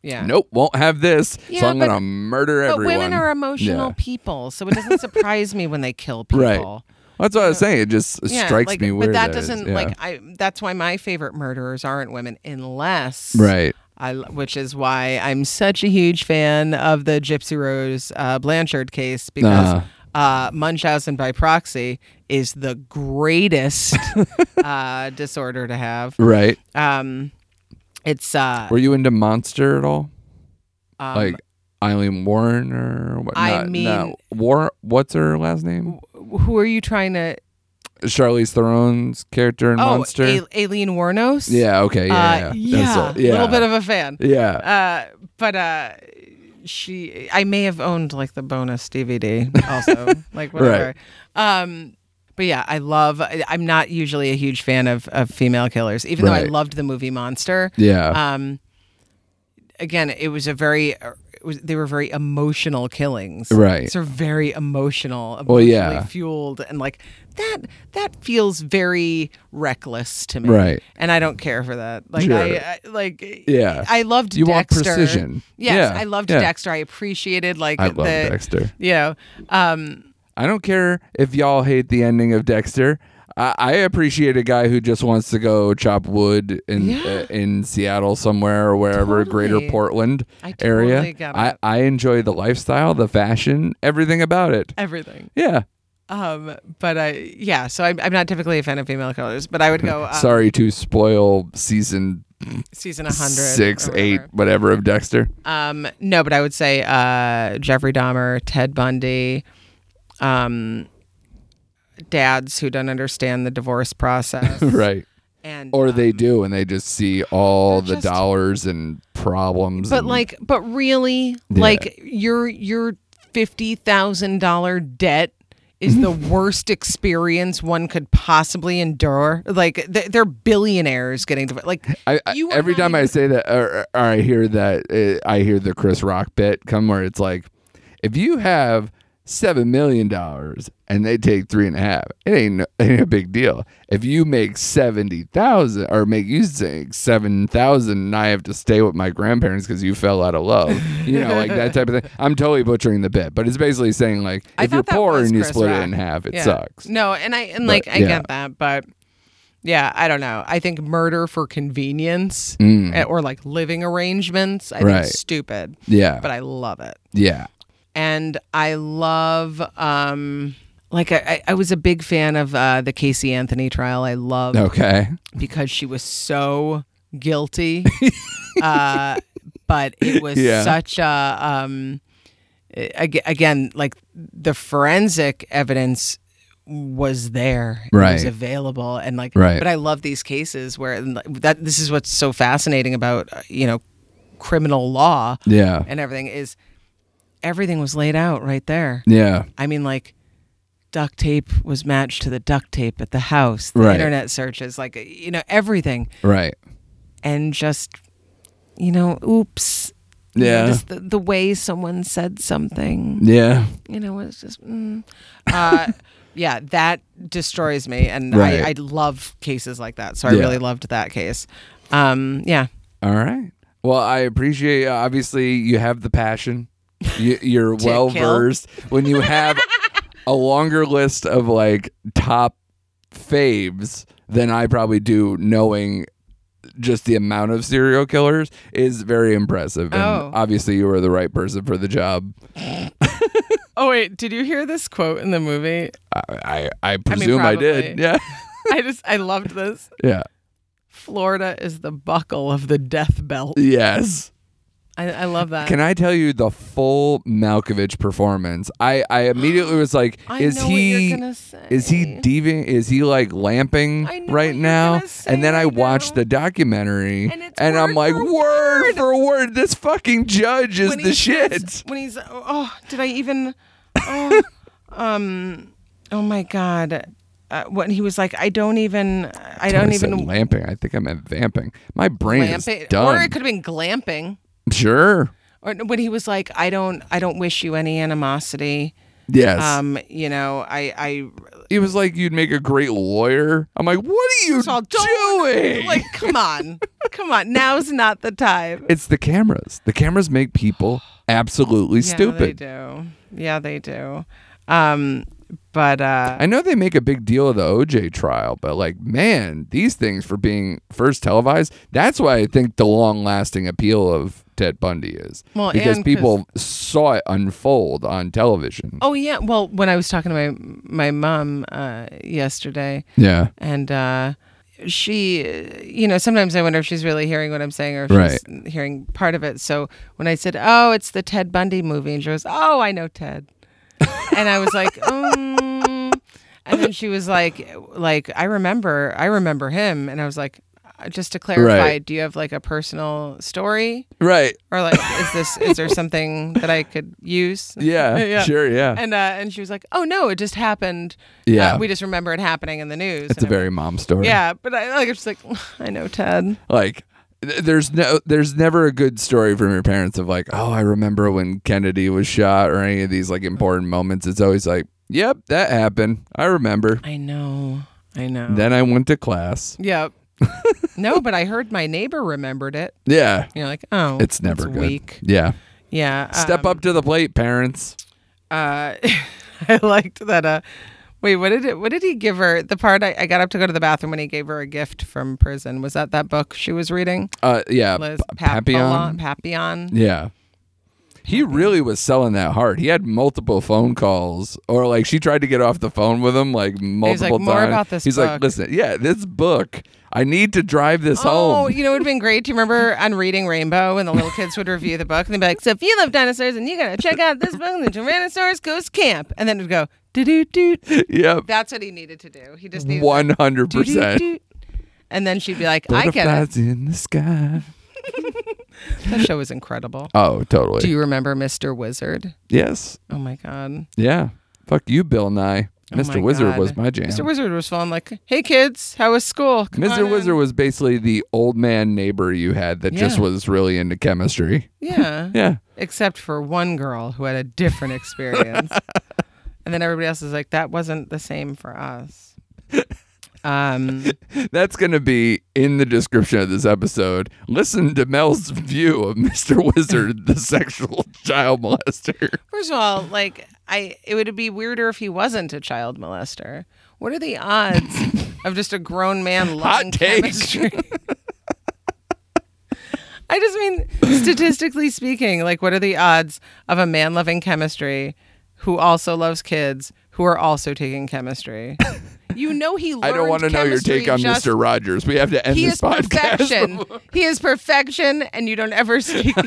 Speaker 10: Yeah.
Speaker 12: nope won't have this so
Speaker 10: Yeah,
Speaker 12: i'm
Speaker 10: but-
Speaker 12: gonna murder
Speaker 10: But
Speaker 12: everyone
Speaker 10: women are emotional
Speaker 12: Yeah.
Speaker 10: people, so it doesn't surprise me when they kill people.
Speaker 12: right that's what i was saying it just
Speaker 10: Yeah,
Speaker 12: strikes
Speaker 10: like,
Speaker 12: me
Speaker 10: but
Speaker 12: weird
Speaker 10: that
Speaker 12: is.
Speaker 10: doesn't
Speaker 12: Yeah.
Speaker 10: like I. That's why my favorite murderers aren't women, unless
Speaker 12: right
Speaker 10: I, l- which is why I'm such a huge fan of the Gypsy Rose uh, Blanchard
Speaker 12: Uh-huh.
Speaker 10: case because uh Munchausen by proxy is the greatest uh, disorder to have.
Speaker 12: right
Speaker 10: Um, It's uh
Speaker 12: Were you into Monster at all?
Speaker 10: um,
Speaker 12: like Eileen Warren or what?
Speaker 10: I
Speaker 12: not- not
Speaker 10: mean-
Speaker 12: War. What's her last name?
Speaker 10: who are you trying to
Speaker 12: Charlize Theron's character in
Speaker 10: Oh,
Speaker 12: Monster.
Speaker 10: A- Aileen Warnos?
Speaker 12: yeah. Okay. Yeah.
Speaker 10: Uh,
Speaker 12: yeah.
Speaker 10: yeah,
Speaker 12: That's
Speaker 10: a
Speaker 12: it, yeah.
Speaker 10: little bit of a fan.
Speaker 12: Yeah.
Speaker 10: Uh, but uh, she, I may have owned like the bonus DVD also, like whatever. Um, but yeah, I love. I- I'm not usually a huge fan of of female killers, even though I
Speaker 12: Right.
Speaker 10: loved the movie Monster.
Speaker 12: Yeah.
Speaker 10: Um, again, it was a very. uh, It was, they were very emotional killings,
Speaker 12: Right.
Speaker 10: So very emotional, emotionally
Speaker 12: Well, yeah.
Speaker 10: fueled, and like that. That feels very reckless to me,
Speaker 12: Right.
Speaker 10: And I don't care for that. Like
Speaker 12: Sure.
Speaker 10: I, I like
Speaker 12: Yeah.
Speaker 10: I loved
Speaker 12: You want
Speaker 10: Dexter.
Speaker 12: precision.
Speaker 10: Yes,
Speaker 12: Yeah,
Speaker 10: I loved
Speaker 12: yeah.
Speaker 10: Dexter. I appreciated like
Speaker 12: I
Speaker 10: the
Speaker 12: love Dexter.
Speaker 10: you know um
Speaker 12: I don't care if y'all hate the ending of Dexter. I, I appreciate a guy who just wants to go chop wood in uh, in Seattle somewhere or wherever, Greater
Speaker 10: Totally.
Speaker 12: Portland
Speaker 10: I
Speaker 12: area.
Speaker 10: totally get
Speaker 12: I
Speaker 10: it.
Speaker 12: I enjoy the lifestyle, the fashion, everything about it.
Speaker 10: everything.
Speaker 12: Yeah.
Speaker 10: Um but I yeah, so I'm, I'm not typically a fan of female colors, but I would go um,
Speaker 12: Sorry to spoil season
Speaker 10: season 100
Speaker 12: six,
Speaker 10: or
Speaker 12: eight,
Speaker 10: whatever.
Speaker 12: whatever of Dexter.
Speaker 10: Um no, but I would say uh Jeffrey Dahmer, Ted Bundy, um dads who don't understand the divorce process
Speaker 12: right.
Speaker 10: and
Speaker 12: Or
Speaker 10: um,
Speaker 12: they do, and they just see all the
Speaker 10: just-
Speaker 12: dollars and problems.
Speaker 10: But
Speaker 12: and-
Speaker 10: like, but really, like your your fifty thousand dollar debt is the worst experience one could possibly endure. Like th- they're billionaires getting to like
Speaker 12: I, I-
Speaker 10: you are
Speaker 12: every
Speaker 10: not
Speaker 12: time I say that or, or I hear that, uh, I hear the Chris Rock bit come where it's like, if you have seven million dollars and they take three and a half, it ain't, no, ain't a big deal. If you make seventy thousand or make you think seven thousand, and I have to stay with my grandparents because you fell out of love, you know, like that type of thing. I'm totally butchering the bit, but it's basically saying like,
Speaker 10: I
Speaker 12: if you're
Speaker 10: thought that
Speaker 12: poor
Speaker 10: was
Speaker 12: and you
Speaker 10: Chris
Speaker 12: split it
Speaker 10: Rock.
Speaker 12: in half, it
Speaker 10: Yeah.
Speaker 12: sucks.
Speaker 10: No, and I and
Speaker 12: But,
Speaker 10: like I
Speaker 12: yeah.
Speaker 10: get that, but yeah, I don't know. I think murder for convenience eh, or like living arrangements, I think
Speaker 12: Mm. Right.
Speaker 10: is stupid.
Speaker 12: Yeah,
Speaker 10: But I love it.
Speaker 12: yeah,
Speaker 10: and I love um like I, I- I was a big fan of uh, the Casey Anthony trial. I loved
Speaker 12: okay,
Speaker 10: because she was so guilty, uh, but it was
Speaker 12: Yeah.
Speaker 10: such a um, ag- again like the forensic evidence was there, it was
Speaker 12: Right.
Speaker 10: available, and like
Speaker 12: Right.
Speaker 10: But I love these cases where and, like, that this is what's so fascinating about uh, you know criminal law
Speaker 12: yeah,
Speaker 10: and everything is everything was laid out right there.
Speaker 12: yeah,
Speaker 10: I mean, like duct tape was matched to the duct tape at the house, the
Speaker 12: Right.
Speaker 10: internet searches, like you know everything,
Speaker 12: right,
Speaker 10: and just you know, oops, You know,
Speaker 12: Yeah.
Speaker 10: just the, the way someone said something,
Speaker 12: yeah.
Speaker 10: you know, it's just, mm. uh, yeah, that destroys me, and
Speaker 12: Right.
Speaker 10: I, I love cases like that, so I
Speaker 12: Yeah.
Speaker 10: really loved that case. Um, yeah,
Speaker 12: All right. Well, I appreciate. uh, Obviously, you have the passion. You, you're well versed. When you have a longer list of like top faves than I probably do, knowing just the amount of serial killers is very impressive. And
Speaker 10: Oh.
Speaker 12: obviously, you were the right person for the job.
Speaker 10: Oh wait, did you hear this quote in the movie?
Speaker 12: I I, I presume I, did.
Speaker 10: probably.
Speaker 12: Yeah.
Speaker 10: I just I loved this.
Speaker 12: Yeah.
Speaker 10: Florida is the buckle of the death belt.
Speaker 12: Yes.
Speaker 10: I, I love that.
Speaker 12: Can I tell you the full Malkovich performance? I, I immediately was like,
Speaker 10: I
Speaker 12: is
Speaker 10: know what
Speaker 12: he
Speaker 10: you're gonna
Speaker 12: is he
Speaker 10: say.
Speaker 12: deviant? Is he like lamping
Speaker 10: I know what
Speaker 12: right
Speaker 10: you're
Speaker 12: now?
Speaker 10: gonna say
Speaker 12: And then I
Speaker 10: right
Speaker 12: watched
Speaker 10: now.
Speaker 12: the documentary,
Speaker 10: And it's
Speaker 12: I'm
Speaker 10: word
Speaker 12: like,
Speaker 10: for
Speaker 12: word
Speaker 10: word.
Speaker 12: for word, this fucking judge is
Speaker 10: When
Speaker 12: the
Speaker 10: he says-
Speaker 12: shit.
Speaker 10: when he's oh, did I even? Oh, um, oh my god. Uh, when he was like, I don't even, I don't
Speaker 12: said
Speaker 10: even
Speaker 12: lamping. I think I meant vamping. My brain is
Speaker 10: glamping,
Speaker 12: done.
Speaker 10: or it could have been glamping.
Speaker 12: sure.
Speaker 10: Or when he was like, I don't, I don't wish you any animosity.
Speaker 12: Yes.
Speaker 10: Um, you know, I, I
Speaker 12: he was like, you'd make a great lawyer. I'm like, what are you
Speaker 10: First of all, don't-
Speaker 12: doing?
Speaker 10: like, come on, come on. Now's not the time.
Speaker 12: it's the cameras. The cameras make people absolutely stupid.
Speaker 10: Yeah, they do. Yeah, they do. Um, but uh,
Speaker 12: I know they make a big deal of the OJ trial, but like, man, these things for being first televised, that's why I think the long lasting appeal of Ted Bundy is.
Speaker 10: Well,
Speaker 12: because
Speaker 10: and 'cause-
Speaker 12: people saw it unfold on television.
Speaker 10: oh yeah. Well, when I was talking to my my mom uh, yesterday,
Speaker 12: Yeah.
Speaker 10: and uh, she, uh, you know, sometimes I wonder if she's really hearing what I'm saying or if
Speaker 12: Right.
Speaker 10: she's hearing part of it. So when I said, "Oh, it's the Ted Bundy movie," and she goes, "Oh, I know Ted," and I was like, um, and then she was like, "Like I remember, I remember him," and I was like, uh, "Just to clarify,
Speaker 12: Right.
Speaker 10: do you have like a personal story?"
Speaker 12: Right.
Speaker 10: or like is this is there something that i could use
Speaker 12: Yeah, sure, yeah.
Speaker 10: and uh and she was like oh no it just happened Uh,
Speaker 12: Yeah.
Speaker 10: we just remember it happening in the news
Speaker 12: It's
Speaker 10: And
Speaker 12: a
Speaker 10: I'm
Speaker 12: very mom story.
Speaker 10: like, yeah but i like it's like i know ted
Speaker 12: Like th- there's no there's never a good story from your parents of like, "Oh, I remember when Kennedy was shot" or any of these like important moments. It's always like, "Yep, that happened. I remember."
Speaker 10: i know i know
Speaker 12: Then I went to class.
Speaker 10: yep no but i heard my neighbor remembered it
Speaker 12: Yeah.
Speaker 10: you're like oh
Speaker 12: It's never
Speaker 10: that's
Speaker 12: good.
Speaker 10: weak
Speaker 12: Yeah.
Speaker 10: yeah
Speaker 12: Step
Speaker 10: um,
Speaker 12: up to the plate, parents.
Speaker 10: uh, I liked that. Uh, wait, what did it? What did he give her? The part I, I got up to go to the bathroom when he gave her a gift from prison. Was that that book she was reading?
Speaker 12: Uh yeah,
Speaker 10: Liz
Speaker 12: P-
Speaker 10: Papillon.
Speaker 12: Papillon.
Speaker 10: Papillon.
Speaker 12: Yeah. He really was selling that hard. He had multiple phone calls, or like she tried to get off the phone with him like multiple
Speaker 10: "More
Speaker 12: times.
Speaker 10: about this
Speaker 12: He's like,
Speaker 10: book."
Speaker 12: listen, yeah, this book. I need to drive this
Speaker 10: Oh,
Speaker 12: home.
Speaker 10: you know, it would have been great. Do you remember on Reading Rainbow when the little kids would review the book and they'd be like, So if you love dinosaurs and you got to check out this book, The Tyrannosaurus Goes Camp. And then it'd go, doo doo doo.
Speaker 12: Yep,
Speaker 10: That's what he needed to do. He just needed to
Speaker 12: one hundred
Speaker 10: do, do,
Speaker 12: percent.
Speaker 10: do. And then she'd be like, I get it.
Speaker 12: Butterflies in the sky.
Speaker 10: That show was incredible.
Speaker 12: Oh, totally.
Speaker 10: Do you remember Mr. Wizard?
Speaker 12: yes.
Speaker 10: Oh my God.
Speaker 12: Yeah. Fuck you, Bill Nye.
Speaker 10: Oh
Speaker 12: Mr.
Speaker 10: my
Speaker 12: Wizard
Speaker 10: God.
Speaker 12: was my jam.
Speaker 10: Mr. Wizard was fun. Like, hey kids, how was school? Come on
Speaker 12: Mr.
Speaker 10: in."
Speaker 12: Wizard was basically the old man neighbor you had that just
Speaker 10: Yeah.
Speaker 12: was really into chemistry.
Speaker 10: Yeah.
Speaker 12: Yeah.
Speaker 10: Except for one girl who had a different experience. and then everybody else is like, that wasn't the same for us. Um,
Speaker 12: That's going to be in the description of this episode. Listen to Mel's view of Mr. Wizard, the sexual child molester.
Speaker 10: first of all, like I it would be weirder if he wasn't a child molester. What are the odds of just a grown man loving
Speaker 12: take.
Speaker 10: chemistry? I just mean statistically speaking, like what are the odds of a man loving chemistry who also loves kids who are also taking chemistry? You know he learned
Speaker 12: I don't want to know your take on
Speaker 10: chemistry
Speaker 12: Mr.
Speaker 10: just-
Speaker 12: Rogers. We have to end
Speaker 10: He
Speaker 12: this
Speaker 10: is
Speaker 12: podcast.
Speaker 10: perfection. He is perfection, and you don't ever speak.
Speaker 12: so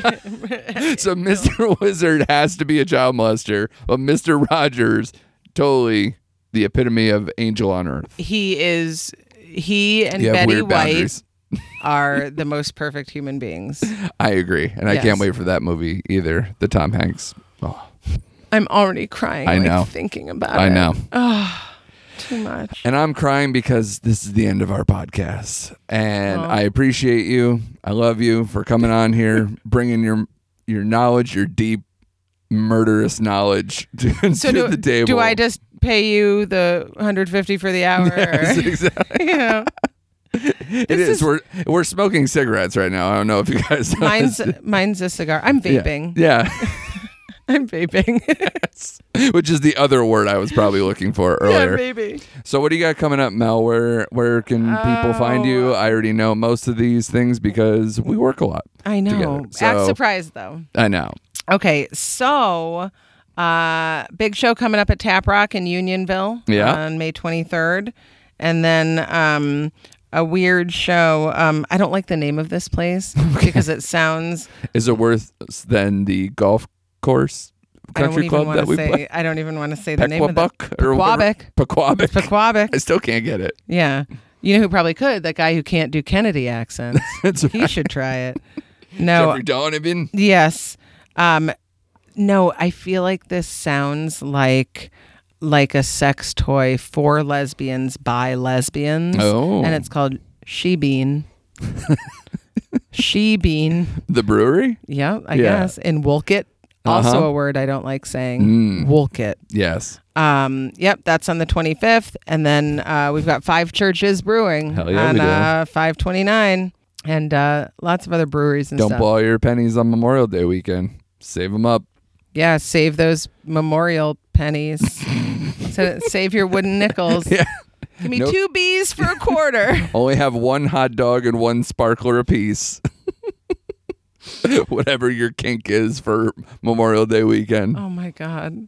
Speaker 12: Mr. Wizard has to be a child molester, but Mr. Rogers, totally the epitome of angel on earth.
Speaker 10: he is. He and
Speaker 12: You have
Speaker 10: Betty
Speaker 12: weird
Speaker 10: White
Speaker 12: boundaries.
Speaker 10: are the most perfect human beings.
Speaker 12: I agree, and I can't
Speaker 10: Yes.
Speaker 12: wait for that movie either. The Tom Hanks. Oh,
Speaker 10: I'm already crying.
Speaker 12: I
Speaker 10: like,
Speaker 12: know.
Speaker 10: thinking about it.
Speaker 12: I know.
Speaker 10: Too much.
Speaker 12: And I'm crying because this is the end of our podcast. And I appreciate you. I love you for coming on here, bringing your your knowledge, your deep murderous knowledge to,
Speaker 10: So
Speaker 12: to
Speaker 10: do,
Speaker 12: the table.
Speaker 10: do I just pay you the 150 for the hour?
Speaker 12: Yes, exactly.
Speaker 10: you know,
Speaker 12: It is.
Speaker 10: is-
Speaker 12: We're we're smoking cigarettes right now. I don't know if you guys
Speaker 10: mine's mine's a cigar. I'm
Speaker 12: Yeah.
Speaker 10: vaping.
Speaker 12: Yeah.
Speaker 10: I'm vaping.
Speaker 12: Which is the other word I was probably looking for
Speaker 10: yeah,
Speaker 12: earlier.
Speaker 10: baby.
Speaker 12: So what do you got coming up, Mel? Where where can people find
Speaker 10: Oh.
Speaker 12: you? I already know most of these things because we work a lot.
Speaker 10: I know.
Speaker 12: Together. So,
Speaker 10: Act surprised though.
Speaker 12: I know.
Speaker 10: Okay, so uh big show coming up at Tap Rock in Unionville
Speaker 12: Yeah.
Speaker 10: on May 23rd and then um a weird show. Um I don't like the name of this place because it sounds
Speaker 12: Is it worse than the golf course
Speaker 10: I don't
Speaker 12: country
Speaker 10: even
Speaker 12: club
Speaker 10: want
Speaker 12: that
Speaker 10: to
Speaker 12: we
Speaker 10: say
Speaker 12: play?
Speaker 10: I don't even want to say the name of it.
Speaker 12: Pequabuck or whatever- Pequabuck. I
Speaker 10: Pequabic.
Speaker 12: still can't get it.
Speaker 10: Yeah. You know who probably could? That guy who can't do Kennedy accents.
Speaker 12: That's
Speaker 10: he
Speaker 12: right.
Speaker 10: should try it. No.
Speaker 12: Jeffrey Donovan.
Speaker 10: Yes. Um no, I feel like this sounds like like a sex toy for lesbians by lesbians.
Speaker 12: Oh.
Speaker 10: And it's called She Bean. she Bean.
Speaker 12: The brewery?
Speaker 10: Yeah, I
Speaker 12: Yeah.
Speaker 10: guess. In Wolkit. Also
Speaker 12: Uh-huh. Mm.
Speaker 10: a word I don't like saying. Wolkit.
Speaker 12: Yes.
Speaker 10: Um, yep, that's on the 25th. And then uh, we've got Five Churches Brewing
Speaker 12: Hell yeah,
Speaker 10: on
Speaker 12: we do.
Speaker 10: uh, 529 and uh, lots of other breweries and
Speaker 12: Don't
Speaker 10: stuff.
Speaker 12: blow your pennies on Memorial Day weekend. Save them up.
Speaker 10: Yeah, save those memorial pennies. so save your wooden nickels.
Speaker 12: Yeah.
Speaker 10: Give me
Speaker 12: Nope.
Speaker 10: two bees for a quarter.
Speaker 12: Only have one hot dog and one sparkler apiece. Whatever your kink is for Memorial Day weekend.
Speaker 10: oh my god.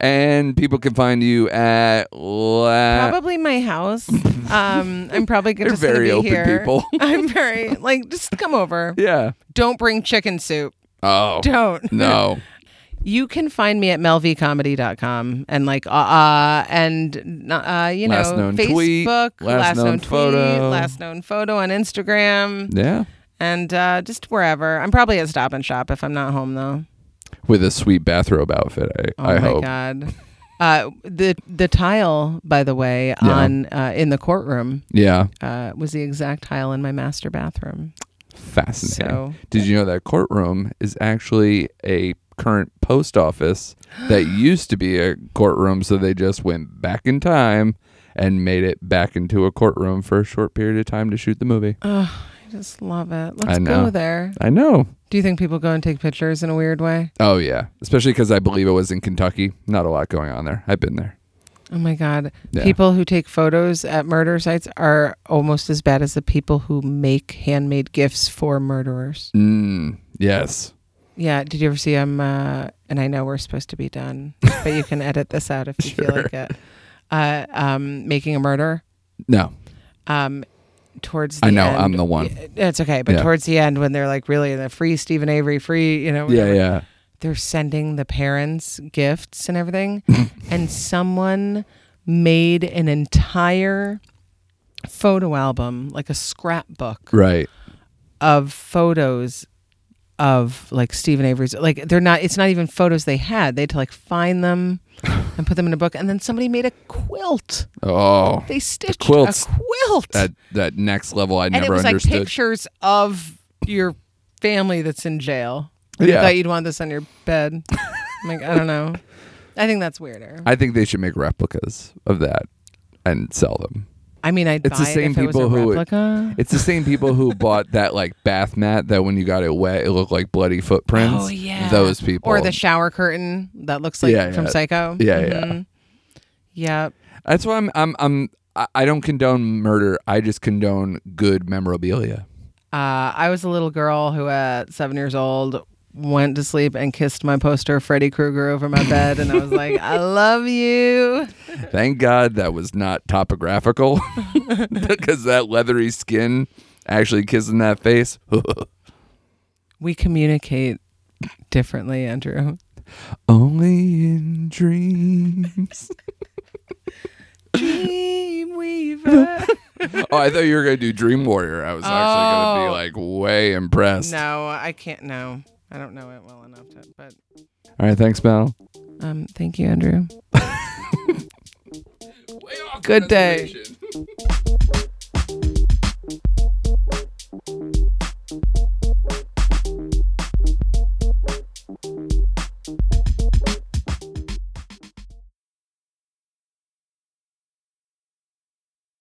Speaker 12: and people can find you at la-
Speaker 10: probably my house. Um, I'm probably
Speaker 12: They're
Speaker 10: gonna just gonna
Speaker 12: very
Speaker 10: be
Speaker 12: open
Speaker 10: here.
Speaker 12: people.
Speaker 10: I'm very like just come over.
Speaker 12: yeah.
Speaker 10: Don't bring chicken soup.
Speaker 12: Oh
Speaker 10: Don't.
Speaker 12: no.
Speaker 10: You can find me at melvcomedy.com and like uh, uh and uh you know
Speaker 12: Last known
Speaker 10: Facebook,
Speaker 12: tweet, last known
Speaker 10: known tweet,
Speaker 12: photo.
Speaker 10: last known photo on Instagram
Speaker 12: Yeah.
Speaker 10: and uh just wherever. I'm probably at Stop and Shop if I'm not home though.
Speaker 12: With a sweet bathrobe outfit. I,
Speaker 10: Oh
Speaker 12: I
Speaker 10: my
Speaker 12: hope.
Speaker 10: god. Uh, the the tile, by the way,
Speaker 12: Yeah.
Speaker 10: on uh, in the courtroom
Speaker 12: Yeah.
Speaker 10: uh, was the exact tile in my master bathroom.
Speaker 12: Fascinating.
Speaker 10: So-
Speaker 12: Did you know that courtroom is actually a current post office that used to be a courtroom, so they just went back in time and made it back into a courtroom for a short period of time to shoot the movie.
Speaker 10: I just love it. Let's
Speaker 12: know.
Speaker 10: go there.
Speaker 12: I know.
Speaker 10: Do you think people go and take pictures in a weird way?
Speaker 12: Oh yeah, especially because I believe it was in Kentucky. Not a lot going on there. I've been there.
Speaker 10: Oh my God.
Speaker 12: Yeah.
Speaker 10: People who take photos at murder sites are almost as bad as the people who make handmade gifts for murderers.
Speaker 12: Mm, yes.
Speaker 10: Yeah. Did you ever see them? Uh, and I know we're supposed to be done, but you can edit this out if you feel like it. Uh, um, making a murder
Speaker 12: No.
Speaker 10: um, towards the
Speaker 12: I know.
Speaker 10: end-
Speaker 12: I'm the one.
Speaker 10: Yeah, It's okay. But
Speaker 12: Yeah.
Speaker 10: towards the end, when they're like really in the free Stephen Avery, free, you know,
Speaker 12: Yeah.
Speaker 10: whatever,
Speaker 12: Yeah.
Speaker 10: they're sending the parents gifts and everything and someone made an entire photo album like a scrapbook
Speaker 12: Right.
Speaker 10: of photos of like Stephen Avery's like they're not it's not even photos they had they had to like find them and put them in a book and then somebody made a quilt
Speaker 12: Oh,
Speaker 10: they stitched
Speaker 12: quilts.
Speaker 10: a quilt
Speaker 12: that that next level I
Speaker 10: and
Speaker 12: never
Speaker 10: it was
Speaker 12: understood.
Speaker 10: like pictures of your family that's in jail.
Speaker 12: Yeah.
Speaker 10: You thought you'd want this on your bed. I'm like, I don't know. I think that's weirder. I,
Speaker 12: I think they should make replicas of that and sell them.
Speaker 10: mean, I'd
Speaker 12: It's
Speaker 10: buy
Speaker 12: the same
Speaker 10: it if
Speaker 12: people
Speaker 10: it was a
Speaker 12: who
Speaker 10: replica.
Speaker 12: It's the same people who bought that like bath mat that when you got it wet, it looked like bloody footprints.
Speaker 10: Oh, yeah.
Speaker 12: Those people.
Speaker 10: or the shower curtain that looks like
Speaker 12: Yeah,
Speaker 10: from
Speaker 12: yeah.
Speaker 10: Psycho.
Speaker 12: Yeah, yeah.
Speaker 10: yeah. Yep.
Speaker 12: That's why I'm I'm I'm I- I don't condone murder. I just condone good memorabilia.
Speaker 10: Uh, I was a little girl who, at seven years old, went to sleep and kissed my poster of Freddy Krueger over my bed, and I was like, "I love you."
Speaker 12: Thank God that was not topographical because that leathery skin actually kissing that face.
Speaker 10: We communicate differently, Andrew.
Speaker 12: Only in dreams.
Speaker 10: Dreamweaver.
Speaker 12: oh, I thought you were going to do Dream Warrior. I was actually going to be
Speaker 10: Oh.
Speaker 12: like way impressed.
Speaker 10: No, I can't. No, I don't know it well enough to. But
Speaker 12: All right, thanks, Mel.
Speaker 10: um, thank you, Andrew. Good day. resolution.